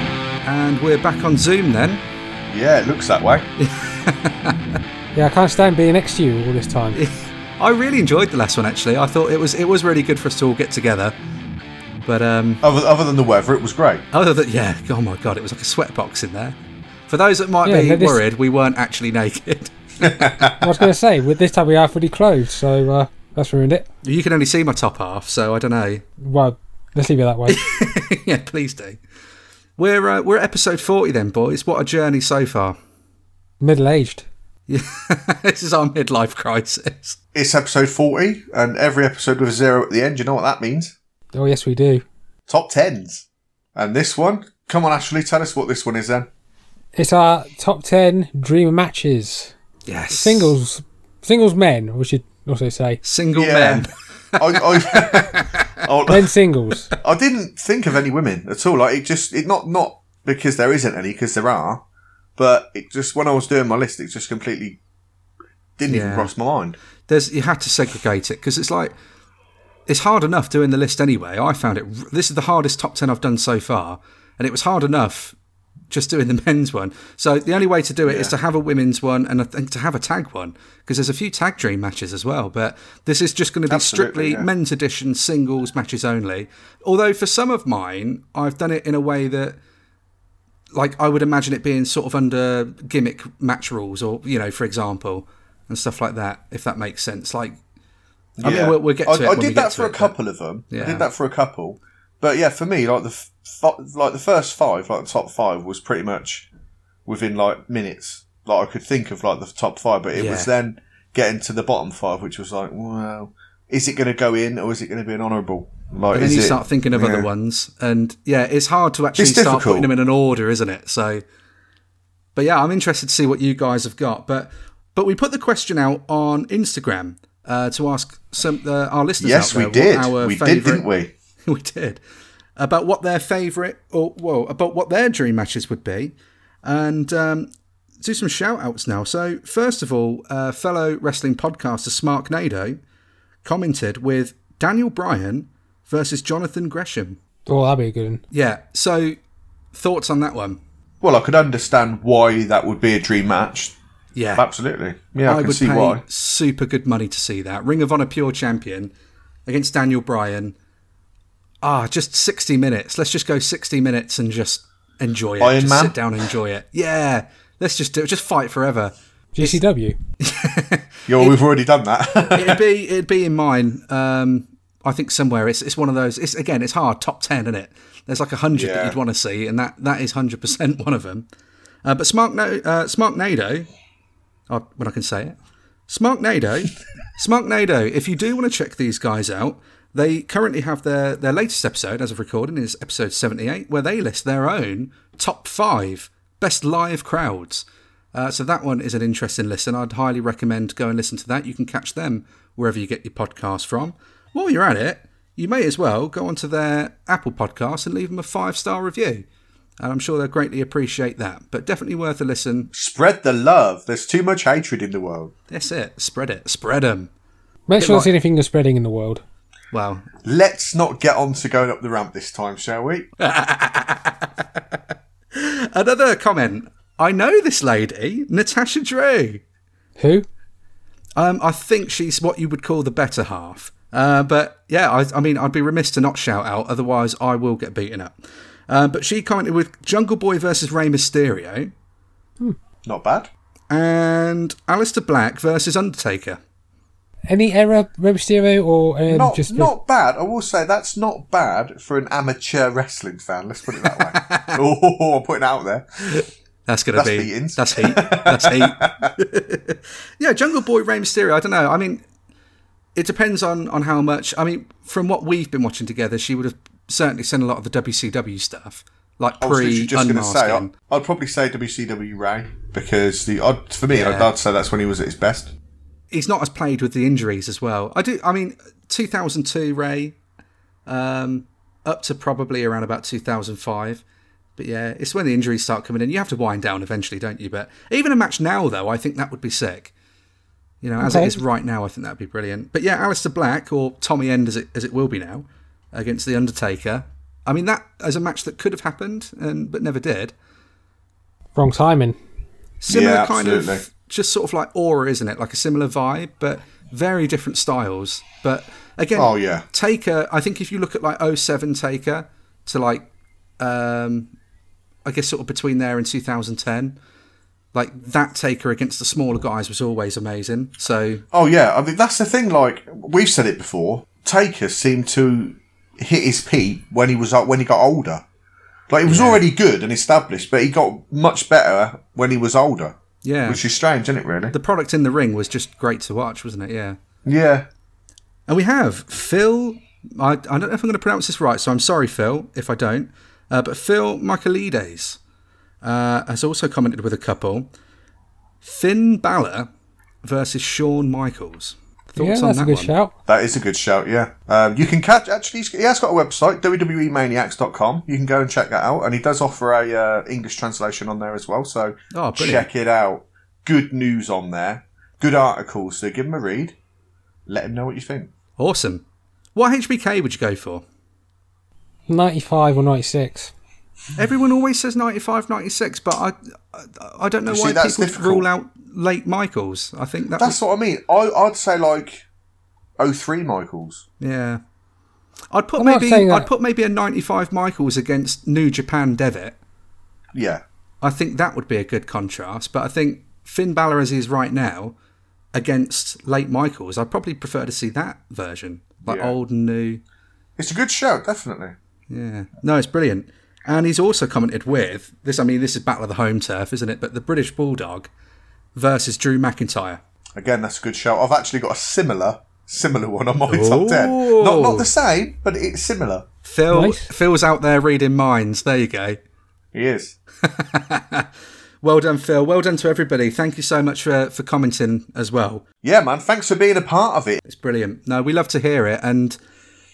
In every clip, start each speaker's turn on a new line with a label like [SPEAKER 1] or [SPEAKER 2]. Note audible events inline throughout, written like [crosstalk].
[SPEAKER 1] and we're back on Zoom then.
[SPEAKER 2] Yeah, it looks that way.
[SPEAKER 3] Yeah, I can't stand being next to you all this time.
[SPEAKER 1] I really enjoyed the last one actually. I thought it was it was really good for us to all get together. But um,
[SPEAKER 2] Other, other than the weather, it was great.
[SPEAKER 1] other than yeah, oh my god, it was like a sweatbox in there. For those that might
[SPEAKER 3] Yeah,
[SPEAKER 1] be
[SPEAKER 3] no, this-
[SPEAKER 1] worried, we weren't actually [laughs] naked.
[SPEAKER 3] I was going to say, with this time we are fully clothed, so uh, that's ruined it.
[SPEAKER 1] You can only see my top half, so I don't know. [laughs]
[SPEAKER 3] Well, let's leave it that way.
[SPEAKER 1] yeah, please do. We're uh, we're at episode forty then, boys. What a journey so far. [laughs]
[SPEAKER 3] Middle aged.
[SPEAKER 1] Yeah, this is our midlife crisis.
[SPEAKER 2] It's episode 40, and every episode with a zero at the end, you know what that means?
[SPEAKER 3] Oh, yes, we do.
[SPEAKER 2] Top tens. And this one, come on, Ashley, tell us what this one is then.
[SPEAKER 3] It's our top 10 dream matches.
[SPEAKER 1] Yes,
[SPEAKER 3] Singles, singles men, we should also say.
[SPEAKER 1] single
[SPEAKER 2] Yeah.
[SPEAKER 1] men.
[SPEAKER 2] I, I, I, [laughs]
[SPEAKER 1] [laughs]
[SPEAKER 3] Men singles.
[SPEAKER 2] I didn't think of any women at all. Like, it just, it not, not because there isn't any, because there are, but it just, when I was doing my list, it just completely didn't even
[SPEAKER 1] Yeah.
[SPEAKER 2] cross my mind.
[SPEAKER 1] There's you had to segregate it because it's like it's hard enough doing the list anyway. I found it. r- This is the hardest top ten I've done so far, and it was hard enough just doing the [laughs] men's one. So the only way to do it is to have a women's one and I think to have a tag one because there's a few tag dream matches as well. But this is just going to be
[SPEAKER 2] Absolutely,
[SPEAKER 1] strictly
[SPEAKER 2] yeah.
[SPEAKER 1] men's edition singles matches only. Although for some of mine, I've done it in a way that like I would imagine it being sort of under gimmick match rules, or you know, for example, and stuff like that. If that makes sense, like I mean, we'll, we'll get to
[SPEAKER 2] I,
[SPEAKER 1] it.
[SPEAKER 2] I
[SPEAKER 1] when
[SPEAKER 2] did
[SPEAKER 1] we
[SPEAKER 2] that
[SPEAKER 1] get to
[SPEAKER 2] for
[SPEAKER 1] it,
[SPEAKER 2] a
[SPEAKER 1] but-
[SPEAKER 2] couple of them. I
[SPEAKER 1] Yeah.
[SPEAKER 2] did that for a couple, but yeah, for me, like the f- fi- like the first five, like the top five, was pretty much within like minutes. Like I could think of like the top five, but it was
[SPEAKER 1] Yeah.
[SPEAKER 2] then getting to the bottom five, which was like, well, is it going to go in or is it going to be an honourable?
[SPEAKER 1] But
[SPEAKER 2] Like,
[SPEAKER 1] then
[SPEAKER 2] is
[SPEAKER 1] you
[SPEAKER 2] it-
[SPEAKER 1] start thinking of
[SPEAKER 2] yeah.
[SPEAKER 1] other ones, and yeah, it's hard to actually
[SPEAKER 2] It's
[SPEAKER 1] start
[SPEAKER 2] difficult.
[SPEAKER 1] putting them in an order, isn't it? So, but yeah, I'm interested to see what you guys have got. But but we put the question out on Instagram uh, to ask some uh, our listeners.
[SPEAKER 2] Yes,
[SPEAKER 1] out there
[SPEAKER 2] we
[SPEAKER 1] what
[SPEAKER 2] did.
[SPEAKER 1] Our
[SPEAKER 2] We
[SPEAKER 1] favorite,
[SPEAKER 2] did, didn't we?
[SPEAKER 1] [laughs] we did about what their favourite or well about what their dream matches would be and um, do some shout outs now so first of all uh, fellow wrestling podcaster smart nado commented with daniel bryan versus jonathan gresham
[SPEAKER 3] Oh, that'd be a good one.
[SPEAKER 1] yeah so thoughts on that one
[SPEAKER 2] Well, I could understand why that would be a dream match.
[SPEAKER 1] yeah
[SPEAKER 2] Absolutely. Yeah, I,
[SPEAKER 1] I
[SPEAKER 2] can
[SPEAKER 1] would
[SPEAKER 2] see
[SPEAKER 1] pay
[SPEAKER 2] why.
[SPEAKER 1] super good money to see that. Ring of Honor Pure Champion against Daniel Bryan. Ah, just 60 minutes. Let's just go 60 minutes and just enjoy it.
[SPEAKER 2] Iron
[SPEAKER 1] just
[SPEAKER 2] Man?
[SPEAKER 1] sit down and enjoy it. Yeah. Let's just do it. Just fight forever.
[SPEAKER 3] GCW.
[SPEAKER 2] Yeah, well, we've already done that. [laughs]
[SPEAKER 1] It'd be it'd be in mine. Um I think somewhere it's it's one of those it's again it's hard top 10 isn't it. There's like a 100 that
[SPEAKER 2] Yeah.
[SPEAKER 1] you'd want to see and that that is 100% one of them. Uh, but Smart no, uh, Smart Nado uh, when I can say it. Smarknado, Smarknado. If you do want to check these guys out, they currently have their their latest episode as of recording is episode seventy eight, where they list their own top five best live crowds. Uh, so that one is an interesting listen. I'd highly recommend go and listen to that. You can catch them wherever you get your podcast from. While you're at it, you may as well go onto their Apple podcast and leave them a five star review. And I'm sure they'll greatly appreciate that. But definitely worth a listen.
[SPEAKER 2] Spread the love. There's too much hatred in the world.
[SPEAKER 1] That's it. Spread it. Spread them.
[SPEAKER 3] Make sure
[SPEAKER 1] might-
[SPEAKER 3] there's anything you're spreading in the world.
[SPEAKER 1] Well,
[SPEAKER 2] Let's not get on to going up the ramp this time, shall we?
[SPEAKER 1] another comment. I know this lady, Natasha Drew.
[SPEAKER 3] Who?
[SPEAKER 1] Um, I think she's what you would call the better half. Uh, but yeah, I, I mean, I'd be remiss to not shout out, otherwise I will get beaten up. Uh, but she commented with Jungle Boy versus Rey Mysterio
[SPEAKER 2] Not bad.
[SPEAKER 1] and Alistair Black versus Undertaker.
[SPEAKER 3] Any error, Rey Mysterio, or um,
[SPEAKER 2] Not
[SPEAKER 3] just
[SPEAKER 2] not bad. I will say that's not bad for an amateur wrestling fan. Let's put it that way. oh, [laughs] I'm putting it out there.
[SPEAKER 1] That's gonna
[SPEAKER 2] That's
[SPEAKER 1] be
[SPEAKER 2] beatings.
[SPEAKER 1] that's heat. That's heat. [laughs] yeah, Jungle Boy Rey Mysterio. I don't know. I mean, it depends on on how much. I mean, from what we've been watching together, she would have certainly seen a lot of the WCW stuff, like
[SPEAKER 2] I was
[SPEAKER 1] pre
[SPEAKER 2] literally just going to say
[SPEAKER 1] unmasking.
[SPEAKER 2] I'd, I'd probably say WCW Ray because the I'd, for me I'd, I'd say that's when he was at his best.
[SPEAKER 1] He's not as played with the injuries as well. I do. I mean, 2002 Ray, um, up to probably around about 2005. But yeah, it's when the injuries start coming in. You have to wind down eventually, don't you? But even a match now, though, I think that would be sick. You know, as
[SPEAKER 3] Okay.
[SPEAKER 1] it is right now, I think that'd be brilliant. But yeah, Alistair Black or Tommy End, as it as it will be now, against the Undertaker. I mean, that as a match that could have happened and but never did.
[SPEAKER 3] Wrong timing.
[SPEAKER 1] Similar
[SPEAKER 2] Yeah,
[SPEAKER 1] kind
[SPEAKER 2] absolutely.
[SPEAKER 1] of just sort of like aura, isn't it? Like a similar vibe, but very different styles. But again,
[SPEAKER 2] Oh, yeah.
[SPEAKER 1] Taker. I think if you look at like 07 Taker to like, um, I guess sort of between there and 2010. Like that taker against the smaller guys was always amazing. So
[SPEAKER 2] Oh yeah, I mean that's the thing. Like we've said it before, Taker seemed to hit his peak when he was uh, when he got older. Like he was already good and established, but he got much better when he was older,
[SPEAKER 1] yeah,
[SPEAKER 2] which is strange, isn't it? Really?
[SPEAKER 1] the product in the ring was just great to watch, wasn't it? Yeah.
[SPEAKER 2] Yeah.
[SPEAKER 1] And we have Phil. I, I don't know if I'm going to pronounce this right, so I'm sorry, Phil, if I don't. Uh, but Phil Michaelides uh, has also commented with a couple Finn Balor versus Shawn Michaels. Thoughts
[SPEAKER 3] yeah,
[SPEAKER 1] on
[SPEAKER 3] that's
[SPEAKER 1] that
[SPEAKER 3] a good
[SPEAKER 1] one?
[SPEAKER 3] shout.
[SPEAKER 2] That is a good shout, yeah. Um, you can catch, actually, he's- he has got a website, E www.maniacs.com. You can go and check that out. And he does offer a uh, English translation on there as well. So
[SPEAKER 1] Oh, brilliant.
[SPEAKER 2] check it out. Good news on there. Good articles. So give him a read. Let him know what you think.
[SPEAKER 1] Awesome. What HBK would you go for?
[SPEAKER 3] 95 or 96.
[SPEAKER 1] Everyone always says 95, 96, but I, I, I don't know
[SPEAKER 2] You see,
[SPEAKER 1] why
[SPEAKER 2] that's
[SPEAKER 1] people
[SPEAKER 2] difficult.
[SPEAKER 1] rule out late Michaels. I think that
[SPEAKER 2] That's what I mean. I, I'd say like 03 Michaels.
[SPEAKER 1] Yeah. I'd put
[SPEAKER 3] I'm not
[SPEAKER 1] maybe
[SPEAKER 3] saying that-
[SPEAKER 1] I'd put maybe a 95 Michaels against New Japan Devitt.
[SPEAKER 2] Yeah.
[SPEAKER 1] I think that would be a good contrast, but I think Finn Balor as he is right now against late Michaels, I'd probably prefer to see that version, like
[SPEAKER 2] Yeah.
[SPEAKER 1] old and new.
[SPEAKER 2] It's a good shout, definitely.
[SPEAKER 1] Yeah. No, it's brilliant. And he's also commented with this I mean this is battle of the home turf, isn't it? But the British Bulldog versus Drew McIntyre.
[SPEAKER 2] Again, that's a good shout. I've actually got a similar, similar one on my [laughs] top 10.
[SPEAKER 1] Ooh.
[SPEAKER 2] Not, not the same, but it's similar.
[SPEAKER 1] Phil
[SPEAKER 3] Nice.
[SPEAKER 1] Phil's out there reading minds. There you go.
[SPEAKER 2] He is.
[SPEAKER 1] Well done, Phil. Well done to everybody. Thank you so much for, for commenting as well.
[SPEAKER 2] Yeah, man. Thanks for being a part of it.
[SPEAKER 1] It's brilliant. No, we love to hear it, and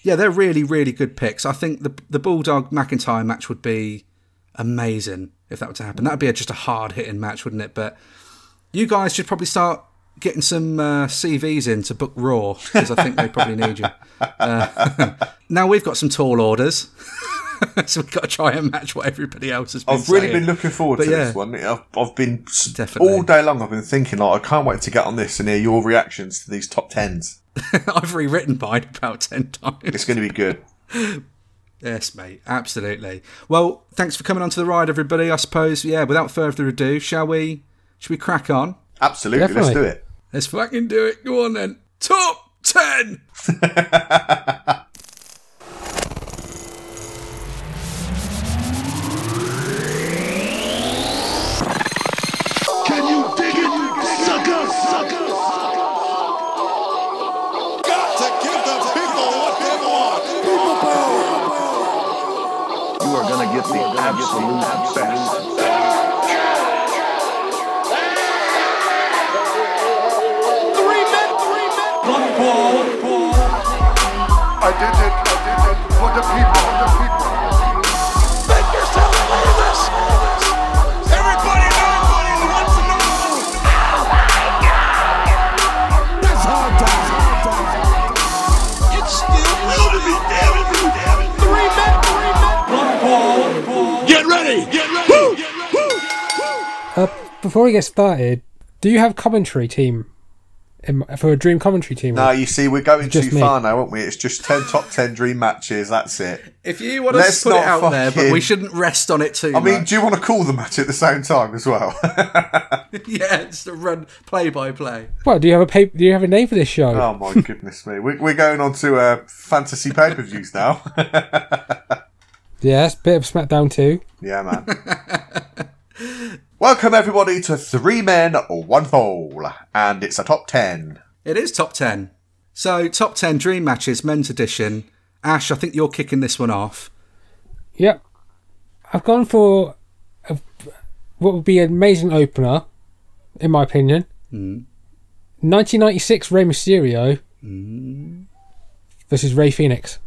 [SPEAKER 1] yeah, they're really, really good picks. I think the the Bulldog McIntyre match would be amazing if that were to happen. That would be a, just a hard hitting match, wouldn't it? But you guys should probably start getting some uh, CVs in to book Raw because I think they probably need you. Uh, [laughs] now we've got some tall orders, [laughs] so we've got to try and match what everybody else has been.
[SPEAKER 2] I've really
[SPEAKER 1] saying.
[SPEAKER 2] been looking forward
[SPEAKER 1] But
[SPEAKER 2] to
[SPEAKER 1] yeah.
[SPEAKER 2] this one. I've, I've been s-
[SPEAKER 1] Definitely.
[SPEAKER 2] all day long. I've been thinking like I can't wait to get on this and hear your reactions to these top tens.
[SPEAKER 1] [laughs] I've rewritten mine about ten times.
[SPEAKER 2] It's going to be good.
[SPEAKER 1] Yes, mate, absolutely. Well, thanks for coming onto the ride, everybody. I suppose, yeah. Without further ado, shall we? Should we crack on?
[SPEAKER 2] Absolutely, let's
[SPEAKER 3] Definitely.
[SPEAKER 2] do it.
[SPEAKER 1] Let's fucking do it. Go on then. Top ten.
[SPEAKER 4] Can you dig it, sucker, sucker? Got to give the people what they want. People power.
[SPEAKER 5] You are gonna get the absolute best.
[SPEAKER 4] Three men, three men. One ball, one ball. I did it, I did it for the people, for the people. Make yourself believe this. Everybody, everybody who wants to know. That's how it does. It's still real to me, damn it, damn it. Three men, three men. One ball, one ball. Get ready, get ready, get ready.
[SPEAKER 3] Uh, before we get started, do you have commentary team in, for a dream commentary team?
[SPEAKER 2] Now you see, we're going
[SPEAKER 3] Just
[SPEAKER 2] too
[SPEAKER 3] me.
[SPEAKER 2] far now, aren't we? It's just ten top ten dream matches. That's it.
[SPEAKER 1] If you want to
[SPEAKER 2] Let's
[SPEAKER 1] put it
[SPEAKER 2] not
[SPEAKER 1] out there, but we
[SPEAKER 2] fucking-
[SPEAKER 1] shouldn't rest on it too
[SPEAKER 2] I mean,
[SPEAKER 1] much. [laughs]
[SPEAKER 2] do you want to call the match at the same time as well? [laughs]
[SPEAKER 1] yeah, it's the run play by play.
[SPEAKER 3] Well, do you have a paper, do you have a name for this show?
[SPEAKER 2] oh
[SPEAKER 1] [laughs]
[SPEAKER 2] my goodness me, we, we're going on to uh, fantasy pay per views now. [laughs]
[SPEAKER 3] Yes, bit of SmackDown too.
[SPEAKER 2] yeah, man.
[SPEAKER 1] [laughs]
[SPEAKER 2] Welcome everybody to Three Men One Bowl, and it's a top ten.
[SPEAKER 1] It is top ten. So top ten dream matches, men's edition. Ash, I think you're kicking this one off.
[SPEAKER 3] Yep. I've gone for a, what would be an amazing opener, in my opinion. 1996 Rey Mysterio versus Rey Phoenix.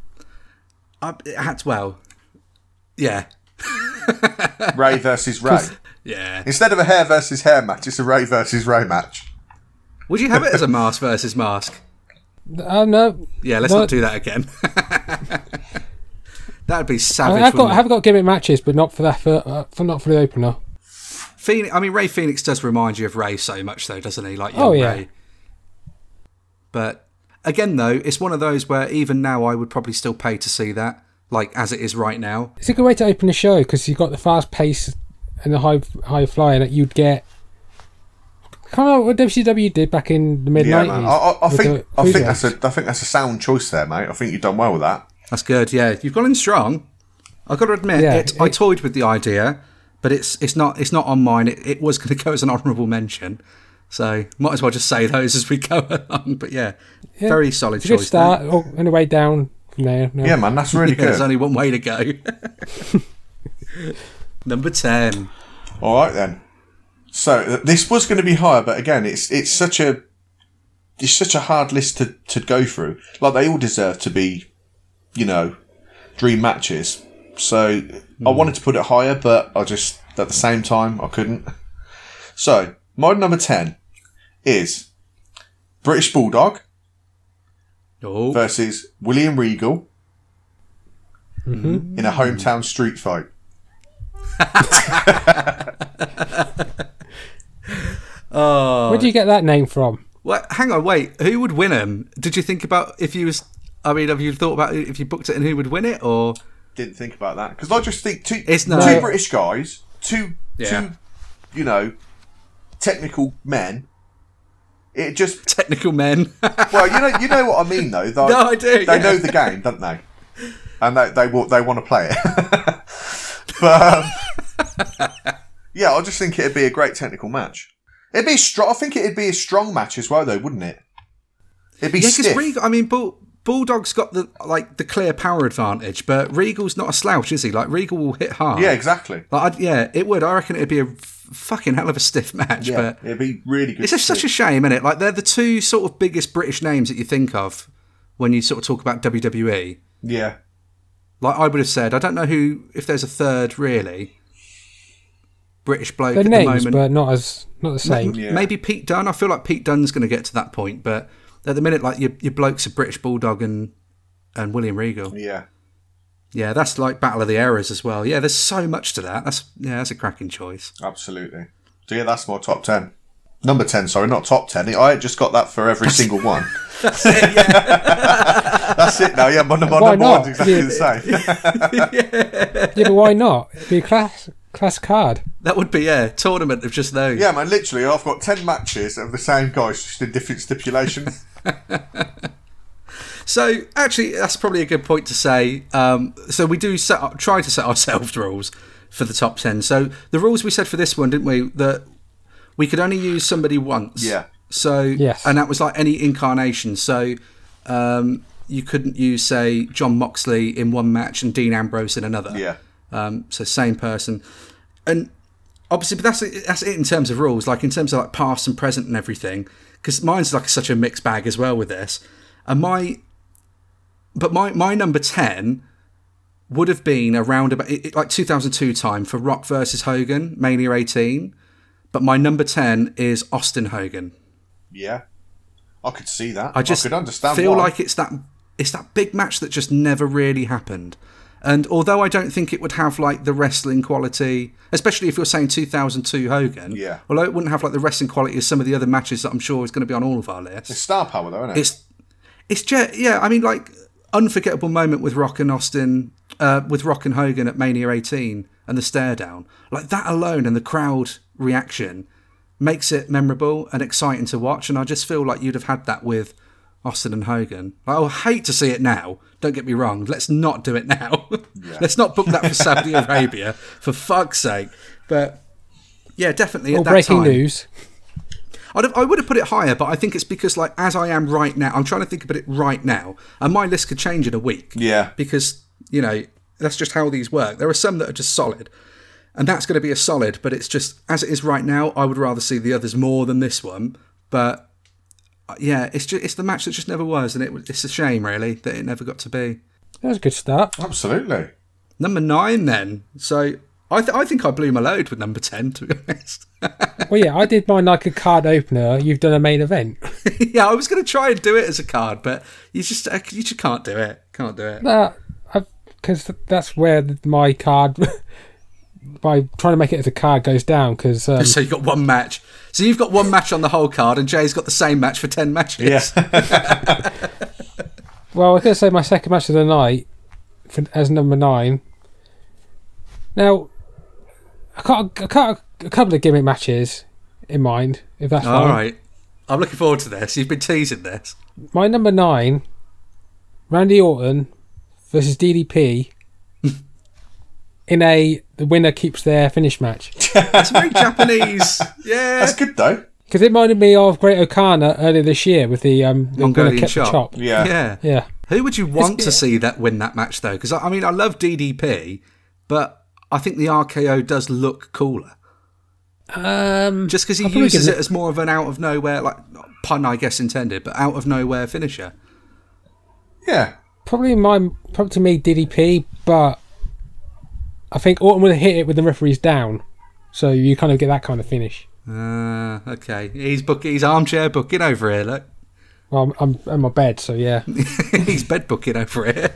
[SPEAKER 1] I, it had Uh, well, yeah,
[SPEAKER 2] Ray versus Ray.
[SPEAKER 1] yeah.
[SPEAKER 2] Instead of a hair versus hair match, it's a Ray versus Ray match.
[SPEAKER 1] Would you have it as a mask versus mask?
[SPEAKER 3] Uh, no,
[SPEAKER 1] Yeah, let's
[SPEAKER 3] No.
[SPEAKER 1] not do that again. [laughs] That'd be
[SPEAKER 3] I,
[SPEAKER 1] savage.
[SPEAKER 3] I've got, I
[SPEAKER 1] wouldn't it?
[SPEAKER 3] have got gimmick matches, but not for that, for, uh, for not for the opener.
[SPEAKER 1] Phoenix, I mean, Ray Phoenix does remind you of Ray so much, though, doesn't he? Like, young
[SPEAKER 3] Oh, yeah.
[SPEAKER 1] Ray. But again, though, it's one of those where even now I would probably still pay to see that, like as it is right now.
[SPEAKER 3] It's a good way to open the show because you've got the fast pace and the high high flying that you'd get. Kind of what WCW did back in the mid
[SPEAKER 2] Yeah,
[SPEAKER 3] nineties.
[SPEAKER 2] man. I, I, I think I think that's a I think that's a sound choice there, mate. I think you've done well with that.
[SPEAKER 1] That's good. Yeah, you've gone in strong. I've got to admit,
[SPEAKER 3] Yeah,
[SPEAKER 1] it, I
[SPEAKER 3] it-
[SPEAKER 1] toyed with the idea, but it's it's not it's not on mine. It, it was going to [laughs] go as an honourable mention, so might as well just say those as we go [laughs] along. But yeah, very solid
[SPEAKER 3] It's a
[SPEAKER 1] choice.
[SPEAKER 3] good
[SPEAKER 1] there.
[SPEAKER 3] start oh, and a way down from there. No.
[SPEAKER 2] Yeah, man, that's
[SPEAKER 1] [laughs]
[SPEAKER 2] really
[SPEAKER 1] Yeah, there's
[SPEAKER 2] good.
[SPEAKER 1] only one way to go. [laughs] Number ten.
[SPEAKER 2] All right then. So th- this was going to be higher, but again, it's it's such a it's such a hard list to to go through. Like they all deserve to be, you know, dream matches. So I wanted to put it higher, but I just at the same time I couldn't. So my number ten is British Bulldog
[SPEAKER 1] Oh,
[SPEAKER 2] Uh, versus William Regal in a hometown street fight.
[SPEAKER 3] Where do you get that name from?
[SPEAKER 1] Well, hang on, wait. Who would win him? Did you think about if you was? I mean, have you thought about if you booked it and who would win it? Or
[SPEAKER 2] didn't think about that because I just think two,
[SPEAKER 1] It's
[SPEAKER 2] two
[SPEAKER 1] not- No.
[SPEAKER 2] British guys, two
[SPEAKER 1] Yeah.
[SPEAKER 2] two, you know, technical men. It
[SPEAKER 1] [laughs]
[SPEAKER 2] just
[SPEAKER 1] technical men?
[SPEAKER 2] well, you know, you know what I mean though. They,
[SPEAKER 1] No, I do,
[SPEAKER 2] They
[SPEAKER 1] yeah.
[SPEAKER 2] know the game, don't they? And they they will they want to play it. [laughs] but um,
[SPEAKER 1] [laughs]
[SPEAKER 2] yeah, I just think it'd be a great technical match. It'd be strong. I think it'd be a strong match as well, though, wouldn't it? It'd be
[SPEAKER 1] yeah, because
[SPEAKER 2] stiff.
[SPEAKER 1] Regal. I mean, Bull, Bulldog's got the like the clear power advantage, but Regal's not a slouch, is he? Like Regal will hit hard.
[SPEAKER 2] yeah, exactly.
[SPEAKER 1] Like, I'd, yeah, it would. I reckon it'd be a f- fucking hell of a stiff [laughs] match,
[SPEAKER 2] Yeah,
[SPEAKER 1] but.
[SPEAKER 2] it'd be really good.
[SPEAKER 1] It's just such a shame, isn't it? Like they're the two sort of biggest British names that you think of when you sort of talk about E. WWE.
[SPEAKER 2] yeah.
[SPEAKER 1] Like I would have said, I don't know who if there's a third really British bloke
[SPEAKER 3] Their
[SPEAKER 1] at
[SPEAKER 3] names,
[SPEAKER 1] the moment.
[SPEAKER 3] but not as not the same.
[SPEAKER 2] Yeah.
[SPEAKER 1] Maybe Pete Dunne. I feel like Pete Dunne's going to get to that point, but at the minute, like your, your blokes are British Bulldog and and William Regal.
[SPEAKER 2] Yeah.
[SPEAKER 1] Yeah, that's like Battle of the Eras as well. Yeah, there's so much to that. That's yeah, that's a cracking choice.
[SPEAKER 2] Absolutely. So yeah, that's my top ten. Number ten, sorry, not top ten. I ain't just got that for every single
[SPEAKER 1] [laughs]
[SPEAKER 2] one. [laughs] that's it now. Yeah, my, my
[SPEAKER 3] Why
[SPEAKER 2] number
[SPEAKER 3] not?
[SPEAKER 2] one's exactly the same.
[SPEAKER 3] Yeah, but why not? It'd be a class class card.
[SPEAKER 1] That would be yeah, tournament of just those.
[SPEAKER 2] yeah, man. Literally, I've got ten matches of the same guys, just in different
[SPEAKER 3] [laughs]
[SPEAKER 2] stipulations.
[SPEAKER 1] So actually, that's probably a good point to say. Um, so we do set up, try to set ourselves [laughs] rules for the top ten. So the rules we said for this one, didn't we? That we could only use somebody once.
[SPEAKER 2] Yeah.
[SPEAKER 1] So
[SPEAKER 3] Yes.
[SPEAKER 1] and that was like any incarnation. So um, you couldn't use say John Moxley in one match and Dean Ambrose in another.
[SPEAKER 2] yeah.
[SPEAKER 1] Um, so same person, and obviously, but that's it- that's it in terms of rules. Like in terms of like past and present and everything, because mine's like such a mixed bag as well with this. And my, but my my number ten would have been around about it, it- like 2002 time for Rock versus Hogan Mania 18, but my number ten is Austin Hogan.
[SPEAKER 2] Yeah. I could see that.
[SPEAKER 1] I just
[SPEAKER 2] could understand.
[SPEAKER 1] feel
[SPEAKER 2] why.
[SPEAKER 1] like it's that it's that big match that just never really happened. And although I don't think it would have like the wrestling quality, especially if you're saying 2002 Hogan,
[SPEAKER 2] Yeah.
[SPEAKER 1] although it wouldn't have like the wrestling quality as some of the other matches that I'm sure is going to be on all of our lists.
[SPEAKER 2] star power, though, isn't it?
[SPEAKER 1] It's it's just, yeah, I mean like unforgettable moment with Rock and Austin, uh, with Rock and Hogan at Mania 18 and the stare down. Like that alone and the crowd reaction makes it memorable and exciting to watch. And I just feel like you'd have had that with Austin and Hogan. Like, I'll hate to see it now. Don't get me wrong. Let's not do it now. [laughs] Let's not book that for Saudi Arabia for fuck's sake. But yeah, definitely.
[SPEAKER 3] Or
[SPEAKER 1] at that
[SPEAKER 3] breaking
[SPEAKER 1] time,
[SPEAKER 3] news.
[SPEAKER 1] I'd have, I would have put it higher, but I think it's because like as I am right now, I'm trying to think about it right now, and my list could change in a week.
[SPEAKER 2] Yeah.
[SPEAKER 1] because you know that's just how these work. There are some that are just solid, and that's going to be a solid, but it's just as it is right now. I would rather see the others more than this one, but uh, yeah, it's just it's the match that just never was, and it was- it's a shame really that it never got to be
[SPEAKER 3] That was a good start.
[SPEAKER 2] Absolutely.
[SPEAKER 1] number nine. Then so. I, th- I think I blew my load with number 10, to be [laughs] honest.
[SPEAKER 3] Well, yeah, I did mine like a card opener. You've done a main event.
[SPEAKER 1] yeah, I was going to try and do it as a card, but you just uh, you just can't do it. Can't do it.
[SPEAKER 3] Uh, I because that's where my card, [laughs] by trying to make it as a card, goes down.
[SPEAKER 1] [laughs]
[SPEAKER 3] Because um,
[SPEAKER 1] So you've got one match. So you've got one match on the whole card, and Jay's got the same match for 10 matches.
[SPEAKER 2] Yeah.
[SPEAKER 3] Well, I was going to say my second match of the night for, as number nine. Now, I got, a- I got a couple of gimmick matches in mind, if
[SPEAKER 1] [laughs]
[SPEAKER 3] that's
[SPEAKER 1] All
[SPEAKER 3] fine.
[SPEAKER 1] right. I'm looking forward to this. You've been teasing this.
[SPEAKER 3] My number nine, Randy Orton versus DDP in a the winner keeps their finish match.
[SPEAKER 1] That's very
[SPEAKER 2] [laughs]
[SPEAKER 1] Japanese. Yeah.
[SPEAKER 2] That's good though.
[SPEAKER 3] Because it reminded me of Great Okana earlier this year with the, um, the winner
[SPEAKER 1] Mongolian
[SPEAKER 3] kept the
[SPEAKER 1] chop.
[SPEAKER 3] chop.
[SPEAKER 2] Yeah.
[SPEAKER 1] yeah.
[SPEAKER 3] Yeah.
[SPEAKER 1] Who would you want to
[SPEAKER 3] yeah.
[SPEAKER 1] see that win that match though? Because I I mean, I love DDP, but I think the RKO does look cooler.
[SPEAKER 3] Um,
[SPEAKER 1] Just because he
[SPEAKER 3] I'd probably
[SPEAKER 1] uses
[SPEAKER 3] give
[SPEAKER 1] it as more of an out of nowhere, like pun I guess intended, but out of nowhere finisher.
[SPEAKER 2] Yeah.
[SPEAKER 3] Probably my probably to me DDP, but I think Orton would have hit it with the referees down, so you kind of get that kind of finish.
[SPEAKER 1] Uh, okay, he's book, he's armchair booking over here. Look, [laughs]
[SPEAKER 3] Well, I'm, I'm in my bed, so yeah.
[SPEAKER 1] he's bed booking over here.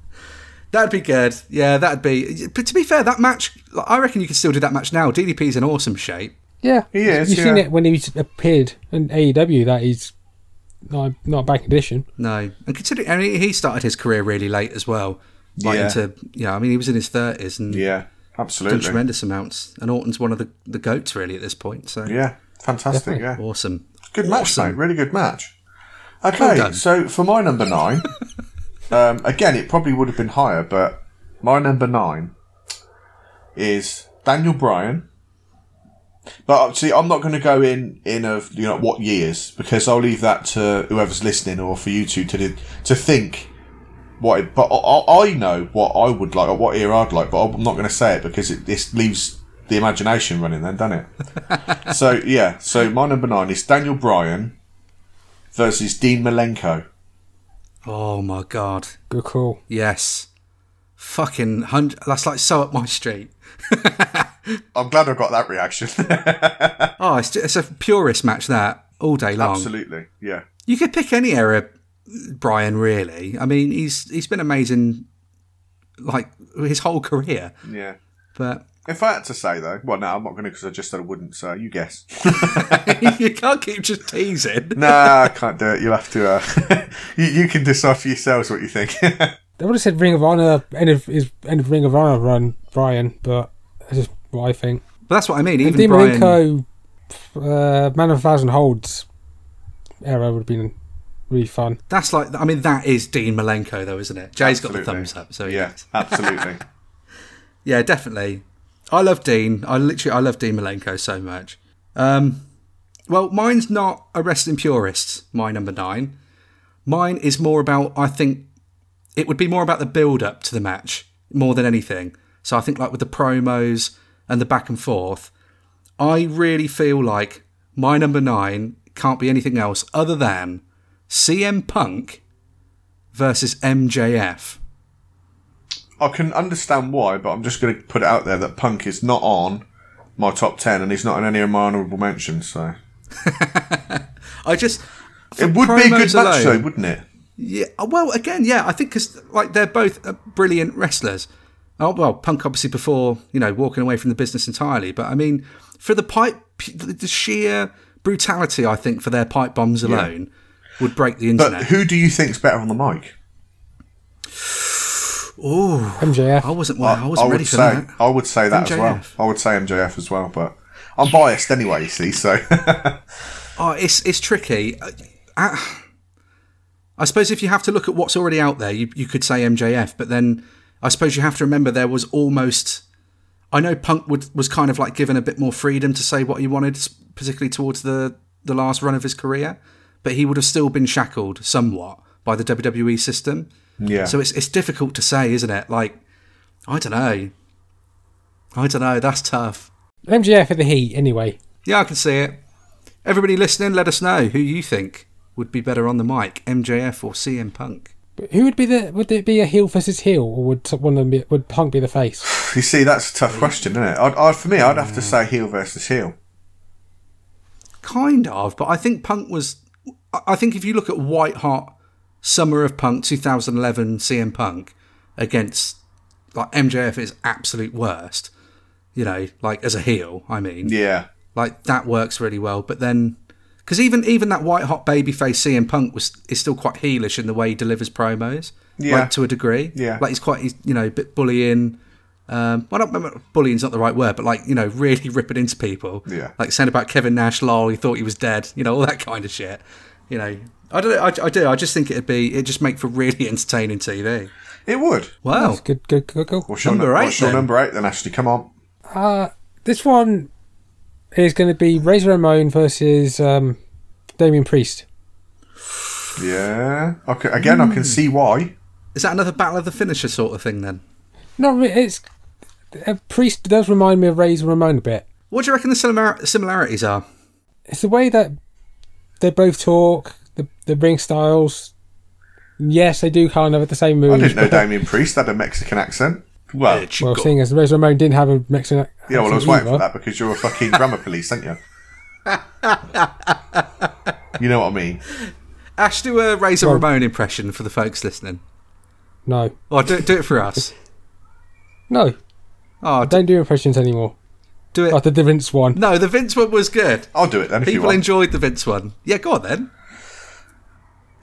[SPEAKER 1] [laughs] that'd be good. Yeah, that'd be. But to be fair, that match, like, I reckon you could still do that match now. DDP's in awesome shape.
[SPEAKER 3] Yeah,
[SPEAKER 2] He is,
[SPEAKER 3] You've seen
[SPEAKER 2] yeah.
[SPEAKER 3] it when he's appeared in AEW that he's not not a bad condition.
[SPEAKER 1] No, and considering I mean, he started his career really late as well. Like
[SPEAKER 2] Yeah.
[SPEAKER 1] into yeah, I mean he was in his thirties and
[SPEAKER 2] Yeah.
[SPEAKER 1] done
[SPEAKER 2] Absolutely.
[SPEAKER 1] tremendous amounts. And Orton's one of the the goats really at this point. So
[SPEAKER 2] Yeah. Fantastic.
[SPEAKER 3] Definitely.
[SPEAKER 2] Yeah.
[SPEAKER 1] awesome,
[SPEAKER 2] Good match, mate.
[SPEAKER 1] awesome.
[SPEAKER 2] Really good match. Okay,
[SPEAKER 1] done.
[SPEAKER 2] so for my number nine, um, again, it probably would have been higher, but my number nine is Daniel Bryan. But uh, see, I'm not going to go in in of you know what years because I'll leave that to whoever's listening or for you two to do- to think what. It, but I, I know what I would like or what year I'd like, but I'm not going to say it because it this leaves the imagination running, then, doesn't it? so yeah, so my number nine is Daniel Bryan versus Dean Malenko.
[SPEAKER 1] Oh my god,
[SPEAKER 3] Good call.
[SPEAKER 1] yes, fucking hundred. That's like so up my street.
[SPEAKER 2] I'm glad I got that reaction. [laughs]
[SPEAKER 1] Um, Oh, it's, it's a purist match that all day long.
[SPEAKER 2] Absolutely, yeah,
[SPEAKER 1] You could pick any era, Brian. Really, I mean he's he's been amazing, like his whole career.
[SPEAKER 2] yeah.
[SPEAKER 1] But [laughs]
[SPEAKER 2] If I had to say though, well, no, I'm not going to because I just said I wouldn't. So you guess.
[SPEAKER 1] [laughs] you can't keep just teasing.
[SPEAKER 2] nah, I can't do it. You'll have to. Uh, [laughs] you, you can decide for yourselves what you think. [laughs]
[SPEAKER 3] I would have said Ring of Honor end of his end of Ring of Honor run Brian, but that's just what I think.
[SPEAKER 1] But that's what I mean. Even Brian.
[SPEAKER 3] Demonenko, uh, Man of a Thousand Holds era would have been really fun.
[SPEAKER 1] That's like, I mean, that is Dean Malenko, though, isn't it? Jay's got the
[SPEAKER 2] Absolutely.
[SPEAKER 1] thumbs up, so
[SPEAKER 2] yeah,
[SPEAKER 1] yeah, [laughs]
[SPEAKER 2] absolutely.
[SPEAKER 1] yeah, definitely. I love Dean. I literally, I love Dean Malenko so much. Um, well, mine's not a wrestling purist. My number nine. Mine is more about. I think it would be more about the build up to the match more than anything. So I think like with the promos and the back and forth, I really feel like my number nine can't be anything else other than CM Punk versus MJF.
[SPEAKER 2] I can understand why, but I'm just going to put it out there that Punk is not on my top ten, and he's not in any of my honourable mentions. So
[SPEAKER 1] I just
[SPEAKER 2] it would be a good match,
[SPEAKER 1] promos alone-
[SPEAKER 2] though, wouldn't it?
[SPEAKER 1] Yeah. uh, Well, again, yeah, I think because like they're both uh, brilliant wrestlers. Oh well, Punk obviously before you know walking away from the business entirely, but I mean for the pipe, the sheer brutality I think for their pipe bombs alone would break the
[SPEAKER 2] But
[SPEAKER 1] internet.
[SPEAKER 2] who do you think's better on the mic?
[SPEAKER 3] MJF.
[SPEAKER 1] I wasn't. Well, I, wasn't
[SPEAKER 2] would
[SPEAKER 1] ready for
[SPEAKER 2] say,
[SPEAKER 1] that.
[SPEAKER 2] I would say that as well.
[SPEAKER 1] MJF.
[SPEAKER 2] I would say MJF as well, but I'm biased anyway, you see, so [laughs]
[SPEAKER 1] Oh, it's it's tricky. Uh, I, I suppose if you have to look at what's already out there, you, you could say MJF, but then I suppose you have to remember there was almost. I know Punk would, was kind of like given a bit more freedom to say what he wanted, s- particularly towards the the last run of his career, but he would have still been shackled somewhat by the WWE system.
[SPEAKER 2] yeah.
[SPEAKER 1] So it's it's difficult to say, isn't it? Like, I don't know. I don't know. That's tough.
[SPEAKER 3] MJF at the heat anyway.
[SPEAKER 1] Yeah, I can see it. Everybody listening, let us know who you think would be better on the mic, MJF or CM Punk.
[SPEAKER 3] But who would be the would it be a heel versus heel or would one of them be, would Punk be the face?
[SPEAKER 2] you see, that's a tough question, isn't it? I'd, i for me, I'd have
[SPEAKER 1] Mm.
[SPEAKER 2] to say heel versus heel.
[SPEAKER 1] Kind of, but I think Punk was. I I think if you look at White Hot Summer of Punk 2011 CM Punk, against like MJF at his absolute worst. You know, like as a heel, I mean,
[SPEAKER 2] Yeah.
[SPEAKER 1] like that works really well. But then, because even even that white hot baby face CM Punk was is still quite heelish in the way he delivers promos,
[SPEAKER 2] Yeah.
[SPEAKER 1] like to a degree.
[SPEAKER 2] Yeah.
[SPEAKER 1] like he's quite he's, you know a bit bullying. Um, well, not bullying's not the right word, but like you know, really [laughs] ripping into people.
[SPEAKER 2] Yeah.
[SPEAKER 1] like saying about Kevin Nash, lol, he thought he was dead. You know, all that kind of shit. You know, I don't. know, I, I do. I just think it'd be it just make for really [laughs] entertaining TV.
[SPEAKER 2] It would.
[SPEAKER 1] Wow.
[SPEAKER 3] That's good, good, good, good.
[SPEAKER 2] What's your
[SPEAKER 1] Number
[SPEAKER 2] number
[SPEAKER 1] eight,
[SPEAKER 2] eight? What's your
[SPEAKER 1] then.
[SPEAKER 2] number eight then, Ashley? Come on.
[SPEAKER 3] Uh, this one is going to be Razor Ramon versus um, Damien Priest.
[SPEAKER 2] Yeah. Okay. Again, I can
[SPEAKER 1] Mm.
[SPEAKER 2] see why.
[SPEAKER 1] Is that another battle of the finisher sort of thing then?
[SPEAKER 3] Not re- it's uh, Priest does remind me of Razor Ramon a bit.
[SPEAKER 1] What do you reckon the similar- similarities are?
[SPEAKER 3] It's the way that they both talk, the the ring styles. Yes, they do kind of have the same
[SPEAKER 2] I
[SPEAKER 3] moves.
[SPEAKER 2] didn't know
[SPEAKER 3] but-
[SPEAKER 2] Damien Priest had a Mexican accent. Well,
[SPEAKER 3] [laughs] Well, seeing as Razor Ramon didn't have a Mexican. ac-
[SPEAKER 2] yeah. Well, I was
[SPEAKER 3] accent
[SPEAKER 2] waiting for
[SPEAKER 3] either.
[SPEAKER 2] that because you're a fucking grammar police,
[SPEAKER 1] [laughs]
[SPEAKER 2] aren't you? you know what I mean?
[SPEAKER 1] Ash, do a Razor
[SPEAKER 3] Well-
[SPEAKER 1] Ramon impression for the folks listening.
[SPEAKER 3] No,
[SPEAKER 1] Or do, do it for us.
[SPEAKER 3] no,
[SPEAKER 1] Oh, do,
[SPEAKER 3] don't do impressions anymore.
[SPEAKER 1] do
[SPEAKER 3] Like
[SPEAKER 1] it.
[SPEAKER 3] the Vince one.
[SPEAKER 1] No, the Vince one was good.
[SPEAKER 2] I'll do it then if you
[SPEAKER 1] People
[SPEAKER 2] want.
[SPEAKER 1] enjoyed the Vince one. Yeah, go on then.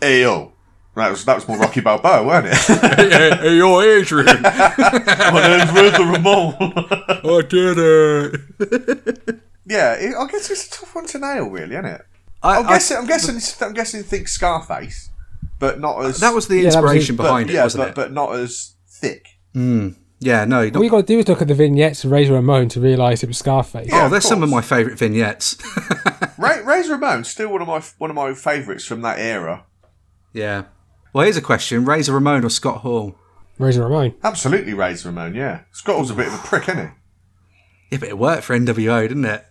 [SPEAKER 2] Ayo. That was that was more Rocky Balboa, weren't it?
[SPEAKER 1] [laughs] hey, yo, Adrian,
[SPEAKER 2] My name's Razor Ramon.
[SPEAKER 1] I did it.
[SPEAKER 2] [laughs] yeah, it, I guess it's a tough one to nail, really, isn't it?
[SPEAKER 1] I,
[SPEAKER 2] I'm
[SPEAKER 1] I-
[SPEAKER 2] guessing. I'm guessing. I'm guessing. Think Scarface, but not as
[SPEAKER 1] that was the
[SPEAKER 3] Yeah, that was
[SPEAKER 1] inspiration
[SPEAKER 3] it.
[SPEAKER 2] but,
[SPEAKER 1] behind it,
[SPEAKER 2] yeah,
[SPEAKER 1] wasn't
[SPEAKER 2] but,
[SPEAKER 1] it?
[SPEAKER 2] but not as thick.
[SPEAKER 1] yeah, no. Not,
[SPEAKER 3] All you got to do is look at the vignettes of Razor Ramon to realise it was Scarface.
[SPEAKER 1] oh,
[SPEAKER 2] of
[SPEAKER 1] there's some of my
[SPEAKER 2] course.
[SPEAKER 1] favourite vignettes. [laughs]
[SPEAKER 2] Ra- Razor Ramon still one of my one of my favourites from that era.
[SPEAKER 1] yeah. Well, here's a question: Razor Ramon or Scott Hall?
[SPEAKER 3] Razor Ramon.
[SPEAKER 2] Absolutely, Razor Ramon. Yeah, Scott was a bit of a prick, isn't
[SPEAKER 1] Yeah, but it worked for NWO, didn't it?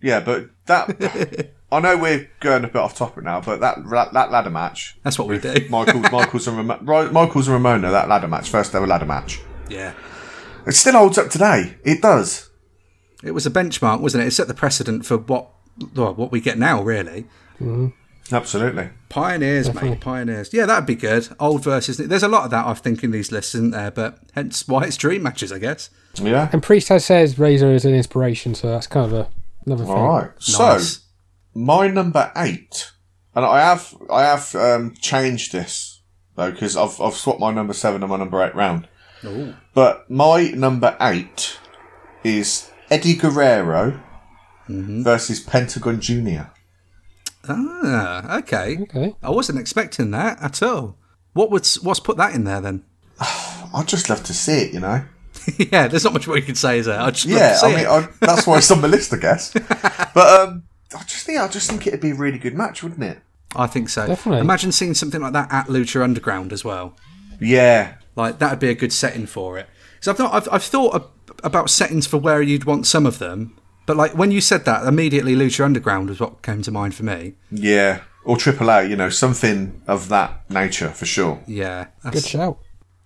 [SPEAKER 2] he? Yeah, but that
[SPEAKER 1] [laughs]
[SPEAKER 2] I know we're going a bit off topic now, but that that, that ladder match,
[SPEAKER 1] That's what we do. [laughs]
[SPEAKER 2] Michaels, Michaels and Ramo- Ri- Michaels and Ramona, that ladder match, first ever ladder match,
[SPEAKER 1] yeah.
[SPEAKER 2] it still holds up today. It does.
[SPEAKER 1] It was a benchmark, wasn't it? It set the precedent for what well, what we get now, really.
[SPEAKER 2] Absolutely.
[SPEAKER 1] Pioneers, mate, pioneers. Yeah, that'd be good. Old versus new. There's a lot of that I think in these lists, isn't there? But hence why it's dream matches, I guess.
[SPEAKER 2] Yeah.
[SPEAKER 3] And Priest has says Razor is an inspiration, so that's kind of a, another thing.
[SPEAKER 2] All right.
[SPEAKER 1] Nice.
[SPEAKER 2] So my number eight, and I have I have um, changed this though because I've I've swapped my number seven and my number eight round. But my number eight is Eddie Guerrero
[SPEAKER 1] Mm-hmm.
[SPEAKER 2] versus Pentagon Junior.
[SPEAKER 1] ah, okay.
[SPEAKER 3] Okay.
[SPEAKER 1] I wasn't expecting that at all. What would what's put that in there then? [laughs]
[SPEAKER 2] I'd just love to see it, you know.
[SPEAKER 1] yeah, there's not much more you can say, is there? I just love
[SPEAKER 2] Yeah,
[SPEAKER 1] to see
[SPEAKER 2] I mean
[SPEAKER 1] it.
[SPEAKER 2] I, that's why it's on my list, I
[SPEAKER 1] [laughs]
[SPEAKER 2] guess. But um, I just think I just think it'd be a really good match, wouldn't it?
[SPEAKER 1] I think so.
[SPEAKER 3] Definitely.
[SPEAKER 1] Imagine seeing something like that at Lucha Underground as well.
[SPEAKER 2] Yeah,
[SPEAKER 1] Like that would be a good setting for it. So I've thought I've, I've thought ab- about settings for where you'd want some of them, but like when you said that, immediately Lucha Underground was what came to mind for me.
[SPEAKER 2] yeah. Or AAA, you know, something of that nature for sure.
[SPEAKER 1] Yeah,
[SPEAKER 3] Good
[SPEAKER 1] that's-
[SPEAKER 3] shout.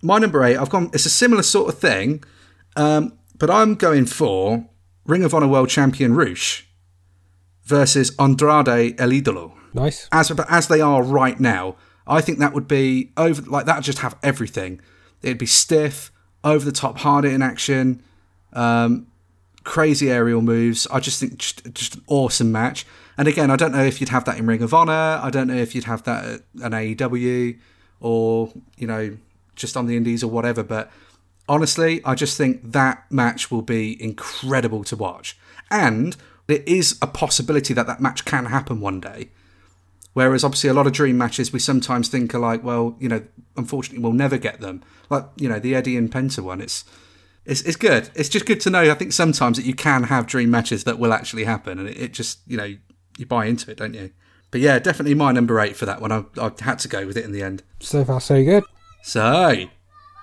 [SPEAKER 1] my number eight. I've gone. It's a similar sort of thing, um, but I'm going for Ring of Honor World Champion Roosh versus Andrade El Idolo.
[SPEAKER 3] Nice.
[SPEAKER 1] as but as they are right now, I think that would be over. Like that, would just have everything. It'd be stiff, over the top, hard in action, um, crazy aerial moves. I just think just, just an awesome match. And again, I don't know if you'd have that in Ring of Honor. I don't know if you'd have that at an AEW or you know just on the Indies or whatever. But honestly, I just think that match will be incredible to watch. And it is a possibility that that match can happen one day. Whereas obviously a lot of dream matches we sometimes think are like, well, you know, unfortunately we'll never get them. Like you know the Eddie and Penta one. It's it's it's good. It's just good to know. I think sometimes that you can have dream matches that will actually happen, and it, it just you know you buy into it, don't you? But yeah, definitely my number eight for that one. I, I had to go with it in the end.
[SPEAKER 3] So far, so good.
[SPEAKER 1] So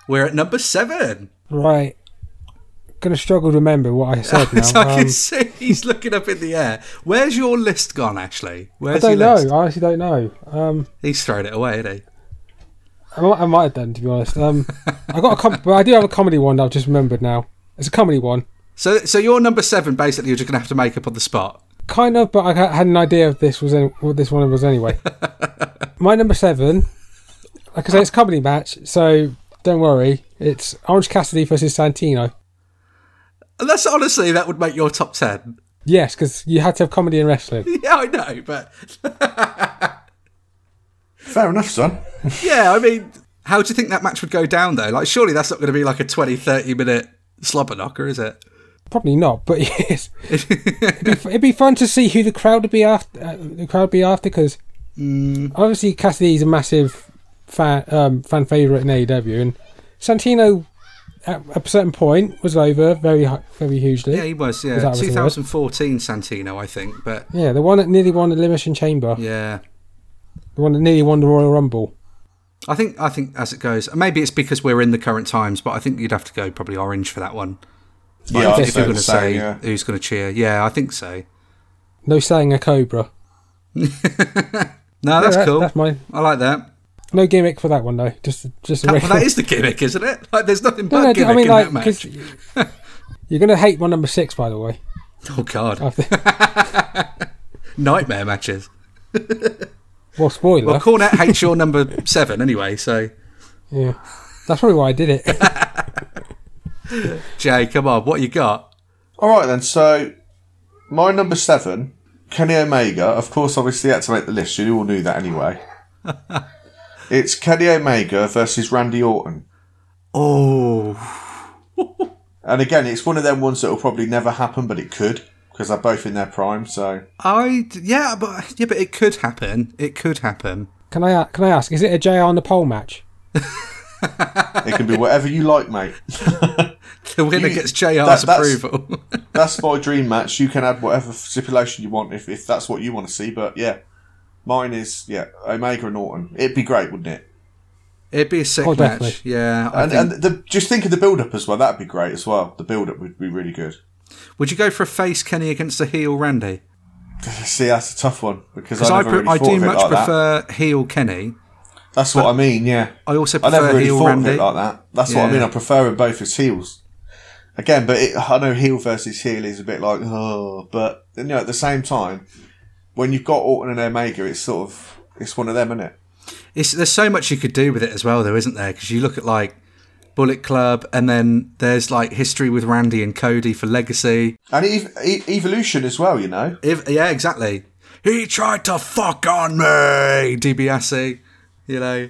[SPEAKER 1] we're at number seven. [laughs]
[SPEAKER 3] Right. Gonna struggle to remember what
[SPEAKER 2] [laughs]
[SPEAKER 3] I said now.
[SPEAKER 1] so I
[SPEAKER 3] Um,
[SPEAKER 1] can see he's looking up in the air. Where's your list gone, Ashley?
[SPEAKER 3] I
[SPEAKER 1] Where's
[SPEAKER 3] don't
[SPEAKER 1] your
[SPEAKER 3] know.
[SPEAKER 1] list?
[SPEAKER 3] I honestly don't know. Um,
[SPEAKER 1] He's thrown it away, isn't he?
[SPEAKER 3] I might, I might have done, to be honest. Um, I got a com- but I do have a comedy one that I've just remembered now. It's a comedy one,
[SPEAKER 1] So so your number seven basically you're just gonna have to make up on the spot.
[SPEAKER 3] kind of, but I ha- had an idea of this was any- what this one was anyway. My number seven, like I say, it's a comedy match, so don't worry. It's Orange Cassidy versus Santino.
[SPEAKER 1] And that's honestly that would make your top ten. [laughs]
[SPEAKER 3] Yes, because you had to have comedy and wrestling.
[SPEAKER 1] Yeah, I know, but [laughs]
[SPEAKER 2] Fair enough, son.
[SPEAKER 1] yeah, I mean, how do you think that match would go down though? Like, surely that's not going to be like a 20, 30 minute slobber knocker, is it? [laughs]
[SPEAKER 3] Probably not, but [laughs] yes, it'd, be, it'd be fun to see who the crowd would be after. Uh, the crowd would be after because obviously Cassidy's a massive fan um, fan favorite in AEW, and Santino at a certain point was over very hi- very hugely.
[SPEAKER 1] Yeah, he was. Yeah,
[SPEAKER 3] Is that what it's
[SPEAKER 1] 2014 Santino, I think. But
[SPEAKER 3] Yeah, the one that nearly won the Elimination Chamber,
[SPEAKER 1] yeah,
[SPEAKER 3] the one that nearly won the Royal Rumble.
[SPEAKER 1] I think I think as it goes, and maybe it's because we're in the current times, but I think you'd have to go probably orange for that one.
[SPEAKER 2] Yeah, I'd
[SPEAKER 1] if
[SPEAKER 2] say
[SPEAKER 1] you're going
[SPEAKER 2] the
[SPEAKER 1] to
[SPEAKER 2] same,
[SPEAKER 1] say
[SPEAKER 2] yeah.
[SPEAKER 1] who's going to cheer, yeah, I think so.
[SPEAKER 3] No saying a cobra.
[SPEAKER 1] No, that's
[SPEAKER 3] Yeah, that-
[SPEAKER 1] cool.
[SPEAKER 3] That's mine.
[SPEAKER 1] I like that.
[SPEAKER 3] No gimmick for that one though. Just just a
[SPEAKER 1] That, well,
[SPEAKER 3] regular.
[SPEAKER 1] that is the gimmick, isn't it? Like, there's nothing but
[SPEAKER 3] No, no,
[SPEAKER 1] gimmick
[SPEAKER 3] I mean
[SPEAKER 1] in
[SPEAKER 3] like
[SPEAKER 1] that
[SPEAKER 3] 'cause [laughs]
[SPEAKER 1] match.
[SPEAKER 3] you're gonna hate my number six by the way.
[SPEAKER 1] Oh god, [laughs]
[SPEAKER 3] After,
[SPEAKER 1] nightmare matches.
[SPEAKER 3] well, spoiler.
[SPEAKER 1] Well, Cornet hates your number seven anyway, so
[SPEAKER 3] Yeah, that's probably why I did
[SPEAKER 1] [laughs]
[SPEAKER 3] it.
[SPEAKER 1] Jay, come on, what you got?
[SPEAKER 2] All right then. So my number seven, Kenny Omega. Of course, obviously had to make the list. You all knew that [laughs] anyway. it's Kenny Omega versus Randy Orton,
[SPEAKER 1] Oh,
[SPEAKER 2] and again, it's one of them ones that will probably never happen, but it could because they're both in their prime. So
[SPEAKER 1] I yeah, but yeah, but it could happen. It could happen.
[SPEAKER 3] Can I a- can I ask? Is it a JR on the pole match?
[SPEAKER 2] it [laughs] can be whatever you like, mate.
[SPEAKER 1] The winner
[SPEAKER 2] You-
[SPEAKER 1] gets
[SPEAKER 2] that-
[SPEAKER 1] JR's
[SPEAKER 2] that's-
[SPEAKER 1] approval. [laughs]
[SPEAKER 2] That's my dream match. You can add whatever stipulation you want if, if that's what you want to see. But yeah, mine is yeah Omega and Orton. It'd be great, wouldn't it?
[SPEAKER 1] It'd be a sick
[SPEAKER 3] Oh,
[SPEAKER 1] match.
[SPEAKER 3] definitely.
[SPEAKER 1] Yeah. I
[SPEAKER 2] And,
[SPEAKER 1] think-
[SPEAKER 2] and the, just think of the build up as well. That'd be great as well. The build up would be really good.
[SPEAKER 1] would you go for a face Kenny against a heel Randy?
[SPEAKER 2] See, that's a tough one because
[SPEAKER 1] Because
[SPEAKER 2] I,
[SPEAKER 1] I,
[SPEAKER 2] never
[SPEAKER 1] pre-
[SPEAKER 2] really
[SPEAKER 1] I
[SPEAKER 2] thought
[SPEAKER 1] do
[SPEAKER 2] of it
[SPEAKER 1] much
[SPEAKER 2] like that.
[SPEAKER 1] prefer heel Kenny.
[SPEAKER 2] That's what I mean. Yeah,
[SPEAKER 1] I also
[SPEAKER 2] I
[SPEAKER 1] prefer
[SPEAKER 2] never really
[SPEAKER 1] heel
[SPEAKER 2] thought
[SPEAKER 1] Randy.
[SPEAKER 2] of it like that. That's what I
[SPEAKER 1] Yeah.
[SPEAKER 2] mean. I prefer them both as heels. Again, but it, I know heel versus heel is a bit like oh, but you know at the same time, when you've got Orton and Omega, it's sort of it's one of them, isn't it?
[SPEAKER 1] It's, there's so much you could do with it as well, though, isn't there? Because you look at like Bullet Club, and then there's like history with Randy and Cody for Legacy.
[SPEAKER 2] And ev- e- evolution as well, you know.
[SPEAKER 1] If, yeah, exactly. He tried to fuck on me, DiBiase. E, You know,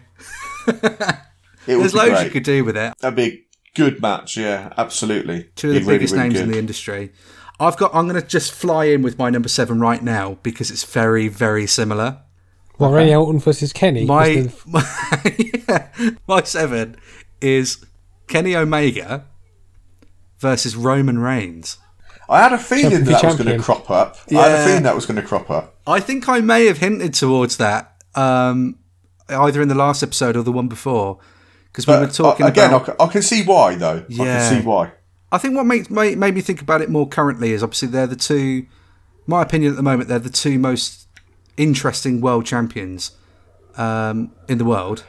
[SPEAKER 2] It would
[SPEAKER 1] there's
[SPEAKER 2] be
[SPEAKER 1] loads
[SPEAKER 2] great.
[SPEAKER 1] you could do with it.
[SPEAKER 2] That'd be a good match. Yeah, absolutely.
[SPEAKER 1] Two of the biggest names in the industry. I've got. I'm going to just fly in with my number seven right now because it's very, very similar.
[SPEAKER 3] Well, Randy Orton versus Kenny.
[SPEAKER 1] My, [laughs]
[SPEAKER 3] Just
[SPEAKER 1] my, yeah, my seven is Kenny Omega versus Roman Reigns.
[SPEAKER 2] I had a feeling
[SPEAKER 3] Champion-
[SPEAKER 2] that, was going
[SPEAKER 3] champion.
[SPEAKER 2] to crop up. I had a
[SPEAKER 1] Yeah.
[SPEAKER 2] feeling that was going to crop up.
[SPEAKER 1] I think I may have hinted towards that um, either in the last episode or the one before because we were
[SPEAKER 2] But
[SPEAKER 1] talking
[SPEAKER 2] I- again,
[SPEAKER 1] about.
[SPEAKER 2] I, c- I can see why though. I
[SPEAKER 1] Yeah.
[SPEAKER 2] can see why.
[SPEAKER 1] I think what makes made, made me think about it more currently is obviously they're the two. My opinion at the moment, they're the two most interesting world champions um, in the world.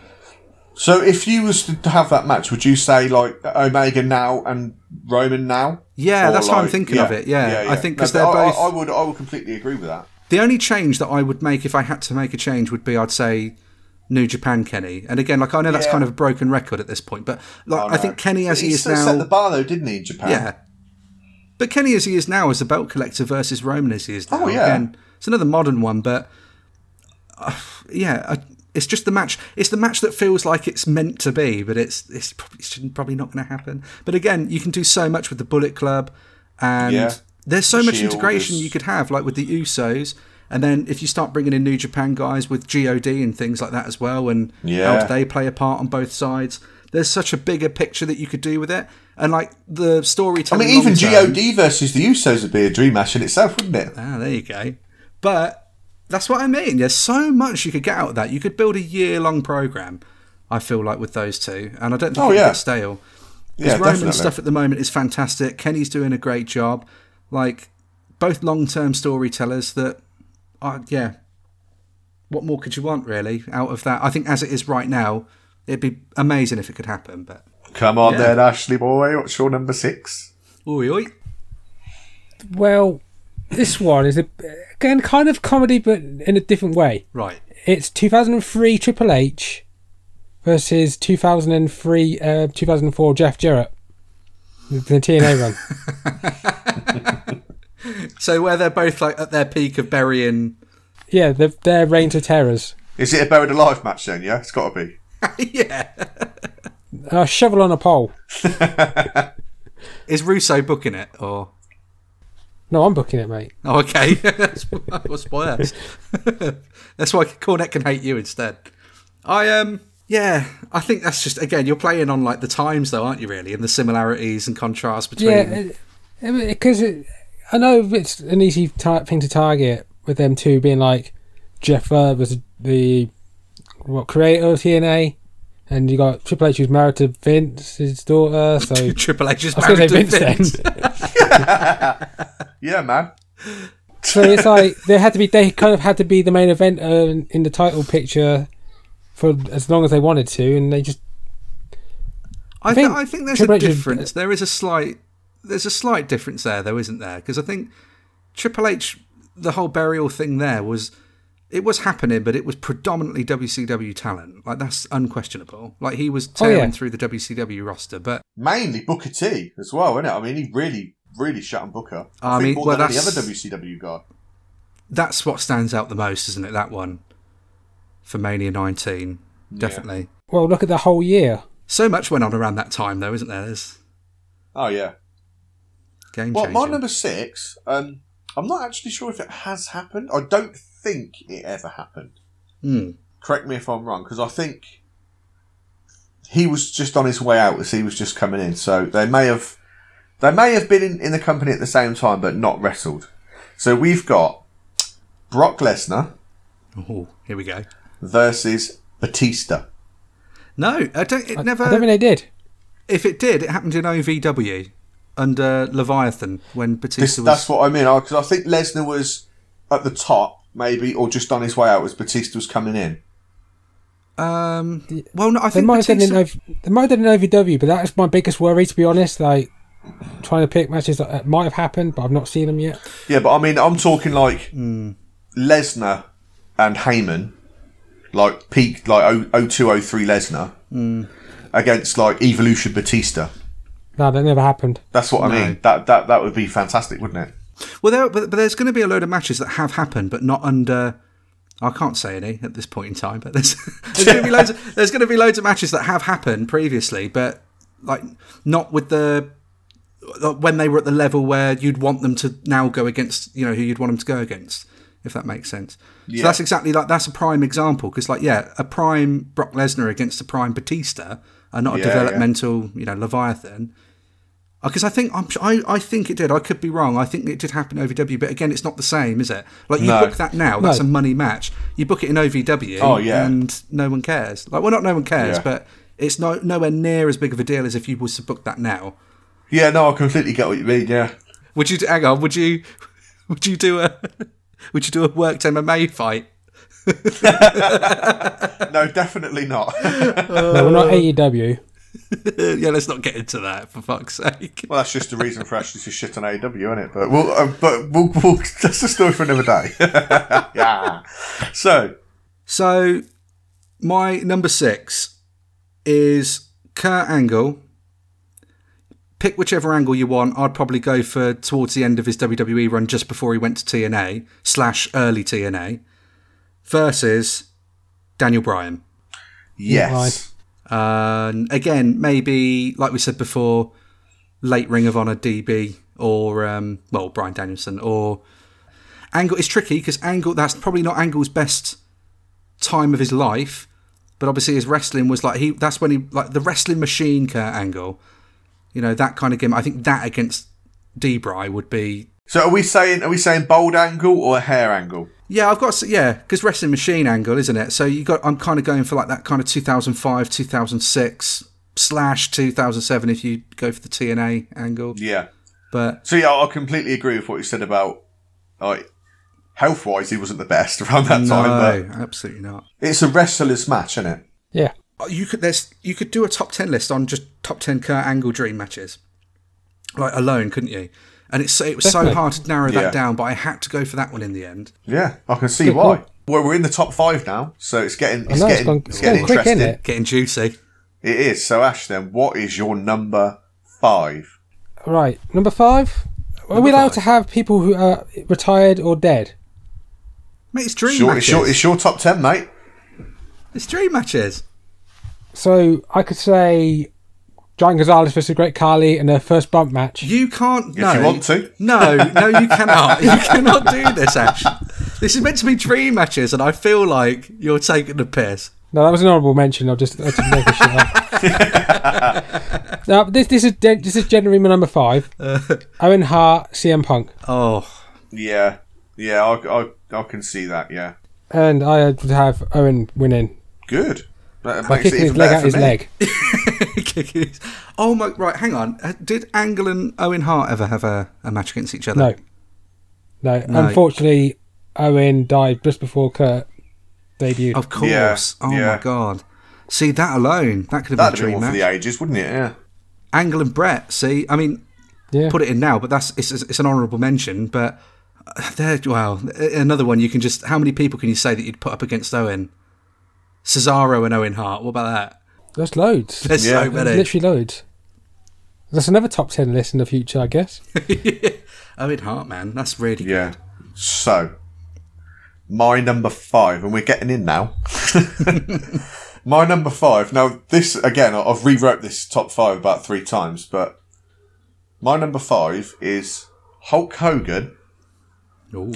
[SPEAKER 2] So if you was to have that match, would you say like Omega now and Roman now?
[SPEAKER 1] Yeah,
[SPEAKER 2] Or,
[SPEAKER 1] that's how I'm
[SPEAKER 2] like-
[SPEAKER 1] thinking of it, yeah. I think 'cause
[SPEAKER 2] No,
[SPEAKER 1] they're
[SPEAKER 2] but I- I-
[SPEAKER 1] both-
[SPEAKER 2] I, would I would completely agree with that.
[SPEAKER 1] The only change that I would make if I had to make a change would be I'd say New Japan Kenny. And again, like I know that's
[SPEAKER 2] Yeah.
[SPEAKER 1] kind of a broken record at this point, but like
[SPEAKER 2] Oh,
[SPEAKER 1] I
[SPEAKER 2] no.
[SPEAKER 1] think Kenny as he,
[SPEAKER 2] He
[SPEAKER 1] is
[SPEAKER 2] set- set the
[SPEAKER 1] now,
[SPEAKER 2] bar though, didn't he in Japan?
[SPEAKER 1] yeah. Um, But Kenny as he is now is the belt collector versus Roman as he is now.
[SPEAKER 2] Oh, yeah.
[SPEAKER 1] Again, it's another modern one, but uh, yeah, I, it's just the match. It's the match that feels like it's meant to be, but it's it's probably, it's probably not going to happen. But again, you can do so much with the Bullet Club, and
[SPEAKER 2] Yeah.
[SPEAKER 1] there's so much
[SPEAKER 2] Shield
[SPEAKER 1] integration
[SPEAKER 2] is-
[SPEAKER 1] you could have, like with the Usos, and then if you start bringing in New Japan guys with God and things like that as well, and
[SPEAKER 2] Yeah.
[SPEAKER 1] how they play a part on both sides. There's such a bigger picture that you could do with it, and like the
[SPEAKER 2] I
[SPEAKER 1] storytelling.
[SPEAKER 2] mean, even
[SPEAKER 1] long term-
[SPEAKER 2] God versus the Usos would be a dream match in itself, wouldn't it?
[SPEAKER 1] Ah, there you go. But that's what I mean. There's so much you could get out of that. You could build a year long program, I feel like, with those two. And I don't think
[SPEAKER 2] Oh,
[SPEAKER 1] it would
[SPEAKER 2] yeah.
[SPEAKER 1] get stale.
[SPEAKER 2] Yeah,
[SPEAKER 1] His Roman
[SPEAKER 2] definitely.
[SPEAKER 1] stuff at the moment is fantastic. Kenny's doing a great job. Like, both long term storytellers that are, yeah. What more could you want, really, out of that? I think as it is right now, it'd be amazing if it could happen. But,
[SPEAKER 2] Come on,
[SPEAKER 1] Yeah.
[SPEAKER 2] then, Ashley boy. What's your number six?
[SPEAKER 1] oi, oi.
[SPEAKER 3] the- well, this one is a, again kind of comedy, but in a different way.
[SPEAKER 1] Right.
[SPEAKER 3] It's 2003 Triple H versus 2003, uh, 2004 Jeff Jarrett, the the TNA run.
[SPEAKER 1] So where they're both like at their peak of burying.
[SPEAKER 3] Yeah, the, their reigns of terrors.
[SPEAKER 2] Is it a buried alive match then? Yeah, it's got to be.
[SPEAKER 1] yeah.
[SPEAKER 3] Uh, shovel on a pole.
[SPEAKER 1] Is Russo booking it or?
[SPEAKER 3] No, I'm booking it, mate.
[SPEAKER 1] Oh, okay. [laughs] that's, that's why that's, [laughs] that's why Cornet can hate you instead. I um yeah, I think that's just again you're playing on like the times though, aren't you? Really, and the similarities and contrasts between.
[SPEAKER 3] Yeah, uh, because I know it's an easy tar- thing to target with them two being like Jeff Verb was the what creator of TNA, and you got Triple H who's married to Vince, his daughter.
[SPEAKER 1] [laughs]
[SPEAKER 3] So I
[SPEAKER 1] Triple H is
[SPEAKER 3] was going to
[SPEAKER 1] married
[SPEAKER 3] say
[SPEAKER 1] to
[SPEAKER 3] Vince.
[SPEAKER 1] Vince.
[SPEAKER 3] Then.
[SPEAKER 2] Yeah, man.
[SPEAKER 3] so it's like they had to be. They kind of had to be the main event uh, in the title picture for as long as they wanted to, and they just
[SPEAKER 1] I think
[SPEAKER 3] think
[SPEAKER 1] I think there's
[SPEAKER 3] Triple
[SPEAKER 1] a
[SPEAKER 3] H is-
[SPEAKER 1] difference. There is a slight there's a slight difference there though, isn't there? Because I think Triple H the whole burial thing there was it was happening, but it was predominantly WCW talent. Like that's unquestionable. Like he was
[SPEAKER 3] Oh, yeah.
[SPEAKER 1] tearing through the WCW roster, but
[SPEAKER 2] Mainly Booker T as well, innit? I mean, he really, really shut on Booker. I,
[SPEAKER 1] Ah, I
[SPEAKER 2] think
[SPEAKER 1] mean,
[SPEAKER 2] more
[SPEAKER 1] well,
[SPEAKER 2] than any other
[SPEAKER 1] that's-
[SPEAKER 2] WCW guy.
[SPEAKER 1] that's what stands out the most, isn't it? That one for Mania 19, definitely.
[SPEAKER 3] well look at the whole year.
[SPEAKER 1] So much went on around that time, though, isn't there? There's
[SPEAKER 2] Oh yeah.
[SPEAKER 1] game
[SPEAKER 2] Well,
[SPEAKER 1] changing.
[SPEAKER 2] my number six. Um, I'm not actually sure if it has happened. I don't think it ever happened.
[SPEAKER 1] Hmm.
[SPEAKER 2] Correct me if I'm wrong, because I think he was just on his way out as he was just coming in. So they may have, they may have been in, in the company at the same time, but not wrestled. So we've got Brock Lesnar
[SPEAKER 1] Oh, here we go.
[SPEAKER 2] versus Batista.
[SPEAKER 1] No, I don't. It never.
[SPEAKER 3] I don't think they did.
[SPEAKER 1] If it did, it happened in OVW under Leviathan when Batista
[SPEAKER 2] This,
[SPEAKER 1] was.
[SPEAKER 2] that's what I mean. Because I think Lesnar was at the top, maybe, or just on his way out as Batista was coming in.
[SPEAKER 1] um, well, no, I
[SPEAKER 3] They
[SPEAKER 1] think
[SPEAKER 3] might have done it in
[SPEAKER 1] Batista,
[SPEAKER 3] OV, they might have done it in OVW, but that's my biggest worry to be honest. Like trying to pick matches that uh, might have happened, but I've not seen them yet.
[SPEAKER 2] Yeah, but I mean, I'm talking like Lesnar and Heyman, like peak, like oh, o- 0203 Lesnar against like Evolution Batista.
[SPEAKER 3] No, that never happened.
[SPEAKER 2] That's what I mean. That that that would be fantastic, wouldn't it?
[SPEAKER 1] well, there, but, but there's going to be a load of matches that have happened, but not under. I can't say any at this point in time, but there's [laughs] there's going to be loads. Of, there's going to be loads of matches that have happened previously, but like not with the when they were at the level where you'd want them to now go against, you know, who you'd want them to go against, if that makes sense. So that's exactly like that's a prime example because, like, yeah, a prime Brock Lesnar against a prime Batista, and not a
[SPEAKER 2] Yeah, yeah.
[SPEAKER 1] developmental, you know, Leviathan. Because Uh, I think I'm, su- I, I think it did. I could be wrong. I think it did happen in OVW, but again, it's not the same, is it? Like you
[SPEAKER 2] No.
[SPEAKER 1] book that now, that's
[SPEAKER 3] No.
[SPEAKER 1] a money match. You book it in OVW,
[SPEAKER 2] Oh, yeah.
[SPEAKER 1] and no one cares. Like, well, not no one cares,
[SPEAKER 2] Yeah.
[SPEAKER 1] but it's no nowhere near as big of a deal as if you was to book that now.
[SPEAKER 2] Yeah, no, I completely get what you mean. Yeah,
[SPEAKER 1] Would you hang on? Would you [laughs] would you do a [laughs] would you do a worked MMA fight? [laughs]
[SPEAKER 2] no, [laughs] definitely not.
[SPEAKER 3] no, we're
[SPEAKER 1] Uh.
[SPEAKER 3] not E AEW.
[SPEAKER 1] yeah, let's not get into that for fuck's sake.
[SPEAKER 2] well, that's just a reason for actually to shit on AEW, isn't it? But we'll, uh, but we'll, we'll, [laughs] that's a story for another day. [laughs] yeah. So
[SPEAKER 1] So my number six is Kurt Angle. Pick whichever angle you want. I'd probably go for towards the end of his WWE run, just before he went to TNA slash early TNA, versus Daniel Bryan.
[SPEAKER 2] yes,
[SPEAKER 1] Um, again, maybe like we said before, late Ring of Honor DB or um, well Brian Danielson or Angle is tricky because Angle that's probably not Angle's best time of his life, but obviously his wrestling was like he that's when he like the wrestling machine Kurt Angle, you know that kind of game. I think that against D Bry would be
[SPEAKER 2] So are we saying are we saying bold angle or hair angle?
[SPEAKER 1] Yeah, I've got s- yeah, because wrestling machine angle, isn't it? So you got I'm kind of going for like that kind of 2005, 2006 slash 2007 if you go for the TNA angle.
[SPEAKER 2] Yeah.
[SPEAKER 1] But
[SPEAKER 2] So yeah, I completely agree with what you said about like health wise, he wasn't the best [laughs] around that time.
[SPEAKER 1] no, absolutely not.
[SPEAKER 2] But it's a wrestler's match, isn't it?
[SPEAKER 3] Yeah,
[SPEAKER 1] Oh, You could there's you could do a top 10 list on just top 10 Kurt Angle dream matches, like alone, couldn't you? And it's so- it was so
[SPEAKER 3] Definitely.
[SPEAKER 1] hard to narrow
[SPEAKER 2] Yeah.
[SPEAKER 1] that down, but I had to go for that one in the end.
[SPEAKER 2] Yeah, I can see
[SPEAKER 3] Good
[SPEAKER 2] why.
[SPEAKER 3] call.
[SPEAKER 2] Well, we're in the top five now, so it's getting it's
[SPEAKER 3] know, it's
[SPEAKER 2] getting
[SPEAKER 3] gone-
[SPEAKER 2] it's
[SPEAKER 3] it's
[SPEAKER 2] getting
[SPEAKER 3] gone quick,
[SPEAKER 2] interesting.
[SPEAKER 3] innit?
[SPEAKER 1] Getting juicy.
[SPEAKER 2] It is. So Ash, then, what is your number five?
[SPEAKER 3] Right, number five. Are
[SPEAKER 1] Number
[SPEAKER 3] we allowed
[SPEAKER 1] five.
[SPEAKER 3] to have people who are retired or dead?
[SPEAKER 1] Mate, it's dream
[SPEAKER 2] Sure,
[SPEAKER 1] matches.
[SPEAKER 2] it's your it's your top ten, mate.
[SPEAKER 1] It's dream matches.
[SPEAKER 3] So I could say Giant Gonzalez versus Great Carly in their first bump match.
[SPEAKER 1] You can't. no.
[SPEAKER 2] you want to.
[SPEAKER 1] No, no, you cannot. [laughs] you cannot do this, Ash. This is meant to be dream matches, and I feel like you're taking the piss.
[SPEAKER 3] No, that was an honourable mention. I'll just, I'll just make shit
[SPEAKER 1] [laughs]
[SPEAKER 3] up. now this this is de- this is generally my number five.
[SPEAKER 1] Uh.
[SPEAKER 3] Owen Hart, CM Punk,
[SPEAKER 1] Oh, [laughs]
[SPEAKER 2] Yeah, yeah, I I, I can see that. Yeah,
[SPEAKER 3] and I would have Owen winning
[SPEAKER 2] good. That
[SPEAKER 3] by
[SPEAKER 2] makes it
[SPEAKER 3] kicking his
[SPEAKER 2] even
[SPEAKER 3] leg
[SPEAKER 2] better
[SPEAKER 3] out
[SPEAKER 2] for
[SPEAKER 3] his
[SPEAKER 2] me.
[SPEAKER 3] leg.
[SPEAKER 1] Kicking his- oh my! Right, hang on. Uh, Did Angle and Owen Hart ever have a, a match against each other?
[SPEAKER 3] No.
[SPEAKER 2] [laughs]
[SPEAKER 3] no, Unfortunately, Owen died just before Kurt debuted.
[SPEAKER 1] Of course.
[SPEAKER 2] Yeah,
[SPEAKER 1] Oh
[SPEAKER 2] yeah.
[SPEAKER 1] my god. See that alone, that could have
[SPEAKER 2] That'd
[SPEAKER 1] been a
[SPEAKER 2] be
[SPEAKER 1] dream
[SPEAKER 2] one for
[SPEAKER 1] match.
[SPEAKER 2] the ages, wouldn't it? Yeah.
[SPEAKER 1] Angle and Brett. See, I mean,
[SPEAKER 3] yeah.
[SPEAKER 1] put it in now, but that's it's, it's an honourable mention. But uh, there, well, another one you can just. How many people can you say that you'd put up against Owen? Cesaro and Owen Hart. What about that? [laughs]
[SPEAKER 3] There's loads. There's
[SPEAKER 1] There's
[SPEAKER 2] Yeah.
[SPEAKER 1] so many.
[SPEAKER 3] literally loads. That's another top ten list in the future, I
[SPEAKER 1] [laughs]
[SPEAKER 3] guess.
[SPEAKER 1] Owen Hart, man, that's really good.
[SPEAKER 2] Yeah. So, my number five, and we're getting in now. [laughs] my number five. Now, this again, I- I've rewrote this top five about three times, but my number five is Hulk Hogan
[SPEAKER 1] Ooh.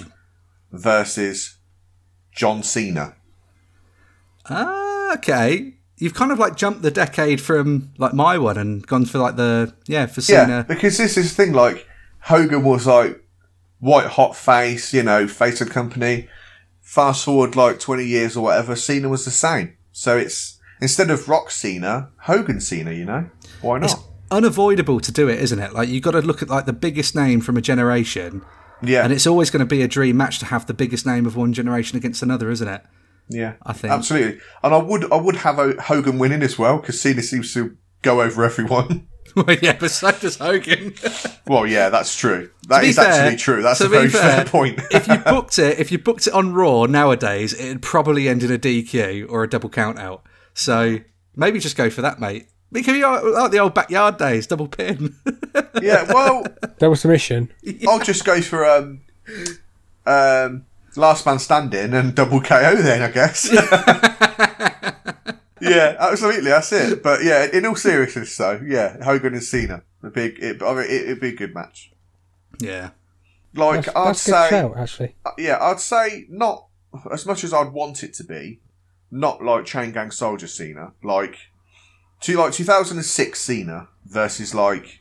[SPEAKER 2] versus John Cena.
[SPEAKER 1] Ah, okay. You've kind of like jumped the decade from like my one and gone for like the yeah for
[SPEAKER 2] Yeah,
[SPEAKER 1] Cena.
[SPEAKER 2] because this is the thing. Like Hogan was like white hot face, you know, face of the company. Fast forward like twenty years or whatever, Cena was the same. So it's instead of Rock Cena, Hogan Cena. You know, why not?
[SPEAKER 1] It's unavoidable to do it, isn't it? Like you got to look at like the biggest name from a generation,
[SPEAKER 2] yeah,
[SPEAKER 1] and it's always going to be a dream match to have the biggest name of one generation against another, isn't it?
[SPEAKER 2] yeah,
[SPEAKER 1] I think.
[SPEAKER 2] absolutely. And I would, I would have o- Hogan winning as well because Cena seems to go over everyone. [laughs]
[SPEAKER 1] well, yeah, but so does Hogan.
[SPEAKER 2] well, yeah, that's true. That
[SPEAKER 1] To be
[SPEAKER 2] is actually true. That's
[SPEAKER 1] to
[SPEAKER 2] a
[SPEAKER 1] be
[SPEAKER 2] very [laughs] fair, point.
[SPEAKER 1] if
[SPEAKER 2] [laughs]
[SPEAKER 1] you booked it, if you booked it on Raw nowadays, it'd probably end in a DQ or a double count out. So maybe just go for that, mate. It could be like like the old backyard days, double pin. [laughs]
[SPEAKER 2] yeah, well,
[SPEAKER 3] Double submission.
[SPEAKER 2] I'll just go for um, um, last man standing and double KO then, I
[SPEAKER 3] [laughs]
[SPEAKER 2] guess. yeah, absolutely, that's it. But yeah, in all seriousness, though, yeah, Hogan and Cena, the big, it, I mean, it, it'd be a good match.
[SPEAKER 1] yeah.
[SPEAKER 2] Like
[SPEAKER 3] That's,
[SPEAKER 2] I'd
[SPEAKER 3] that's a
[SPEAKER 2] say,
[SPEAKER 3] good shout, actually.
[SPEAKER 2] yeah, I'd say not as much as I'd want it to be, not like Chain Gang Soldier Cena, like to like 2006 Cena versus like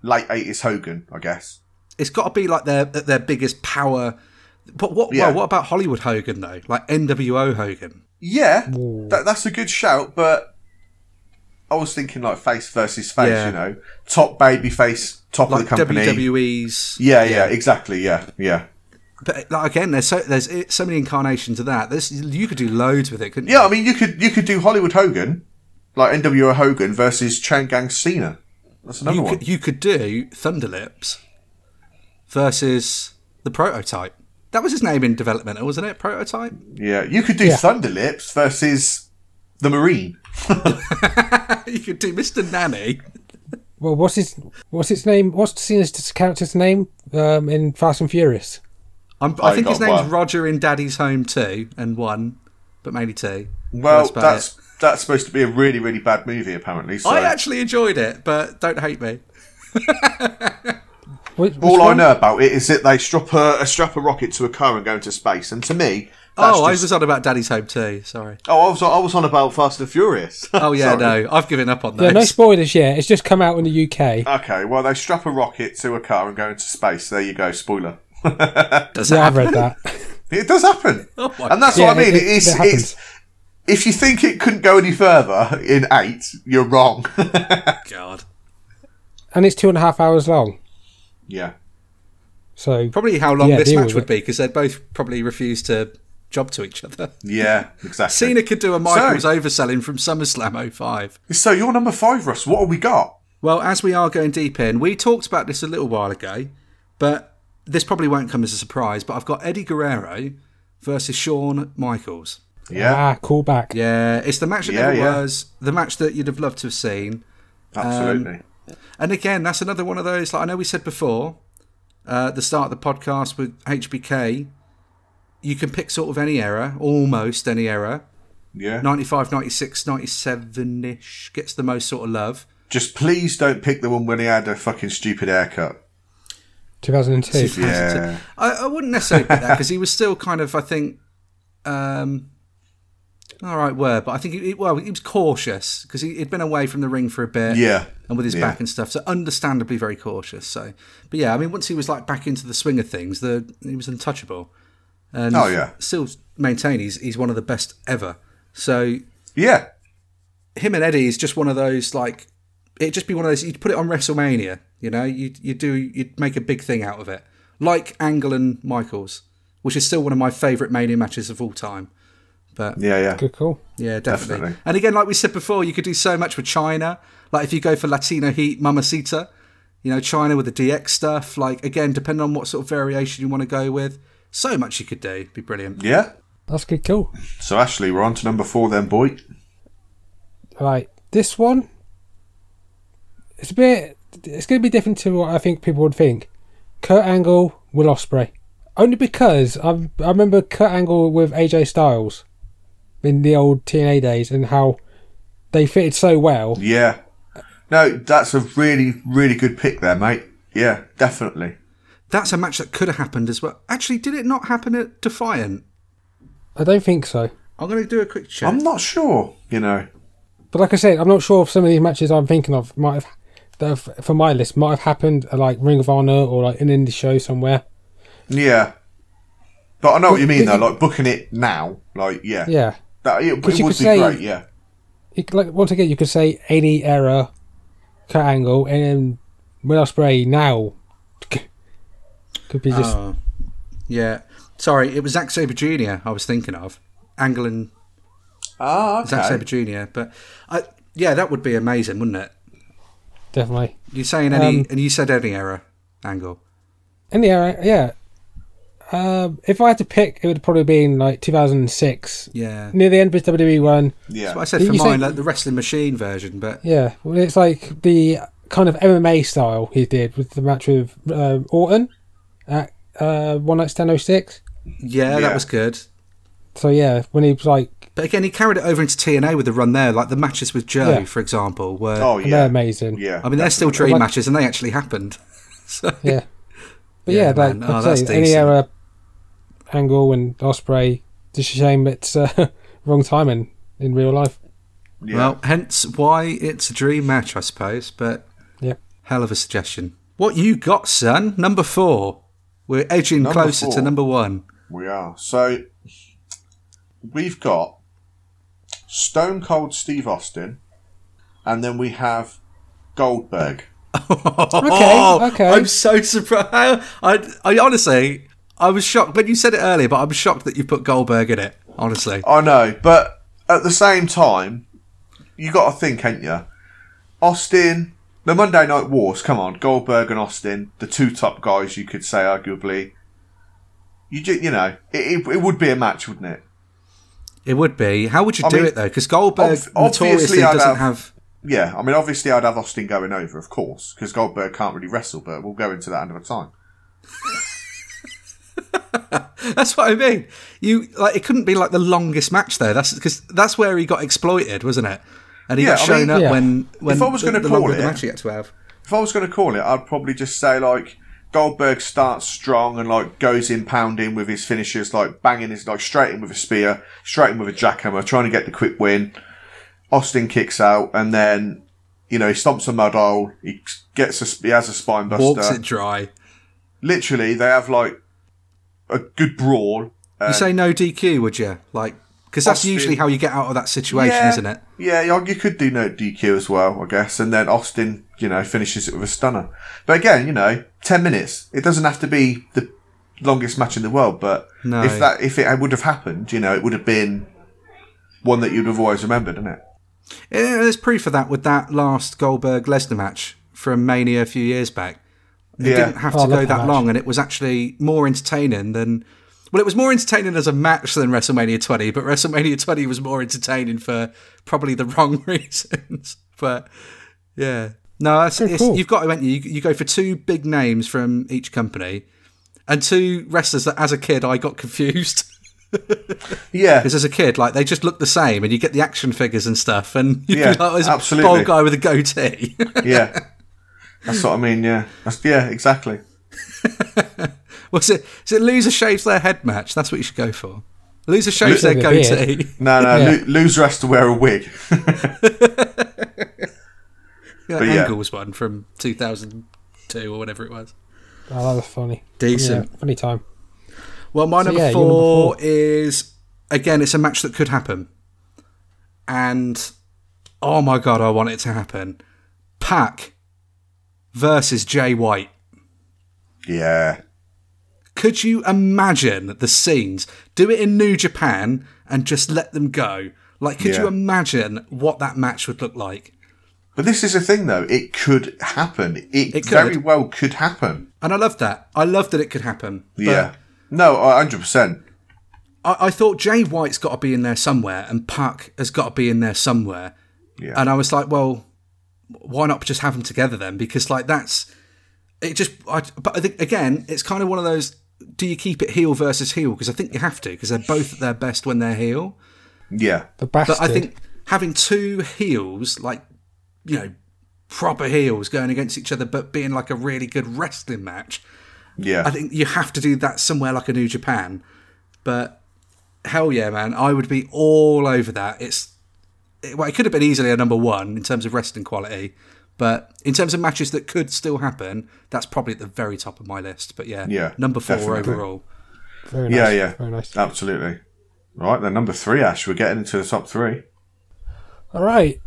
[SPEAKER 2] late 80s Hogan, I guess.
[SPEAKER 1] It's got to be like their their biggest power. But what
[SPEAKER 2] Yeah.
[SPEAKER 1] well, what about Hollywood Hogan though? Like NWO Hogan.
[SPEAKER 2] Yeah,
[SPEAKER 3] Ooh.
[SPEAKER 2] that, that's a good shout, but I was thinking like face versus face,
[SPEAKER 1] Yeah.
[SPEAKER 2] you know, top baby face, top
[SPEAKER 1] Like E.
[SPEAKER 2] of the company.
[SPEAKER 1] WWE's.
[SPEAKER 2] Yeah, yeah, exactly. Yeah, yeah,
[SPEAKER 1] But like, again, there's so there's it- so many incarnations of that. There's you could do loads with it, couldn't
[SPEAKER 2] yeah. I mean, you could you could do Hollywood Hogan, like NWO Hogan versus Chain Gang Cena. That's
[SPEAKER 1] you?
[SPEAKER 2] another
[SPEAKER 1] You
[SPEAKER 2] one.
[SPEAKER 1] could, you could do Thunderlips versus the prototype. That was his name in development, wasn't it? Prototype. [laughs]
[SPEAKER 2] Yeah, you could do
[SPEAKER 3] Yeah.
[SPEAKER 2] Thunderlips versus the Marine.
[SPEAKER 1] you could do Mr. Nanny.
[SPEAKER 3] Well, what's his what's its name? What's Cena's character's name um, in Fast and Furious?
[SPEAKER 1] I'm, I
[SPEAKER 2] Oh,
[SPEAKER 1] think his
[SPEAKER 2] God,
[SPEAKER 1] name's
[SPEAKER 2] wow.
[SPEAKER 1] Roger in Daddy's Home Two and One, but mainly Two.
[SPEAKER 2] Well,
[SPEAKER 1] about
[SPEAKER 2] that's
[SPEAKER 1] it.
[SPEAKER 2] that's supposed to be a really really bad movie apparently. So
[SPEAKER 1] I actually enjoyed it, but don't hate me.
[SPEAKER 3] Which, which
[SPEAKER 2] all I
[SPEAKER 3] one?
[SPEAKER 2] know about it is that they strap a, a strap a rocket to a car and go into space, and to me, that's
[SPEAKER 1] Oh, I
[SPEAKER 2] just-
[SPEAKER 1] was on about Daddy's Home Two. Sorry.
[SPEAKER 2] oh, I was on, I was on about Fast and Furious. [laughs]
[SPEAKER 1] Oh yeah,
[SPEAKER 2] Sorry.
[SPEAKER 1] no, I've given up on
[SPEAKER 3] Yeah,
[SPEAKER 1] those.
[SPEAKER 3] no spoilers yet. It's just come out in the UK.
[SPEAKER 2] Okay, well they strap a rocket to a car and go into space. There you go, spoiler. [laughs]
[SPEAKER 1] Does
[SPEAKER 3] Yeah,
[SPEAKER 1] that
[SPEAKER 3] I've read that.
[SPEAKER 2] It does happen,
[SPEAKER 1] Oh my
[SPEAKER 2] and that's
[SPEAKER 3] God.
[SPEAKER 2] what I
[SPEAKER 3] Yeah,
[SPEAKER 2] mean.
[SPEAKER 3] it- it-
[SPEAKER 2] it's,
[SPEAKER 3] it happens.
[SPEAKER 2] it's if you think it couldn't go any further in eight, you're wrong. [laughs]
[SPEAKER 1] God.
[SPEAKER 3] and it's two and a half hours long.
[SPEAKER 2] yeah.
[SPEAKER 3] So
[SPEAKER 1] Probably how long
[SPEAKER 3] Yeah,
[SPEAKER 1] this
[SPEAKER 3] deal
[SPEAKER 1] match
[SPEAKER 3] with
[SPEAKER 1] would
[SPEAKER 3] it.
[SPEAKER 1] be because they'd both probably refuse to job to each other. [laughs]
[SPEAKER 2] Yeah, exactly.
[SPEAKER 1] Cena could do a Michaels
[SPEAKER 2] So-
[SPEAKER 1] overselling from SummerSlam 05.
[SPEAKER 2] So you're number five, Russ. What have we got?
[SPEAKER 1] Well, as we are going deep in, we talked about this a little while ago, but this probably won't come as a surprise. But I've got Eddie Guerrero versus Shawn Michaels.
[SPEAKER 2] Yeah,
[SPEAKER 3] Ah, callback.
[SPEAKER 1] Yeah, it's the match that
[SPEAKER 2] Yeah,
[SPEAKER 1] never
[SPEAKER 2] yeah.
[SPEAKER 1] was, the match that you'd have loved to have seen. Um,
[SPEAKER 2] absolutely.
[SPEAKER 1] And again, that's another one of those. Like I know we said before, uh, at the start of the podcast with HBK, you can pick sort of any era, almost any era.
[SPEAKER 2] yeah.
[SPEAKER 1] 95, 96, 97 ish gets the most sort of love.
[SPEAKER 2] Just please don't pick the one when he had a fucking stupid haircut.
[SPEAKER 3] 2002.
[SPEAKER 2] Yeah.
[SPEAKER 1] I, I wouldn't necessarily pick that because he was still kind of, I think, um, all right word, but I think he, he- well, he was cautious because he, he'd been away from the ring for a bit,
[SPEAKER 2] Yeah.
[SPEAKER 1] and with his
[SPEAKER 2] Yeah.
[SPEAKER 1] back and stuff. So understandably very cautious. So, but yeah, I mean, once he was like back into the swing of things, the he was untouchable, and
[SPEAKER 2] Oh, yeah.
[SPEAKER 1] still maintain he's he's one of the best ever. So
[SPEAKER 2] Yeah.
[SPEAKER 1] him and Eddie is just one of those like it'd just be one of those you'd put it on WrestleMania, you know, you you do you'd make a big thing out of it, like Angle and Michaels, which is still one of my favourite Mania matches of all time. But yeah,
[SPEAKER 2] Yeah. Yeah.
[SPEAKER 3] Good call.
[SPEAKER 1] definitely.
[SPEAKER 2] Definitely.
[SPEAKER 1] And again, like we said before, you could do so much with China. Like if you go for Latino Heat, Mamacita, you know, China with the DX stuff. Like again, depending on what sort of variation you want to go with, so much you could do. It'd be brilliant.
[SPEAKER 2] Yeah.
[SPEAKER 3] That's a good call.
[SPEAKER 2] So Ashley, we're on to number four then, boy.
[SPEAKER 3] Right, this one. It's a bit. It's going to be different to what I think people would think. Kurt Angle, Will Osprey, only because I I remember Kurt Angle with AJ Styles in the old TNA days and how they fitted so well.
[SPEAKER 2] Yeah. No, that's a really, really good pick there, mate. Yeah, definitely.
[SPEAKER 1] That's a match that could have happened as well. Actually, did it not happen at Defiant?
[SPEAKER 3] I don't think so,
[SPEAKER 1] I'm going to do a quick check.
[SPEAKER 2] I'm not sure, you know.
[SPEAKER 3] but like I said, I'm not sure if some of these matches I'm thinking of might have that have- for my list might have happened at like Ring of Honor or like an indie show somewhere.
[SPEAKER 2] Yeah. But I know what you mean, though. Like, booking it now, like, yeah.
[SPEAKER 3] Yeah.
[SPEAKER 2] That, it, it
[SPEAKER 3] Because
[SPEAKER 2] would
[SPEAKER 3] you
[SPEAKER 2] be
[SPEAKER 3] could say-
[SPEAKER 2] great, yeah.
[SPEAKER 3] you could, like once again, you could say any error, cut angle, um, and then Will Osprey now could be just
[SPEAKER 1] Oh, yeah. Sorry, it was Zack Sabre Jr. I was thinking of. Angle and
[SPEAKER 2] Ah, okay.
[SPEAKER 1] Zack Sabre Jr. But I, yeah, that would be amazing, wouldn't it?
[SPEAKER 3] definitely
[SPEAKER 1] You're saying any,
[SPEAKER 3] Um,
[SPEAKER 1] and you said any error, Angle.
[SPEAKER 3] any error. Yeah. Um, if I had to pick, it would probably be in like 2006,
[SPEAKER 1] Yeah.
[SPEAKER 3] near the end of his WWE one.
[SPEAKER 2] yeah.
[SPEAKER 1] That's what I said
[SPEAKER 3] You-
[SPEAKER 1] for
[SPEAKER 3] you say-
[SPEAKER 1] mine, like the Wrestling Machine version, but
[SPEAKER 3] Yeah, well, it's like the kind of MMA style he did with the match with um, Orton at uh, One Night Stand 06.
[SPEAKER 1] yeah, that
[SPEAKER 2] Yeah.
[SPEAKER 1] was good.
[SPEAKER 3] So yeah, when he was like,
[SPEAKER 1] But again, he carried it over into TNA with the run there, like the matches with Joe,
[SPEAKER 3] Yeah.
[SPEAKER 1] for example, were.
[SPEAKER 2] Oh,
[SPEAKER 3] and they're
[SPEAKER 2] yeah.
[SPEAKER 3] amazing.
[SPEAKER 2] Yeah.
[SPEAKER 1] I mean, they're still dream
[SPEAKER 3] Like-
[SPEAKER 1] matches, and they actually happened. [laughs] So,
[SPEAKER 3] Yeah. But
[SPEAKER 1] Yeah,
[SPEAKER 3] yeah, like,
[SPEAKER 1] man.
[SPEAKER 3] like
[SPEAKER 1] Oh,
[SPEAKER 3] I
[SPEAKER 1] that's
[SPEAKER 3] say, any
[SPEAKER 1] decent.
[SPEAKER 3] error, angle and Osprey. Just a shame it's uh, [laughs] wrong timing in real life.
[SPEAKER 2] yeah.
[SPEAKER 1] Well, hence why it's a dream match, I suppose. But
[SPEAKER 3] Yep.
[SPEAKER 1] hell of a suggestion. What you got, son? Number four. We're edging
[SPEAKER 2] Number
[SPEAKER 1] closer to
[SPEAKER 2] four.
[SPEAKER 1] number one. [laughs]
[SPEAKER 2] We are. So we've got Stone Cold Steve Austin, and then we have Goldberg.
[SPEAKER 3] okay.
[SPEAKER 1] I'm so surprised. I, I honestly, I was shocked when you said it earlier, but I'm shocked that you put Goldberg in it. Honestly,
[SPEAKER 2] I know, but at the same time, you got to think, ain't you? Austin, the Monday Night Wars. Come on, Goldberg and Austin, the two top guys. You could say arguably. You ju- you know, it, it, it would be a match, wouldn't it?
[SPEAKER 1] it would be. How would you
[SPEAKER 2] I
[SPEAKER 1] do
[SPEAKER 2] mean,
[SPEAKER 1] it though? Because Goldberg
[SPEAKER 2] obv- obviously
[SPEAKER 1] notoriously
[SPEAKER 2] I'd
[SPEAKER 1] doesn't
[SPEAKER 2] have-
[SPEAKER 1] have.
[SPEAKER 2] Yeah, I mean, obviously, I'd have Austin going over, of course, because Goldberg can't really wrestle. But we'll go into that another time.
[SPEAKER 1] That's what I mean. You like it couldn't be like the longest match there. That's because that's where he got exploited, wasn't it? And he
[SPEAKER 2] Yeah,
[SPEAKER 1] got
[SPEAKER 2] I
[SPEAKER 1] shown
[SPEAKER 2] mean-
[SPEAKER 1] up
[SPEAKER 3] Yeah.
[SPEAKER 1] when when
[SPEAKER 2] If I was
[SPEAKER 1] the-
[SPEAKER 2] gonna
[SPEAKER 1] the
[SPEAKER 2] call
[SPEAKER 1] longer the
[SPEAKER 2] it-
[SPEAKER 1] match he had to have.
[SPEAKER 2] if I was going to call it, I'd probably just say like Goldberg starts strong and like goes in pounding with his finishes, like banging his like straight in with a spear, straight in with a jackhammer, trying to get the quick win. Austin kicks out and then you know he stomps a mud hole. He gets a sp- he has a spine buster.
[SPEAKER 1] Walks it dry.
[SPEAKER 2] Literally, they have like a good brawl.
[SPEAKER 1] You say no DQ, would you? Like, because that's
[SPEAKER 2] Austin-
[SPEAKER 1] usually how you get out of that situation,
[SPEAKER 2] yeah,
[SPEAKER 1] isn't it?
[SPEAKER 2] Yeah, you- you could do no DQ as well, I guess. And then Austin, you know, finishes it with a stunner. But again, you know, ten minutes. It doesn't have to be the longest match in the world, but
[SPEAKER 1] No.
[SPEAKER 2] if that if it would have happened, you know, it would have been one that you'd have always remembered, isn't it?
[SPEAKER 1] Yeah, Eh, there's proof of that with that last Goldberg Lesnar match from Mania a few years back. It
[SPEAKER 2] Yeah.
[SPEAKER 1] didn't have
[SPEAKER 3] Oh, I
[SPEAKER 1] to
[SPEAKER 3] love
[SPEAKER 1] go
[SPEAKER 3] that
[SPEAKER 1] that
[SPEAKER 3] match.
[SPEAKER 1] long, and it was actually more entertaining than Well, it was more entertaining as a match than WrestleMania 20, but WrestleMania 20 was more entertaining for probably the [laughs] wrong reasons. But yeah, no, that's, it's,
[SPEAKER 3] cool.
[SPEAKER 1] you've got to you, you go for two big names from each company and two wrestlers that, as a kid, I got [laughs] confused
[SPEAKER 2] Yeah,
[SPEAKER 1] because as a kid, like they just look the same, and you get the action figures and stuff, and [laughs] you
[SPEAKER 2] Yeah,
[SPEAKER 1] be like, "There's a
[SPEAKER 2] absolutely.
[SPEAKER 1] bald guy with a goatee. [laughs]
[SPEAKER 2] yeah. That's what I mean. Yeah, that's yeah, exactly.
[SPEAKER 1] Was it? Is it loser shaves their head match? That's what you should go for. Loser shaves their
[SPEAKER 3] With a beard.
[SPEAKER 1] goatee.
[SPEAKER 3] [laughs]
[SPEAKER 1] [laughs]
[SPEAKER 2] No, no,
[SPEAKER 3] Yeah.
[SPEAKER 2] lo- loser has to wear a wig.
[SPEAKER 1] Yeah,
[SPEAKER 2] But yeah.
[SPEAKER 1] Angles one from 2002 or whatever it was.
[SPEAKER 3] Oh, that was funny.
[SPEAKER 1] Decent.
[SPEAKER 3] Yeah, funny time.
[SPEAKER 1] Well, my
[SPEAKER 3] So,
[SPEAKER 1] number,
[SPEAKER 3] yeah, your
[SPEAKER 1] four
[SPEAKER 3] number four.
[SPEAKER 1] is again, it's a match that could happen, and oh my god, I want it to happen. Pack versus Jay White.
[SPEAKER 2] yeah,
[SPEAKER 1] Could you imagine the scenes? Do it in New Japan and just let them go. Like, could
[SPEAKER 2] Yeah.
[SPEAKER 1] you imagine what that match would look like?
[SPEAKER 2] but this is the thing though. It could happen. It,
[SPEAKER 1] It could.
[SPEAKER 2] very well could happen.
[SPEAKER 1] And I love that. I love that it could happen. But
[SPEAKER 2] yeah. No, hundred percent.
[SPEAKER 1] I, I thought Jay White's got to be in there somewhere, and Puck has got to be in there somewhere.
[SPEAKER 2] Yeah.
[SPEAKER 1] And I was like, well, why not just have them together then? Because like that's it. Just I, but I think again, it's kind of one of those. Do you keep it heel versus heel? Because I think you have to. Because they're both at their best when they're heel.
[SPEAKER 2] Yeah.
[SPEAKER 3] The bastard.
[SPEAKER 1] But I think having two heels, like, you know, proper heels going against each other, but being like a really good wrestling match,
[SPEAKER 2] Yeah.
[SPEAKER 1] I think you have to do that somewhere like a New Japan. But hell yeah, man, I would be all over that. It's, it, well, it could have been easily a number one in terms of wrestling quality. But in terms of matches that could still happen, that's probably at the very top of my list. But yeah,
[SPEAKER 2] Yeah,
[SPEAKER 1] number four
[SPEAKER 2] definitely.
[SPEAKER 1] overall.
[SPEAKER 3] Very nice.
[SPEAKER 2] yeah, yeah.
[SPEAKER 3] Very nice.
[SPEAKER 1] Uh,
[SPEAKER 2] Absolutely. Right, then number three, Ash. We're getting into the top three.
[SPEAKER 3] All right.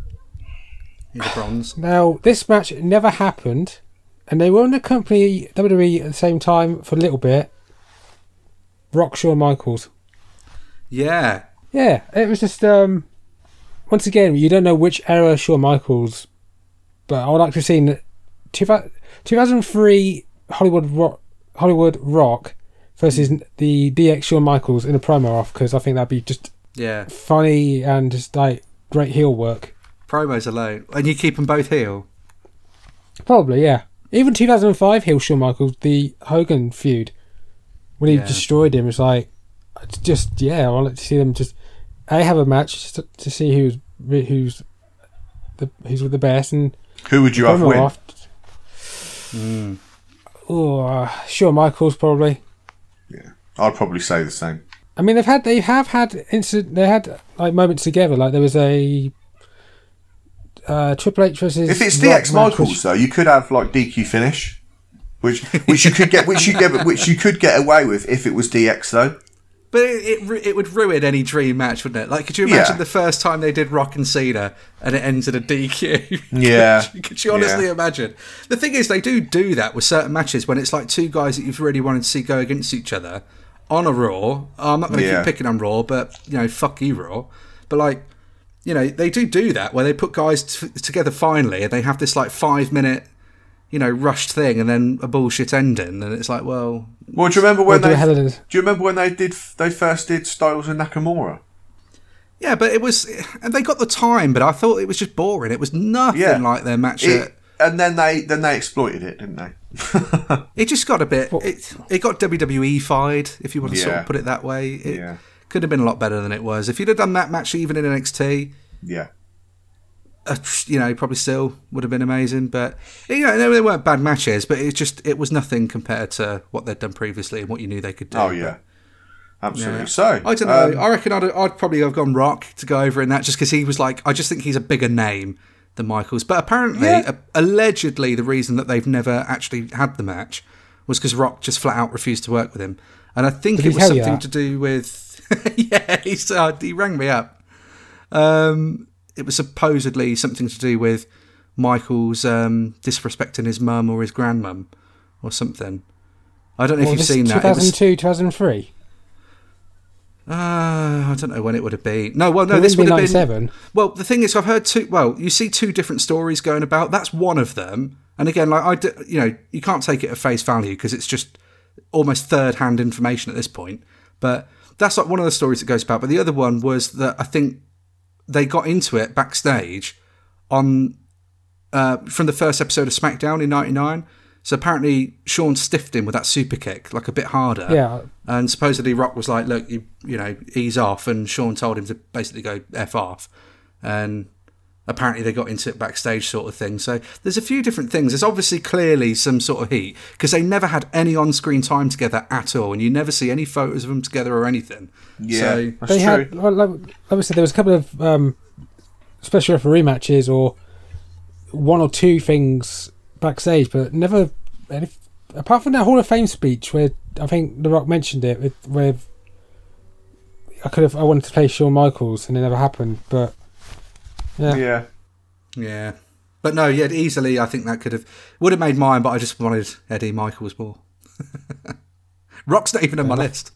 [SPEAKER 1] Here's a bronze.
[SPEAKER 3] Now, this match never happened, and they were in the company WWE at the same time for a little bit. Rock Shawn Michaels.
[SPEAKER 1] Yeah,
[SPEAKER 3] Yeah, it was just um, once again you don't know which era Shawn Michaels, but I would like to have seen that 2000 2003 Hollywood Rock, Hollywood Rock versus the DX Shawn Michaels in a promo off because I think that'd be just
[SPEAKER 1] yeah.
[SPEAKER 3] funny and just like great heel work.
[SPEAKER 1] Promos alone. And you keep them both heel.
[SPEAKER 3] Probably, yeah. Even 2005 heel Shawn Michaels, the Hogan feud, when he
[SPEAKER 1] Yeah.
[SPEAKER 3] destroyed him, it's like, it's just yeah, I wanted to see them just a have a match just to, to see who's re- who's the who's with the best and
[SPEAKER 2] Who would you have
[SPEAKER 3] promo
[SPEAKER 2] win?
[SPEAKER 3] off.
[SPEAKER 1] Mm.
[SPEAKER 3] Oh, uh, Shawn Michaels probably.
[SPEAKER 2] I'd probably say the same.
[SPEAKER 3] I mean, they've had they have had incident they had like moments together. Like there was a uh, Triple H versus
[SPEAKER 2] If it's
[SPEAKER 3] Rock
[SPEAKER 2] DX
[SPEAKER 3] match, which-
[SPEAKER 2] Michaels though, you could have like DQ finish, which which you could get which you get which you could get away with if it was DX though.
[SPEAKER 1] But it, it ru- it would ruin any dream match, wouldn't it? Like, could you
[SPEAKER 2] Yeah.
[SPEAKER 1] imagine the first time they did Rock and Cena and it ends in a DQ?
[SPEAKER 2] Yeah.
[SPEAKER 1] [laughs] could, you, could you honestly
[SPEAKER 2] Yeah.
[SPEAKER 1] imagine? The thing is, they do do that with certain matches when it's like two guys that you've really wanted to see go against each other on a Raw. Oh, I'm not going to
[SPEAKER 2] Yeah.
[SPEAKER 1] keep picking on Raw, but you know, fuck you, Raw. But like, you know, they do do that where they put guys t- together finally, and they have this like five minute. You know, rushed thing, and then a bullshit ending, and it's like, well,
[SPEAKER 2] Well, do you remember when
[SPEAKER 3] Well, do
[SPEAKER 2] they?
[SPEAKER 3] they have it-
[SPEAKER 2] do you remember when they did? They first did Styles and Nakamura.
[SPEAKER 1] Yeah, but it was, and they got the time, but I thought it was just boring. It was nothing
[SPEAKER 2] Yeah.
[SPEAKER 1] like their match.
[SPEAKER 2] It,
[SPEAKER 1] It,
[SPEAKER 2] and then they then they exploited it, didn't they? [laughs]
[SPEAKER 1] it just got a bit. It, it got WWE fied, if you want to sort
[SPEAKER 2] Yeah.
[SPEAKER 1] of put it that way. It
[SPEAKER 2] Yeah.
[SPEAKER 1] could have been a lot better than it was. If you'd have done that match even in NXT,
[SPEAKER 2] Yeah,
[SPEAKER 1] uh, you know, probably still would have been amazing. But you know, they weren't bad matches, but it just it was nothing compared to what they'd done previously and what you knew they could do.
[SPEAKER 2] Oh yeah, absolutely.
[SPEAKER 1] Yeah.
[SPEAKER 2] So
[SPEAKER 1] I don't know.
[SPEAKER 2] um,
[SPEAKER 1] I reckon I'd, I'd probably have gone Rock to go over in that just because he was like, I just think he's a bigger name than Michaels. But apparently,
[SPEAKER 2] Yeah.
[SPEAKER 1] a- allegedly, the reason that they've never actually had the match was because Rock just flat out refused to work with him. And I think
[SPEAKER 3] Did
[SPEAKER 1] it
[SPEAKER 3] he
[SPEAKER 1] was
[SPEAKER 3] tell you
[SPEAKER 1] something
[SPEAKER 3] that?
[SPEAKER 1] to do with. [laughs] yeah, he, said, he rang me up. Um, it was supposedly something to do with Michael's um, disrespecting his mum or his grandmum or something. I don't know
[SPEAKER 3] well,
[SPEAKER 1] if you've
[SPEAKER 3] this
[SPEAKER 1] seen that. It was-
[SPEAKER 3] 2002, 2003.
[SPEAKER 1] uh, I don't know when it would have been. No, well, no,
[SPEAKER 3] It
[SPEAKER 1] this would
[SPEAKER 3] wouldn't
[SPEAKER 1] have
[SPEAKER 3] be
[SPEAKER 1] been
[SPEAKER 3] 97.
[SPEAKER 1] Well, the thing is, I've heard two. Well, you see two different stories going about. That's one of them. And again, like I, d- you know, you can't take it at face value because it's just almost third-hand information at this point. But that's like one of the stories that goes about. But the other one was that I think they got into it backstage on uh, from the first episode of SmackDown in '99. So apparently Sean stiffed him with that super kick, like a bit harder.
[SPEAKER 3] Yeah.
[SPEAKER 1] And supposedly Rock was like, "Look, you you know, ease off," and Sean told him to basically go f off. And apparently they got into it backstage, sort of thing. So there's a few different things. There's obviously clearly some sort of heat because they never had any on-screen time together at all, and you never see any photos of them together or anything.
[SPEAKER 2] Yeah,
[SPEAKER 1] So,
[SPEAKER 2] that's
[SPEAKER 3] They
[SPEAKER 2] true.
[SPEAKER 3] had, well, like, like we said, there was a couple of um, special referee matches or one or two things backstage, but never. Any, apart from that Hall of Fame speech, where I think The Rock mentioned it, with, where I could have, I wanted to play Shawn Michaels, and it never happened. But yeah,
[SPEAKER 2] yeah,
[SPEAKER 1] yeah. But no, yeah, easily I think that could have would have made mine, but I just wanted Eddie Michaels more. [laughs] Rock's not even on my list.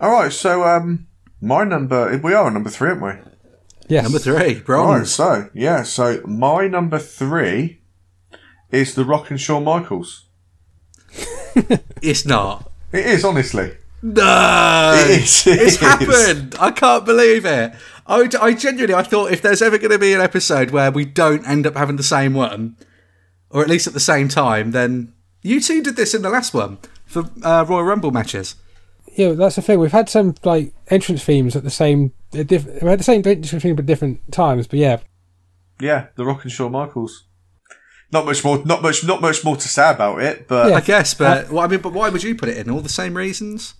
[SPEAKER 2] All right, so um, my number we are on number three, aren't we?
[SPEAKER 3] yes,
[SPEAKER 1] Number three,
[SPEAKER 2] All right,
[SPEAKER 1] bronze.
[SPEAKER 2] so yeah, so my number three is the Rock and Shawn Michaels.
[SPEAKER 1] It's not.
[SPEAKER 2] It is honestly.
[SPEAKER 1] No,
[SPEAKER 2] It is, it
[SPEAKER 1] [laughs] it's
[SPEAKER 2] is.
[SPEAKER 1] happened. I can't believe it. I, would- I genuinely, I thought if there's ever going to be an episode where we don't end up having the same one, or at least at the same time, then you two did this in the last one for uh, Royal Rumble matches.
[SPEAKER 3] yeah. That's the thing. We've had some like entrance themes at the same. at Diff- we had the same entrance theme but different times. But yeah,
[SPEAKER 2] Yeah, the Rock and Shawn Michaels. Not much more. Not much. Not much more to say about it. But
[SPEAKER 1] I guess, but well, I mean, but why would you put it in? All the same reasons?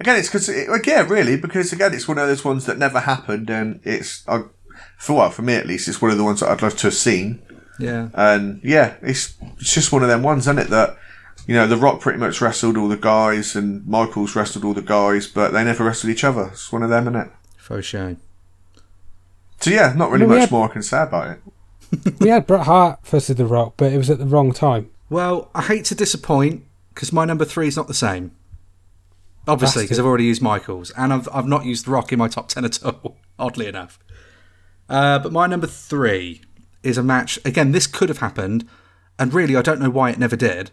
[SPEAKER 2] again, it's because it, again, really, because again, it's one of those ones that never happened, and it's I, for well, for me at least, it's one of the ones that I'd love to have seen.
[SPEAKER 1] Yeah,
[SPEAKER 2] And yeah, it's it's just one of them ones, isn't it? That you know, The Rock pretty much wrestled all the guys, and Michaels wrestled all the guys, but they never wrestled each other. It's one of them, isn't it?
[SPEAKER 1] for sure.
[SPEAKER 2] So yeah, not really
[SPEAKER 3] Well, we
[SPEAKER 2] much
[SPEAKER 3] had-
[SPEAKER 2] more I can say about it.
[SPEAKER 3] we had Bret Hart versus The Rock, but it was at the wrong time.
[SPEAKER 1] Well, I hate to disappoint because my number three is not the same. Obviously, because I've already used Michaels and I've, I've not used The Rock in my top 10 at all, [laughs] oddly enough. Uh, but my number three is a match. Again, this could have happened, and really, I don't know why it never did.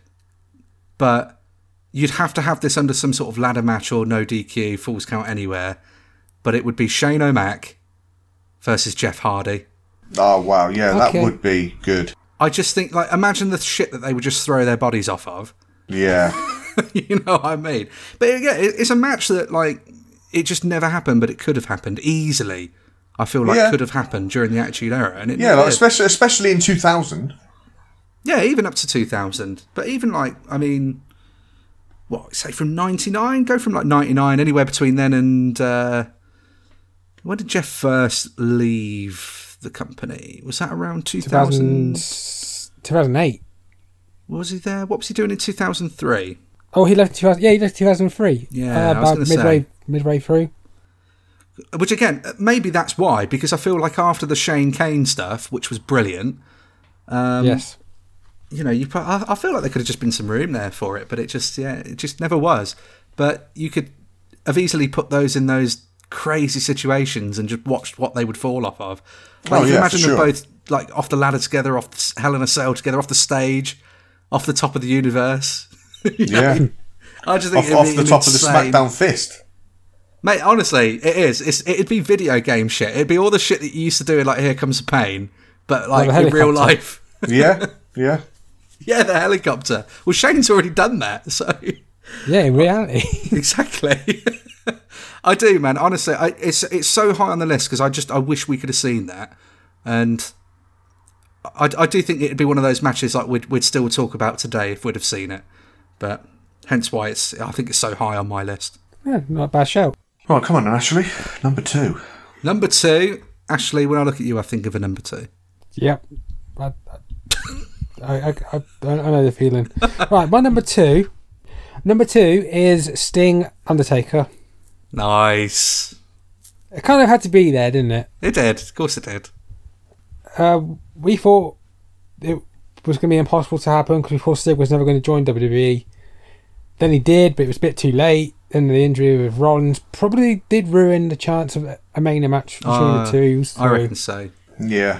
[SPEAKER 1] But you'd have to have this under some sort of ladder match or no DQ, falls count anywhere. But it would be Shane O'Mac versus Jeff Hardy.
[SPEAKER 2] Oh wow, yeah,
[SPEAKER 3] Okay.
[SPEAKER 2] that would be good.
[SPEAKER 1] I just think, like, imagine the shit that they would just throw their bodies off of.
[SPEAKER 2] Yeah,
[SPEAKER 1] [laughs] you know what I mean? But yeah, it, it's a match that like it just never happened, but it could have happened easily. I feel like
[SPEAKER 2] Yeah.
[SPEAKER 1] could have happened during the Attitude Era, and it
[SPEAKER 2] yeah, like,
[SPEAKER 1] did.
[SPEAKER 2] especially especially in two
[SPEAKER 3] [laughs]
[SPEAKER 2] thousand.
[SPEAKER 1] yeah, even up to two thousand. But even like I mean, what say from ninety nine? Go from like ninety nine anywhere between then and uh, when did Jeff first leave the company? Was that around two thousand?
[SPEAKER 3] 2000, 2008.
[SPEAKER 1] Was he there? What was he doing in two thousand three?
[SPEAKER 3] Oh, he left. 2000, yeah, he left 2003.
[SPEAKER 1] Yeah, I was gonna say.
[SPEAKER 3] Uh, midway midway through.
[SPEAKER 1] which again uh, maybe that's why because i feel like after the shane kane stuff which was brilliant Um,
[SPEAKER 3] yes,
[SPEAKER 1] you know you pro- i I feel like there could have just been some room there for it but it just yeah it just never was but you could have easily put those in those crazy situations and just watched what they would fall off of like
[SPEAKER 2] Oh,
[SPEAKER 1] you can
[SPEAKER 2] yeah,
[SPEAKER 1] imagine
[SPEAKER 2] for
[SPEAKER 1] them
[SPEAKER 2] sure.
[SPEAKER 1] both like off the ladder together off the, s- hell in a cell together off the stage off the top of the universe [laughs] You know?
[SPEAKER 2] Yeah,
[SPEAKER 1] i just think
[SPEAKER 2] off,
[SPEAKER 1] it'd
[SPEAKER 2] off
[SPEAKER 1] be
[SPEAKER 2] the top of the
[SPEAKER 1] insane.
[SPEAKER 2] SmackDown fist.
[SPEAKER 1] Mate, honestly, it is. It's, it'd be video game shit. It'd be all the shit that you used to do in like Here Comes the Pain, but like
[SPEAKER 3] the
[SPEAKER 1] in real
[SPEAKER 3] helicopter.
[SPEAKER 1] life. [laughs]
[SPEAKER 3] [laughs]
[SPEAKER 2] Yeah, yeah.
[SPEAKER 1] yeah, the helicopter. Well, Shane's already done that, so [laughs]
[SPEAKER 3] yeah, in reality. [laughs]
[SPEAKER 1] exactly. [laughs] I do, man. Honestly, I, it's it's so high on the list because I just I wish we could have seen that, and I, I do think it'd be one of those matches like we'd we'd still talk about today if we'd have seen it, but hence why it's I think it's so high on my list.
[SPEAKER 3] yeah, not a bad shout.
[SPEAKER 2] Right, come on, Ashley. Number two.
[SPEAKER 1] Number two, Ashley. When I look at you, I think of a number two.
[SPEAKER 3] Yep. I, I, I, I, I know
[SPEAKER 1] [laughs]
[SPEAKER 3] the feeling. right, my number two. Number two is Sting Undertaker.
[SPEAKER 1] Nice.
[SPEAKER 3] It kind of had to be there, didn't it?
[SPEAKER 1] It did. Of course it did.
[SPEAKER 3] Uh, we thought it was going to be impossible to happen because we thought Sting was never going to join WWE. Then he did, but it was a bit too late. Then the injury with Rollins probably did ruin the chance of a Mania match between
[SPEAKER 1] Uh,
[SPEAKER 3] the two. So
[SPEAKER 1] I reckon so.
[SPEAKER 2] Yeah,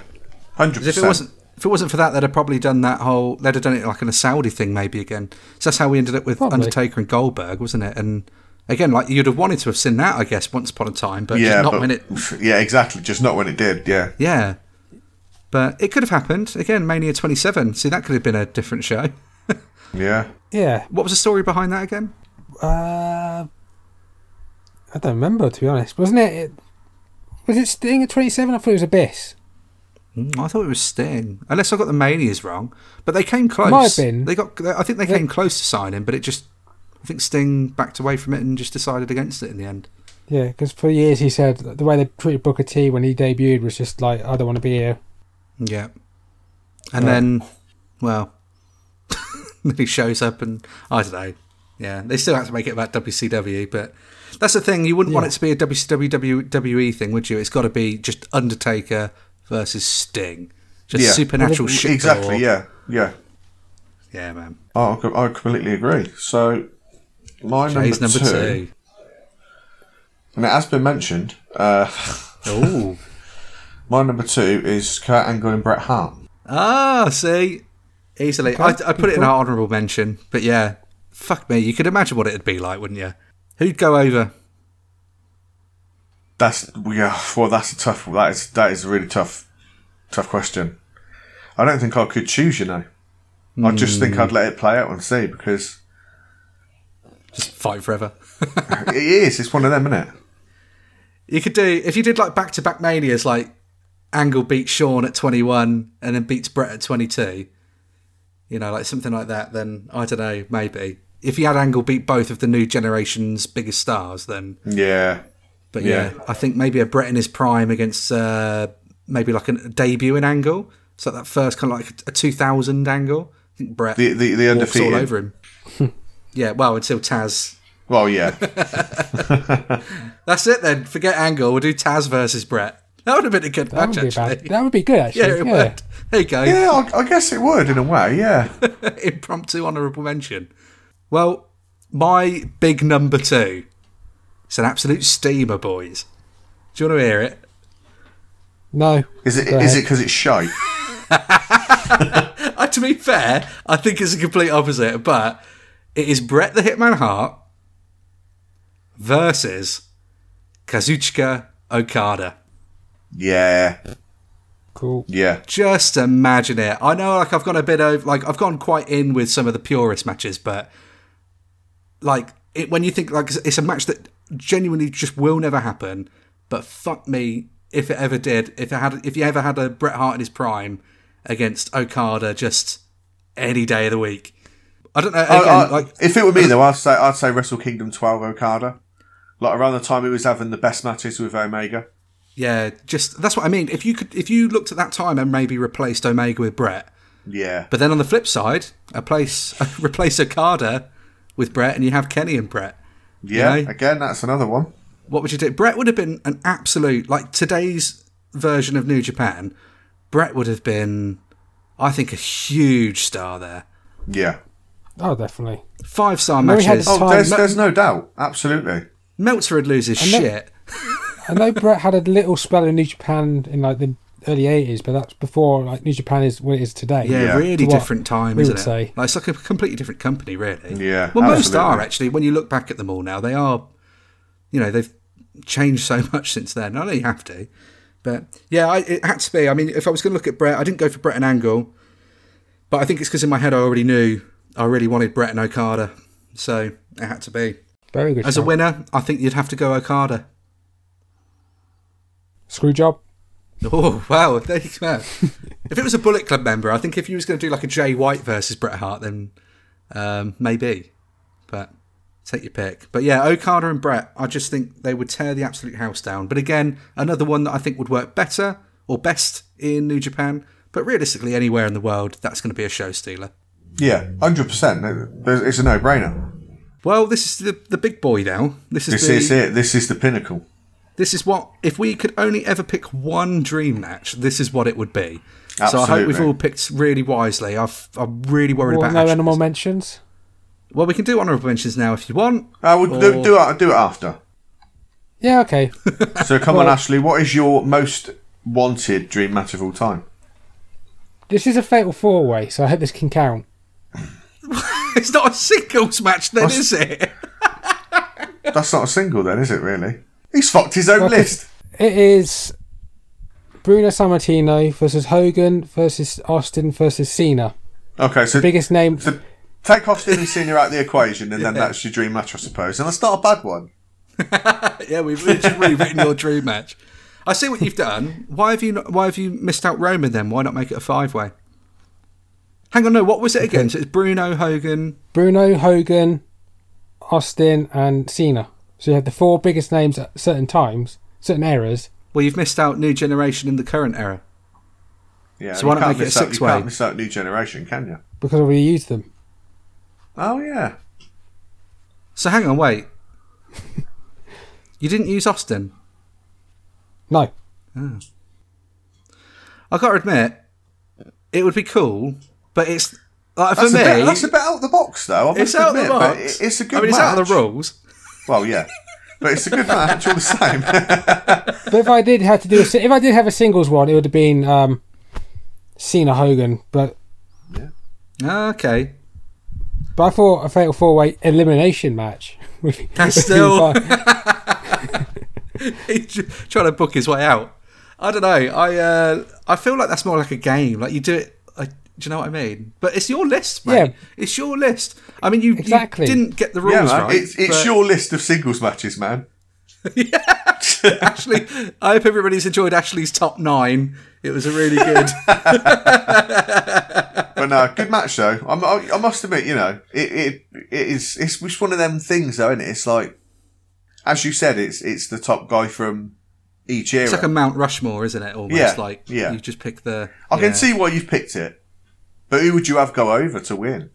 [SPEAKER 2] hundred
[SPEAKER 1] 'Cause if
[SPEAKER 2] percent.
[SPEAKER 1] it wasn't if it wasn't for that, they'd have probably done that whole. They'd have done it like in a Saudi thing maybe again. So that's how we ended up with
[SPEAKER 3] Probably.
[SPEAKER 1] Undertaker and Goldberg, wasn't it? And Again, like you'd have wanted to have seen that, I guess, once upon a time, but
[SPEAKER 2] yeah,
[SPEAKER 1] just not
[SPEAKER 2] but-
[SPEAKER 1] when it.
[SPEAKER 2] [laughs] yeah, exactly. Just not when it did. Yeah,
[SPEAKER 1] Yeah, but it could have happened again. Mania 27. See, that could have been a different show.
[SPEAKER 2] yeah.
[SPEAKER 3] Yeah.
[SPEAKER 1] What was the story behind that again?
[SPEAKER 3] Uh, I don't remember to be honest. Wasn't it? it was it Sting at 27? I thought it was Abyss.
[SPEAKER 1] Mm, I thought it was Sting, unless I got the Manias wrong. But they came close.
[SPEAKER 3] Might have been.
[SPEAKER 1] They got. I think they came close to signing, but it just. I think Sting backed away from it and just decided against it in the end.
[SPEAKER 3] Yeah, because for years he said the way they treated Booker T when he debuted was just like, I don't want to be here.
[SPEAKER 1] Yeah. And then, well, [laughs] then he shows up and I don't know. Yeah, they still have to make it about WCW, but that's the thing. You wouldn't want
[SPEAKER 3] Yeah.
[SPEAKER 1] it to be a WCW WWE thing, E, would you? It's got to be just Undertaker versus Sting, just
[SPEAKER 2] Yeah.
[SPEAKER 1] supernatural
[SPEAKER 3] Well,
[SPEAKER 1] shit.
[SPEAKER 2] Exactly. Yeah, yeah.
[SPEAKER 1] Yeah, man.
[SPEAKER 2] Oh, I co- I completely agree. So, my
[SPEAKER 1] Jay's
[SPEAKER 2] number,
[SPEAKER 1] number
[SPEAKER 2] two,
[SPEAKER 1] two.
[SPEAKER 2] and it has been mentioned. Uh,
[SPEAKER 1] Oh.
[SPEAKER 2] my number two is Kurt Angle and Bret Hart.
[SPEAKER 1] Ah, see, easily. I, I put it in our honourable mention, but yeah, fuck me. You could imagine what it'd be like, wouldn't you? Who'd go over?
[SPEAKER 2] That's yeah. Well, that's a tough. That is that is a really tough, tough question. I don't think I could choose. You know, I just think I'd let it play out and see because
[SPEAKER 1] Just fight forever.
[SPEAKER 2] it is. It's one of them, isn't it?
[SPEAKER 1] You could do if you did like back to back manias, like Angle beats Sean at twenty one and then beats Brett at twenty two. You know, like something like that. Then I don't know, maybe if you had Angle beat both of the new generation's biggest stars, then
[SPEAKER 2] Yeah.
[SPEAKER 1] But yeah, I think maybe a Brett in his prime against uh, maybe like an- a debut in angle. So that first kind of like a 2000 angle. I think Brett
[SPEAKER 2] The the the
[SPEAKER 1] walks all
[SPEAKER 2] undefeated.
[SPEAKER 1] over him. [laughs] yeah, well, until Taz.
[SPEAKER 2] Well, yeah.
[SPEAKER 1] That's it then. Forget angle. We'll do Taz versus Brett. That would have been a good
[SPEAKER 3] That
[SPEAKER 1] match,
[SPEAKER 3] would be
[SPEAKER 1] [laughs]
[SPEAKER 3] bad.
[SPEAKER 1] actually.
[SPEAKER 3] That would be good actually.
[SPEAKER 1] yeah, it would. There you go.
[SPEAKER 2] yeah, I, I guess it would in a way. Yeah.
[SPEAKER 1] Impromptu honourable mention. Well, my big number two. It's an absolute steamer, boys. Do you want to hear it?
[SPEAKER 3] No.
[SPEAKER 2] Is it
[SPEAKER 3] Go
[SPEAKER 2] is it
[SPEAKER 3] ahead.
[SPEAKER 2] because it's shite?
[SPEAKER 1] [laughs] Uh, to be fair, I think it's a complete opposite, but it is Brett the Hitman Hart versus Kazuchika Okada.
[SPEAKER 2] Yeah.
[SPEAKER 3] Cool.
[SPEAKER 2] Yeah.
[SPEAKER 1] Just imagine it. I know, like I've gone a bit over, like I've gone quite in with some of the purist matches, but like it, when you think like it's a match that genuinely just will never happen. But fuck me if it ever did. If it had, if you ever had a Bret Hart in his prime against Okada, just any day of the week. I don't know. Again,
[SPEAKER 2] I- I-
[SPEAKER 1] like
[SPEAKER 2] if it were me though, I'd say I'd say Wrestle Kingdom 12 Okada. Like around the time he was having the best matches with Omega.
[SPEAKER 1] yeah, just that's what I mean. If you could, if you looked at that time and maybe replaced Omega with Bret,
[SPEAKER 2] Yeah.
[SPEAKER 1] But then on the flip side, a place [laughs] replace Okada with Brett, and you have Kenny and Brett.
[SPEAKER 2] yeah.
[SPEAKER 1] you know?
[SPEAKER 2] Again, that's another one.
[SPEAKER 1] What would you do? Brett would have been an absolute like today's version of New Japan. Brett would have been, I think, a huge star there.
[SPEAKER 2] Yeah.
[SPEAKER 3] Oh, definitely.
[SPEAKER 1] Five star
[SPEAKER 3] know he had
[SPEAKER 1] matches.
[SPEAKER 3] his
[SPEAKER 2] Oh, there's
[SPEAKER 3] Time-
[SPEAKER 2] there's no doubt. Absolutely.
[SPEAKER 1] Meltzer would lose his
[SPEAKER 3] know-
[SPEAKER 1] shit.
[SPEAKER 3] I know Brett had a little spell in New Japan in like the early 80s, but that's before like New Japan is what it is today.
[SPEAKER 1] Yeah,
[SPEAKER 2] Yeah.
[SPEAKER 1] really
[SPEAKER 3] To what
[SPEAKER 1] different time,
[SPEAKER 3] we
[SPEAKER 1] isn't
[SPEAKER 3] would
[SPEAKER 1] it?
[SPEAKER 3] say.
[SPEAKER 1] Like, it's like a completely different company, really.
[SPEAKER 2] Yeah,
[SPEAKER 1] Well, most
[SPEAKER 2] absolutely.
[SPEAKER 1] are actually. When you look back at them all now, they are. You know, they've changed so [laughs] much since then. I know you have to, but yeah, I, it had to be. I mean, if I was going to look at Brett, I didn't go for Brett and Angle, but I think it's because in my head I already knew I really wanted Brett and Okada, so it had to be.
[SPEAKER 3] Very good.
[SPEAKER 1] As a
[SPEAKER 3] shout.
[SPEAKER 1] winner, I think you'd have to go Okada.
[SPEAKER 3] Screw job.
[SPEAKER 1] Oh wow, there you go. if it was a Bullet Club member, I think if you was going to do like a Jay White versus Bret Hart, then um, maybe. But take your pick. But yeah, Okada and Bret, I just think they would tear the absolute house down. But again, another one that I think would work better or best in New Japan. But realistically, anywhere in the world, that's going to be a show stealer.
[SPEAKER 2] Yeah. Hundred percent. It's a no brainer.
[SPEAKER 1] Well, this is the the big boy now. This is
[SPEAKER 2] This
[SPEAKER 1] the,
[SPEAKER 2] is it. This is the pinnacle.
[SPEAKER 1] this is what if we could only ever pick one dream match, this is what it would be. So I hope
[SPEAKER 2] Absolutely.
[SPEAKER 1] we've all picked really wisely. I've, I'm really worried
[SPEAKER 3] Well,
[SPEAKER 1] about.
[SPEAKER 3] no
[SPEAKER 1] actually-
[SPEAKER 3] animal mentions.
[SPEAKER 1] Well, we can do honourable mentions now if you want. [laughs]
[SPEAKER 2] I would do,
[SPEAKER 1] Or-
[SPEAKER 2] do it. Do it after.
[SPEAKER 3] Yeah,
[SPEAKER 1] [laughs]
[SPEAKER 3] okay.
[SPEAKER 2] So come on, Ashley. What is your most wanted dream match of all time?
[SPEAKER 3] this is a fatal four way, so I hope this can count.
[SPEAKER 1] It's not a singles match, then,
[SPEAKER 2] What's-
[SPEAKER 1] is it?
[SPEAKER 2] That's not a single then, is it? Really? He's fucked his own
[SPEAKER 3] Okay.
[SPEAKER 2] list.
[SPEAKER 3] It is Bruno Sammartino versus Hogan versus Austin versus Cena.
[SPEAKER 2] Okay, so
[SPEAKER 3] Biggest name.
[SPEAKER 2] so take
[SPEAKER 1] [laughs]
[SPEAKER 2] Austin and Senior out the equation, and then that's your dream match, I suppose. And that's not a bad one.
[SPEAKER 1] [laughs] yeah, we've literally rewritten your dream match. I see what you've done. Why have you not, Why have you missed out Roman then? Why not make it a five way? Hang on, no. What was it again? So it's Bruno Hogan.
[SPEAKER 3] Bruno, Hogan, Austin, and Cena. So you have the four biggest names at certain times, certain eras.
[SPEAKER 1] Well, you've missed out New Generation in the current era.
[SPEAKER 2] Yeah.
[SPEAKER 1] So why
[SPEAKER 2] you
[SPEAKER 1] not
[SPEAKER 2] can't
[SPEAKER 1] make it a
[SPEAKER 2] miss out-
[SPEAKER 1] six-way?
[SPEAKER 2] You can't miss out New Generation, can you?
[SPEAKER 3] because I reused them.
[SPEAKER 2] Oh yeah.
[SPEAKER 1] So hang on, wait. [laughs] you didn't use Austin.
[SPEAKER 3] No,
[SPEAKER 1] I got to admit, it would be cool, but it's like
[SPEAKER 2] That's
[SPEAKER 1] for
[SPEAKER 2] a
[SPEAKER 1] me.
[SPEAKER 2] bit, that's a bit out the box, though. I must
[SPEAKER 1] it's out of
[SPEAKER 2] admit,
[SPEAKER 1] the
[SPEAKER 2] but
[SPEAKER 1] box.
[SPEAKER 2] it- It's a good.
[SPEAKER 1] I mean, it's out of the
[SPEAKER 2] match.
[SPEAKER 1] rules.
[SPEAKER 2] Well, yeah, but it's a good match all
[SPEAKER 1] [laughs]
[SPEAKER 2] the same. [laughs]
[SPEAKER 3] but if I did have to do a, si- if I did have a singles one, it would have been um, Cena Hogan. But
[SPEAKER 1] Okay. [laughs]
[SPEAKER 3] but I thought a fatal four way elimination match. [laughs] would be-
[SPEAKER 1] That's
[SPEAKER 3] would be
[SPEAKER 1] still-
[SPEAKER 3] fine.
[SPEAKER 1] He's ju- trying to book his way out. I don't know. I uh, I feel like that's more like a game. Like you do it. Like, do you know what I mean? But it's your list, mate.
[SPEAKER 3] Yeah.
[SPEAKER 1] It's your list. I mean, you, you
[SPEAKER 3] Exactly.
[SPEAKER 1] didn't get the rules
[SPEAKER 2] yeah, man,
[SPEAKER 1] right.
[SPEAKER 2] it's, it's
[SPEAKER 1] but
[SPEAKER 2] your list of singles matches, man.
[SPEAKER 1] [laughs] Ashley, I hope everybody's enjoyed Ashley's top nine. It was a really
[SPEAKER 2] [laughs]
[SPEAKER 1] good.
[SPEAKER 2] But no, good match though. I'm, I, I must admit, you know, it it, it is it's just one of them things, though, isn't it? It's like, as you said, it's it's the top guy from each era.
[SPEAKER 1] it's like a Mount Rushmore, isn't it? Almost
[SPEAKER 2] Yeah,
[SPEAKER 1] like
[SPEAKER 2] yeah.
[SPEAKER 1] you just pick the.
[SPEAKER 2] I
[SPEAKER 1] yeah.
[SPEAKER 2] can see why you've picked it, but who would you have go over to win?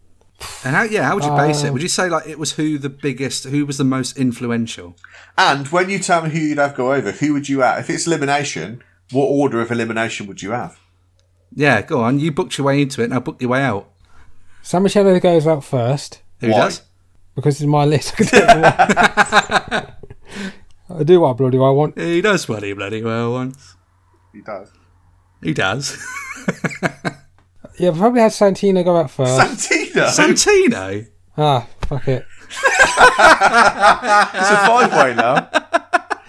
[SPEAKER 1] And how, yeah, how would you base it? Would you say like it was who the biggest, who was the most influential?
[SPEAKER 2] And when you tell me who you'd have go over, who would you have? If it's elimination, what order of elimination would you have?
[SPEAKER 1] Yeah, go on. You booked your way into it. Now book your way out.
[SPEAKER 3] San Michele goes out first
[SPEAKER 1] Who
[SPEAKER 2] Why?
[SPEAKER 1] does?
[SPEAKER 3] because it's my list. [laughs] I, can do what I do what bloody I want.
[SPEAKER 1] He does what he bloody well wants.
[SPEAKER 2] He does.
[SPEAKER 1] He does. [laughs]
[SPEAKER 3] Yeah, I've probably had Santino go out first.
[SPEAKER 2] Santino.
[SPEAKER 1] Santino.
[SPEAKER 3] ah, fuck it.
[SPEAKER 2] It's a five way now.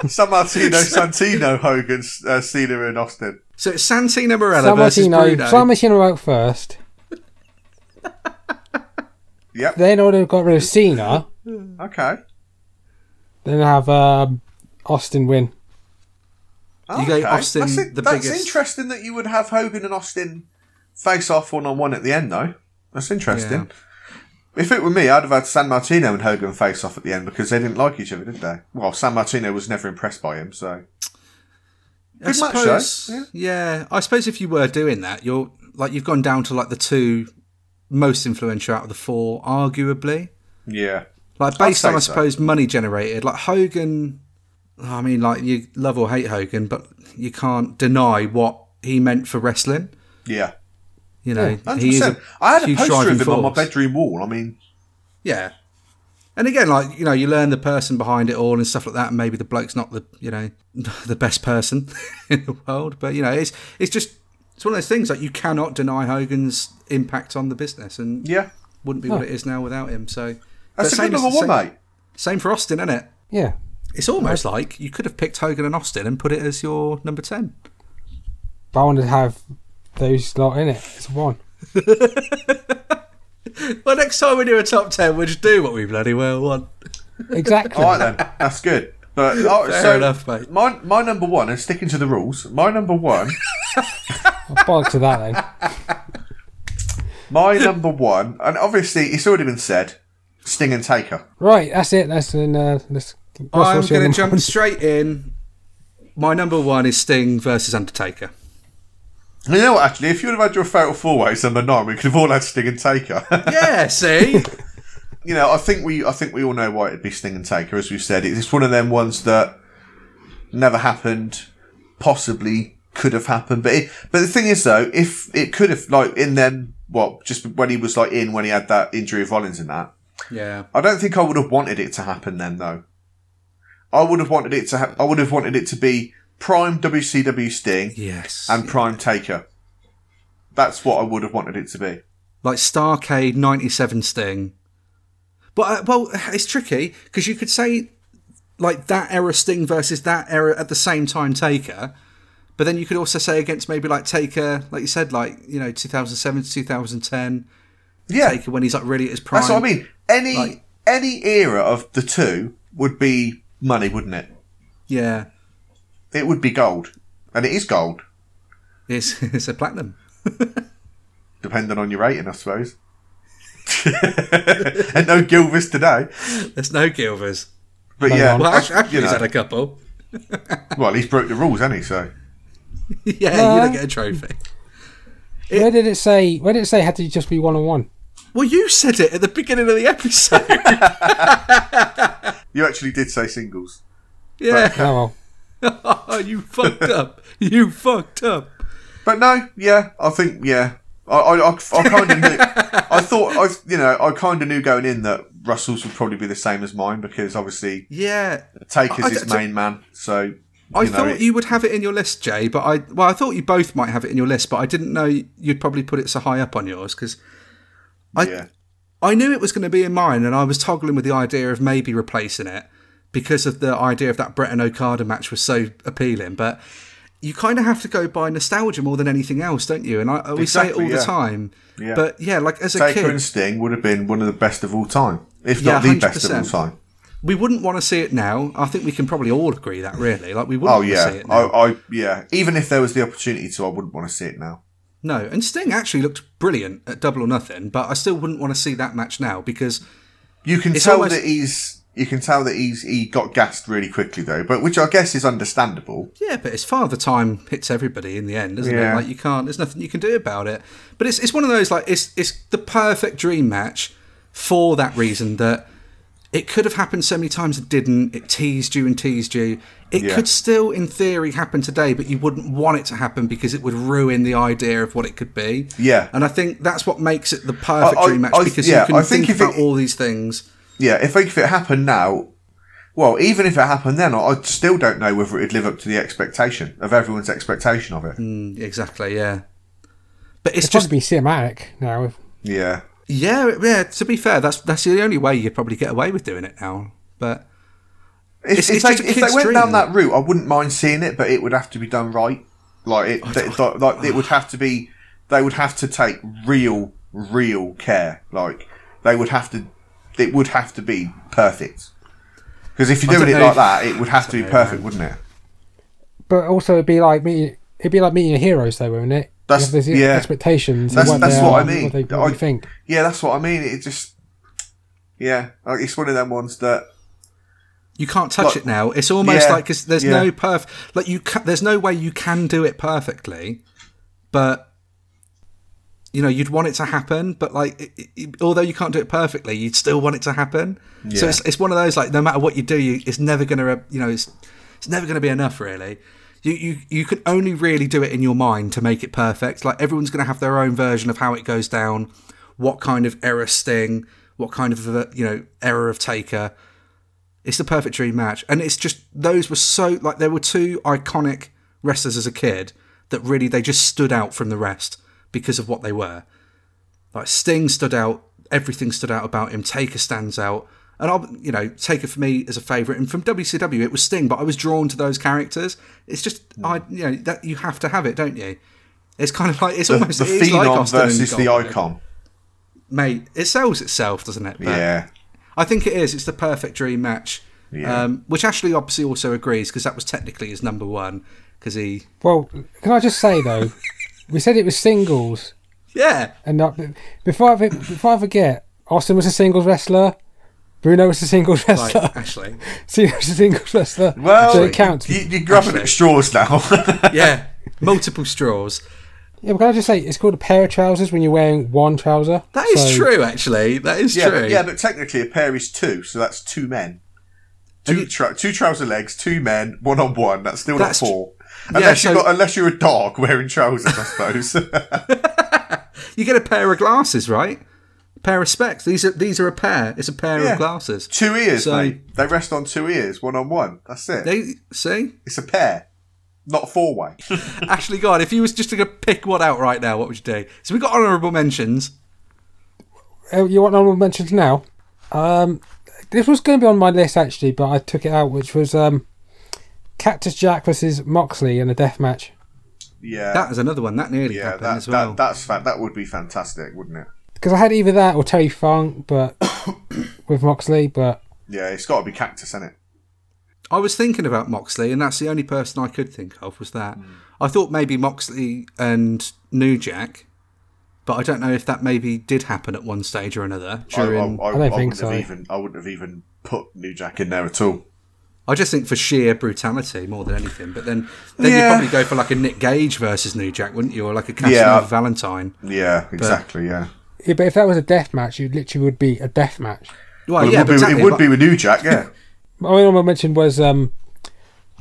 [SPEAKER 2] San Martino, Santino, Hogan, uh, Cena, and Austin.
[SPEAKER 1] So it's Santino Morella
[SPEAKER 3] San
[SPEAKER 1] versus
[SPEAKER 3] Martino,
[SPEAKER 1] Bruno.
[SPEAKER 3] San Martino out first.
[SPEAKER 2] Yep.
[SPEAKER 3] Then I would have got rid of Cena.
[SPEAKER 2] Okay.
[SPEAKER 3] Then have um, Austin win.
[SPEAKER 1] You go
[SPEAKER 2] Okay.
[SPEAKER 1] Austin,
[SPEAKER 2] That's,
[SPEAKER 1] the
[SPEAKER 2] that's
[SPEAKER 1] biggest.
[SPEAKER 2] interesting that you would have Hogan and Austin face off one on one at the end, though. That's interesting. If it were me, I'd have had San Martino and Hogan face off at the end because they didn't like each other, did they? Well, San Martino was never impressed by him, so.
[SPEAKER 1] I
[SPEAKER 2] Good match, though.
[SPEAKER 1] suppose, yeah. I suppose if you were doing that, you're like you've gone down to like the two most influential out of the four, arguably.
[SPEAKER 2] Yeah.
[SPEAKER 1] Like based
[SPEAKER 2] say
[SPEAKER 1] on, I
[SPEAKER 2] so.
[SPEAKER 1] suppose, money generated. Like Hogan, I mean, like you love or hate Hogan, but you can't deny what he meant for wrestling.
[SPEAKER 2] Yeah.
[SPEAKER 1] You know, he is
[SPEAKER 2] 100%.
[SPEAKER 1] a
[SPEAKER 2] I had a
[SPEAKER 1] huge
[SPEAKER 2] poster
[SPEAKER 1] driving
[SPEAKER 2] of him on my
[SPEAKER 1] force.
[SPEAKER 2] bedroom wall. I mean,
[SPEAKER 1] Yeah. And again, like you know, you learn the person behind it all and stuff like that. And maybe the bloke's not the you know [laughs] the best person [laughs] in the world, but you know, it's it's just it's one of those things like you cannot deny Hogan's impact on the business, and
[SPEAKER 2] yeah.
[SPEAKER 1] wouldn't be what it is now without him. So
[SPEAKER 2] That's
[SPEAKER 1] but
[SPEAKER 2] a good
[SPEAKER 1] same as-
[SPEAKER 2] number
[SPEAKER 1] same,
[SPEAKER 2] one, mate.
[SPEAKER 1] Same for Austin, isn't it?
[SPEAKER 3] Yeah.
[SPEAKER 1] It's almost like you could have picked Hogan and Austin and put it as your number ten.
[SPEAKER 3] But I wanted to have those lot in it. It's one.
[SPEAKER 1] Well, next time we do a top ten, we'll just do what we bloody well want.
[SPEAKER 3] Exactly.
[SPEAKER 2] All right then, that's good.
[SPEAKER 1] [laughs]
[SPEAKER 2] But oh,
[SPEAKER 1] Fair
[SPEAKER 2] so
[SPEAKER 1] enough, mate.
[SPEAKER 2] My my number one, and sticking to the rules, my number one,
[SPEAKER 3] Bollocks to that then.
[SPEAKER 2] my number one, and obviously it's already been said, Sting and Taker.
[SPEAKER 3] Right, that's it. That's in, uh, let's.
[SPEAKER 1] I'm going to jump straight in. My number one is Sting versus Undertaker.
[SPEAKER 2] And you know what? Actually, if you would have had your fatal four ways number nine, we could have all had Sting and Taker. [laughs]
[SPEAKER 1] Yeah, [laughs] see,
[SPEAKER 2] you know, I think we I think we all know why it'd be Sting and Taker, as we've said. It's one of them ones that never happened, possibly could have happened, but it, but the thing is though, if it could have like in them, what just when he was like in when he had that injury of Rollins and that.
[SPEAKER 1] yeah.
[SPEAKER 2] I don't think I would have wanted it to happen then, though. I would have wanted it to. Ha- I would have wanted it to be prime WCW Sting
[SPEAKER 1] Yes.
[SPEAKER 2] and prime Taker. That's what I would have wanted it to be.
[SPEAKER 1] like Starcade 97 Sting. But, uh, well, it's tricky because you could say like that era Sting versus that era at the same time Taker. But then you could also say against maybe like Taker, like you said, like you know 2007 to 2010.
[SPEAKER 2] Yeah,
[SPEAKER 1] Taker when he's like really at his prime.
[SPEAKER 2] that's what I mean. Any
[SPEAKER 1] Like-
[SPEAKER 2] any era of the two would be money, wouldn't it?
[SPEAKER 1] Yeah,
[SPEAKER 2] It would be gold, and it is gold,
[SPEAKER 1] it's [laughs] it's a platinum.
[SPEAKER 2] depending on your rating, I suppose. [laughs] and no Gilvis today,
[SPEAKER 1] There's no Gilvers.
[SPEAKER 2] but
[SPEAKER 3] Bang
[SPEAKER 2] yeah,
[SPEAKER 3] on.
[SPEAKER 1] Well,
[SPEAKER 2] that's-
[SPEAKER 1] actually, actually
[SPEAKER 2] you know,
[SPEAKER 1] he's had a couple.
[SPEAKER 2] well, he's broke the rules, hasn't he? So
[SPEAKER 1] [laughs] yeah,
[SPEAKER 3] No.
[SPEAKER 1] you don't get a trophy.
[SPEAKER 3] where did it say? Where did it say? Had to just be one on one.
[SPEAKER 1] Well, you said it at the beginning of the episode.
[SPEAKER 2] you actually did say singles.
[SPEAKER 1] [laughs] yeah, [laughs]
[SPEAKER 3] Oh well.
[SPEAKER 1] you fucked up. You fucked up.
[SPEAKER 2] But no, yeah, I think yeah, I I, I, I kind
[SPEAKER 1] [laughs]
[SPEAKER 2] of knew. I thought I you know I kind of knew going in that Russell's would probably be the same as mine because obviously
[SPEAKER 1] Yeah, I-
[SPEAKER 2] Taker's
[SPEAKER 1] I-
[SPEAKER 2] his main man. So
[SPEAKER 1] I
[SPEAKER 2] you know,
[SPEAKER 1] thought
[SPEAKER 2] it-
[SPEAKER 1] you would have it in your list, Jay, but I well, I thought you both might have it in your list, but I didn't know you'd probably put it so high up on yours because I
[SPEAKER 2] yeah.
[SPEAKER 1] I knew it was going to be in mine, and I was toggling with the idea of maybe replacing it because of the idea of that Brett and Okada match was so appealing, but. You kind of have to go by nostalgia more than anything else, don't you? And I, we say
[SPEAKER 2] Exactly,
[SPEAKER 1] it all
[SPEAKER 2] yeah.
[SPEAKER 1] the time.
[SPEAKER 2] Yeah.
[SPEAKER 1] But yeah, like as a
[SPEAKER 2] Taker
[SPEAKER 1] kid,
[SPEAKER 2] and Sting would have been one of the best of all time, if
[SPEAKER 1] Yeah,
[SPEAKER 2] not the best of all
[SPEAKER 1] 100%.
[SPEAKER 2] time.
[SPEAKER 1] we wouldn't want to see it now. I think we can probably all agree that really, like we wouldn't
[SPEAKER 2] Oh
[SPEAKER 1] want to see
[SPEAKER 2] yeah,
[SPEAKER 1] it now.
[SPEAKER 2] I, I yeah. Even if there was the opportunity to, I wouldn't want to see it now.
[SPEAKER 1] No, and Sting actually looked brilliant at Double or Nothing, but I still wouldn't want to see that match now because
[SPEAKER 2] You can
[SPEAKER 1] It's
[SPEAKER 2] tell
[SPEAKER 1] almost-
[SPEAKER 2] that he's you can tell that he's he got gassed really quickly though, but which I guess is understandable.
[SPEAKER 1] yeah, but it's father time hits everybody in the end, isn't
[SPEAKER 2] Yeah.
[SPEAKER 1] it? Like you can't, there's nothing you can do about it. But it's it's one of those like it's it's the perfect dream match for that reason that it could have happened so many times it didn't. It teased you and teased you. It
[SPEAKER 2] Yeah.
[SPEAKER 1] could still, in theory, happen today, but you wouldn't want it to happen because it would ruin the idea of what it could be.
[SPEAKER 2] Yeah.
[SPEAKER 1] and I think that's what makes it the perfect
[SPEAKER 2] I-
[SPEAKER 1] dream match
[SPEAKER 2] I-
[SPEAKER 1] because
[SPEAKER 2] yeah,
[SPEAKER 1] you can
[SPEAKER 2] I think
[SPEAKER 1] think,
[SPEAKER 2] if it-
[SPEAKER 1] about all these things.
[SPEAKER 2] Yeah, if if it happened now, well, even if it happened then, I, I still don't know whether it'd live up to the expectation of everyone's expectation of it.
[SPEAKER 1] Mm. Exactly, yeah. But it's
[SPEAKER 3] It's
[SPEAKER 1] just
[SPEAKER 3] just be cinematic now.
[SPEAKER 2] Yeah,
[SPEAKER 1] yeah, yeah. To be fair, that's that's the only way you'd probably get away with doing it now. But
[SPEAKER 2] if,
[SPEAKER 1] It's-
[SPEAKER 2] if
[SPEAKER 1] it's
[SPEAKER 2] they,
[SPEAKER 1] just a
[SPEAKER 2] if they
[SPEAKER 1] kid's
[SPEAKER 2] went
[SPEAKER 1] dream.
[SPEAKER 2] down that route, I wouldn't mind seeing it, but it would have to be done right. Like
[SPEAKER 1] Oh,
[SPEAKER 2] it, th- like, like it would have to be. They would have to take real, real care. Like they would have to. It would have to be perfect. Because if you're
[SPEAKER 1] I
[SPEAKER 2] doing
[SPEAKER 1] don't
[SPEAKER 2] it
[SPEAKER 1] know
[SPEAKER 2] like
[SPEAKER 1] if-
[SPEAKER 2] that, it would have to be perfect, wouldn't it?
[SPEAKER 3] But also, it'd be like meeting. It'd be like meeting your heroes, though, wouldn't it?
[SPEAKER 2] That's-
[SPEAKER 3] You have these
[SPEAKER 2] yeah.
[SPEAKER 3] expectations.
[SPEAKER 2] That's-
[SPEAKER 3] and what
[SPEAKER 2] that's
[SPEAKER 3] they
[SPEAKER 2] what
[SPEAKER 3] are
[SPEAKER 2] I
[SPEAKER 3] and
[SPEAKER 2] mean.
[SPEAKER 3] What they, what
[SPEAKER 2] I-
[SPEAKER 3] they think.
[SPEAKER 2] Yeah, that's what I mean. It just. Yeah, like it's one of them ones that
[SPEAKER 1] you can't touch
[SPEAKER 2] Like-
[SPEAKER 1] it now. It's almost
[SPEAKER 2] Yeah,
[SPEAKER 1] like 'cause there's
[SPEAKER 2] yeah.
[SPEAKER 1] no perf like you. Ca- there's no way you can do it perfectly, but you know you'd want it to happen. But like, it, it, although you can't do it perfectly, you'd still want it to happen. So it's it's one of those like no matter what you do, you, it's never gonna you know it's it's never gonna be enough really. You, you you can only really do it in your mind to make it perfect. Like everyone's gonna have their own version of how it goes down, what kind of error sting, what kind of uh, you know error of taker. It's the perfect dream match, and it's just those were so like there were two iconic wrestlers as a kid that really they just stood out from the rest because of what they were. Like Sting stood out, everything stood out about him. Taker stands out, and I, will you know, Taker for me is a favorite, and from WCW it was Sting, but I was drawn to those characters. It's just
[SPEAKER 2] Hmm.
[SPEAKER 1] I, you know, that you have to have it, don't you? It's kind of like it's
[SPEAKER 2] the,
[SPEAKER 1] almost
[SPEAKER 2] the
[SPEAKER 1] it is like
[SPEAKER 2] phenom
[SPEAKER 1] Austin and
[SPEAKER 2] versus the
[SPEAKER 1] Goldberg.
[SPEAKER 2] icon.
[SPEAKER 1] mate. It sells itself, doesn't it? But-
[SPEAKER 2] Yeah,
[SPEAKER 1] I think it is. It's the perfect dream match.
[SPEAKER 2] Yeah.
[SPEAKER 1] Um, which Ashley obviously also agrees because that was technically his number one because he.
[SPEAKER 3] Well, can I just say
[SPEAKER 2] [laughs]
[SPEAKER 3] though, we said it was singles,
[SPEAKER 1] Yeah.
[SPEAKER 3] and not before I before I forget, Austin was a singles wrestler. Bruno was a singles
[SPEAKER 2] [laughs]
[SPEAKER 1] Right,
[SPEAKER 3] wrestler. [laughs]
[SPEAKER 1] Ashley.
[SPEAKER 3] Cena was a singles wrestler.
[SPEAKER 2] Well,
[SPEAKER 3] so it counts.
[SPEAKER 2] you, you're grabbing at straws now. [laughs]
[SPEAKER 1] Yeah. Multiple straws.
[SPEAKER 3] Yeah, but can I just say it's called a pair of trousers when you're wearing one trouser?
[SPEAKER 1] That is
[SPEAKER 3] So-
[SPEAKER 1] true, actually. That is
[SPEAKER 2] Yeah,
[SPEAKER 1] true.
[SPEAKER 2] but, yeah, but technically a pair is two, so that's two men. Two, trou- two trouser legs, two men, one on one. That's still
[SPEAKER 1] That's tr-
[SPEAKER 2] not four. Unless
[SPEAKER 1] so-
[SPEAKER 2] you got, unless you're a dog wearing trousers, I suppose. [laughs]
[SPEAKER 1] You get a pair of glasses, right? pair of specs. These are these are a pair. It's a pair
[SPEAKER 2] Yeah.
[SPEAKER 1] of glasses.
[SPEAKER 2] two ears,
[SPEAKER 1] So-
[SPEAKER 2] mate. They rest on two ears, one on one. That's it.
[SPEAKER 1] They see
[SPEAKER 2] it's a pair, not a four
[SPEAKER 1] [laughs]
[SPEAKER 2] way.
[SPEAKER 1] Ashley. God, if you was just to go pick one out right now, what would you do? So we got honourable mentions.
[SPEAKER 3] Uh, you want honorable mentions now? Um, This was going to be on my list actually, but I took it out, which was um, Cactus Jack versus Moxley in a death match.
[SPEAKER 2] Yeah,
[SPEAKER 1] That is another one that nearly
[SPEAKER 2] Uh, yeah,
[SPEAKER 1] happened
[SPEAKER 2] that,
[SPEAKER 1] as well.
[SPEAKER 2] that that's fa- that would be fantastic, wouldn't it?
[SPEAKER 3] Because I had either that or Terry Funk, but [coughs] with Moxley, but
[SPEAKER 2] Yeah, it's got to be cactus, is it?
[SPEAKER 1] I was thinking about Moxley, and that's the only person I could think of was
[SPEAKER 2] Hmm.
[SPEAKER 1] that. I thought maybe Moxley and New Jack, but I don't know if that maybe did happen at one stage or another. During, I,
[SPEAKER 2] I, I, I,
[SPEAKER 3] I don't think
[SPEAKER 2] wouldn't
[SPEAKER 3] so.
[SPEAKER 2] have even I wouldn't have even put New Jack in there at all.
[SPEAKER 1] just think for sheer brutality more than anything. But then, then
[SPEAKER 2] Yeah.
[SPEAKER 1] you'd probably go for like a Nick Gage versus New Jack, wouldn't you, or like a Casanova
[SPEAKER 2] Yeah.
[SPEAKER 1] Valentine?
[SPEAKER 2] Yeah, exactly. yeah,
[SPEAKER 3] yeah, but if that was a death match, it literally would be a death match.
[SPEAKER 1] Well,
[SPEAKER 2] But it
[SPEAKER 1] Oh, yeah,
[SPEAKER 2] would, be,
[SPEAKER 1] but exactly,
[SPEAKER 2] it would
[SPEAKER 1] but-
[SPEAKER 2] be with New Jack. Yeah,
[SPEAKER 3] I mean, I mentioned was um,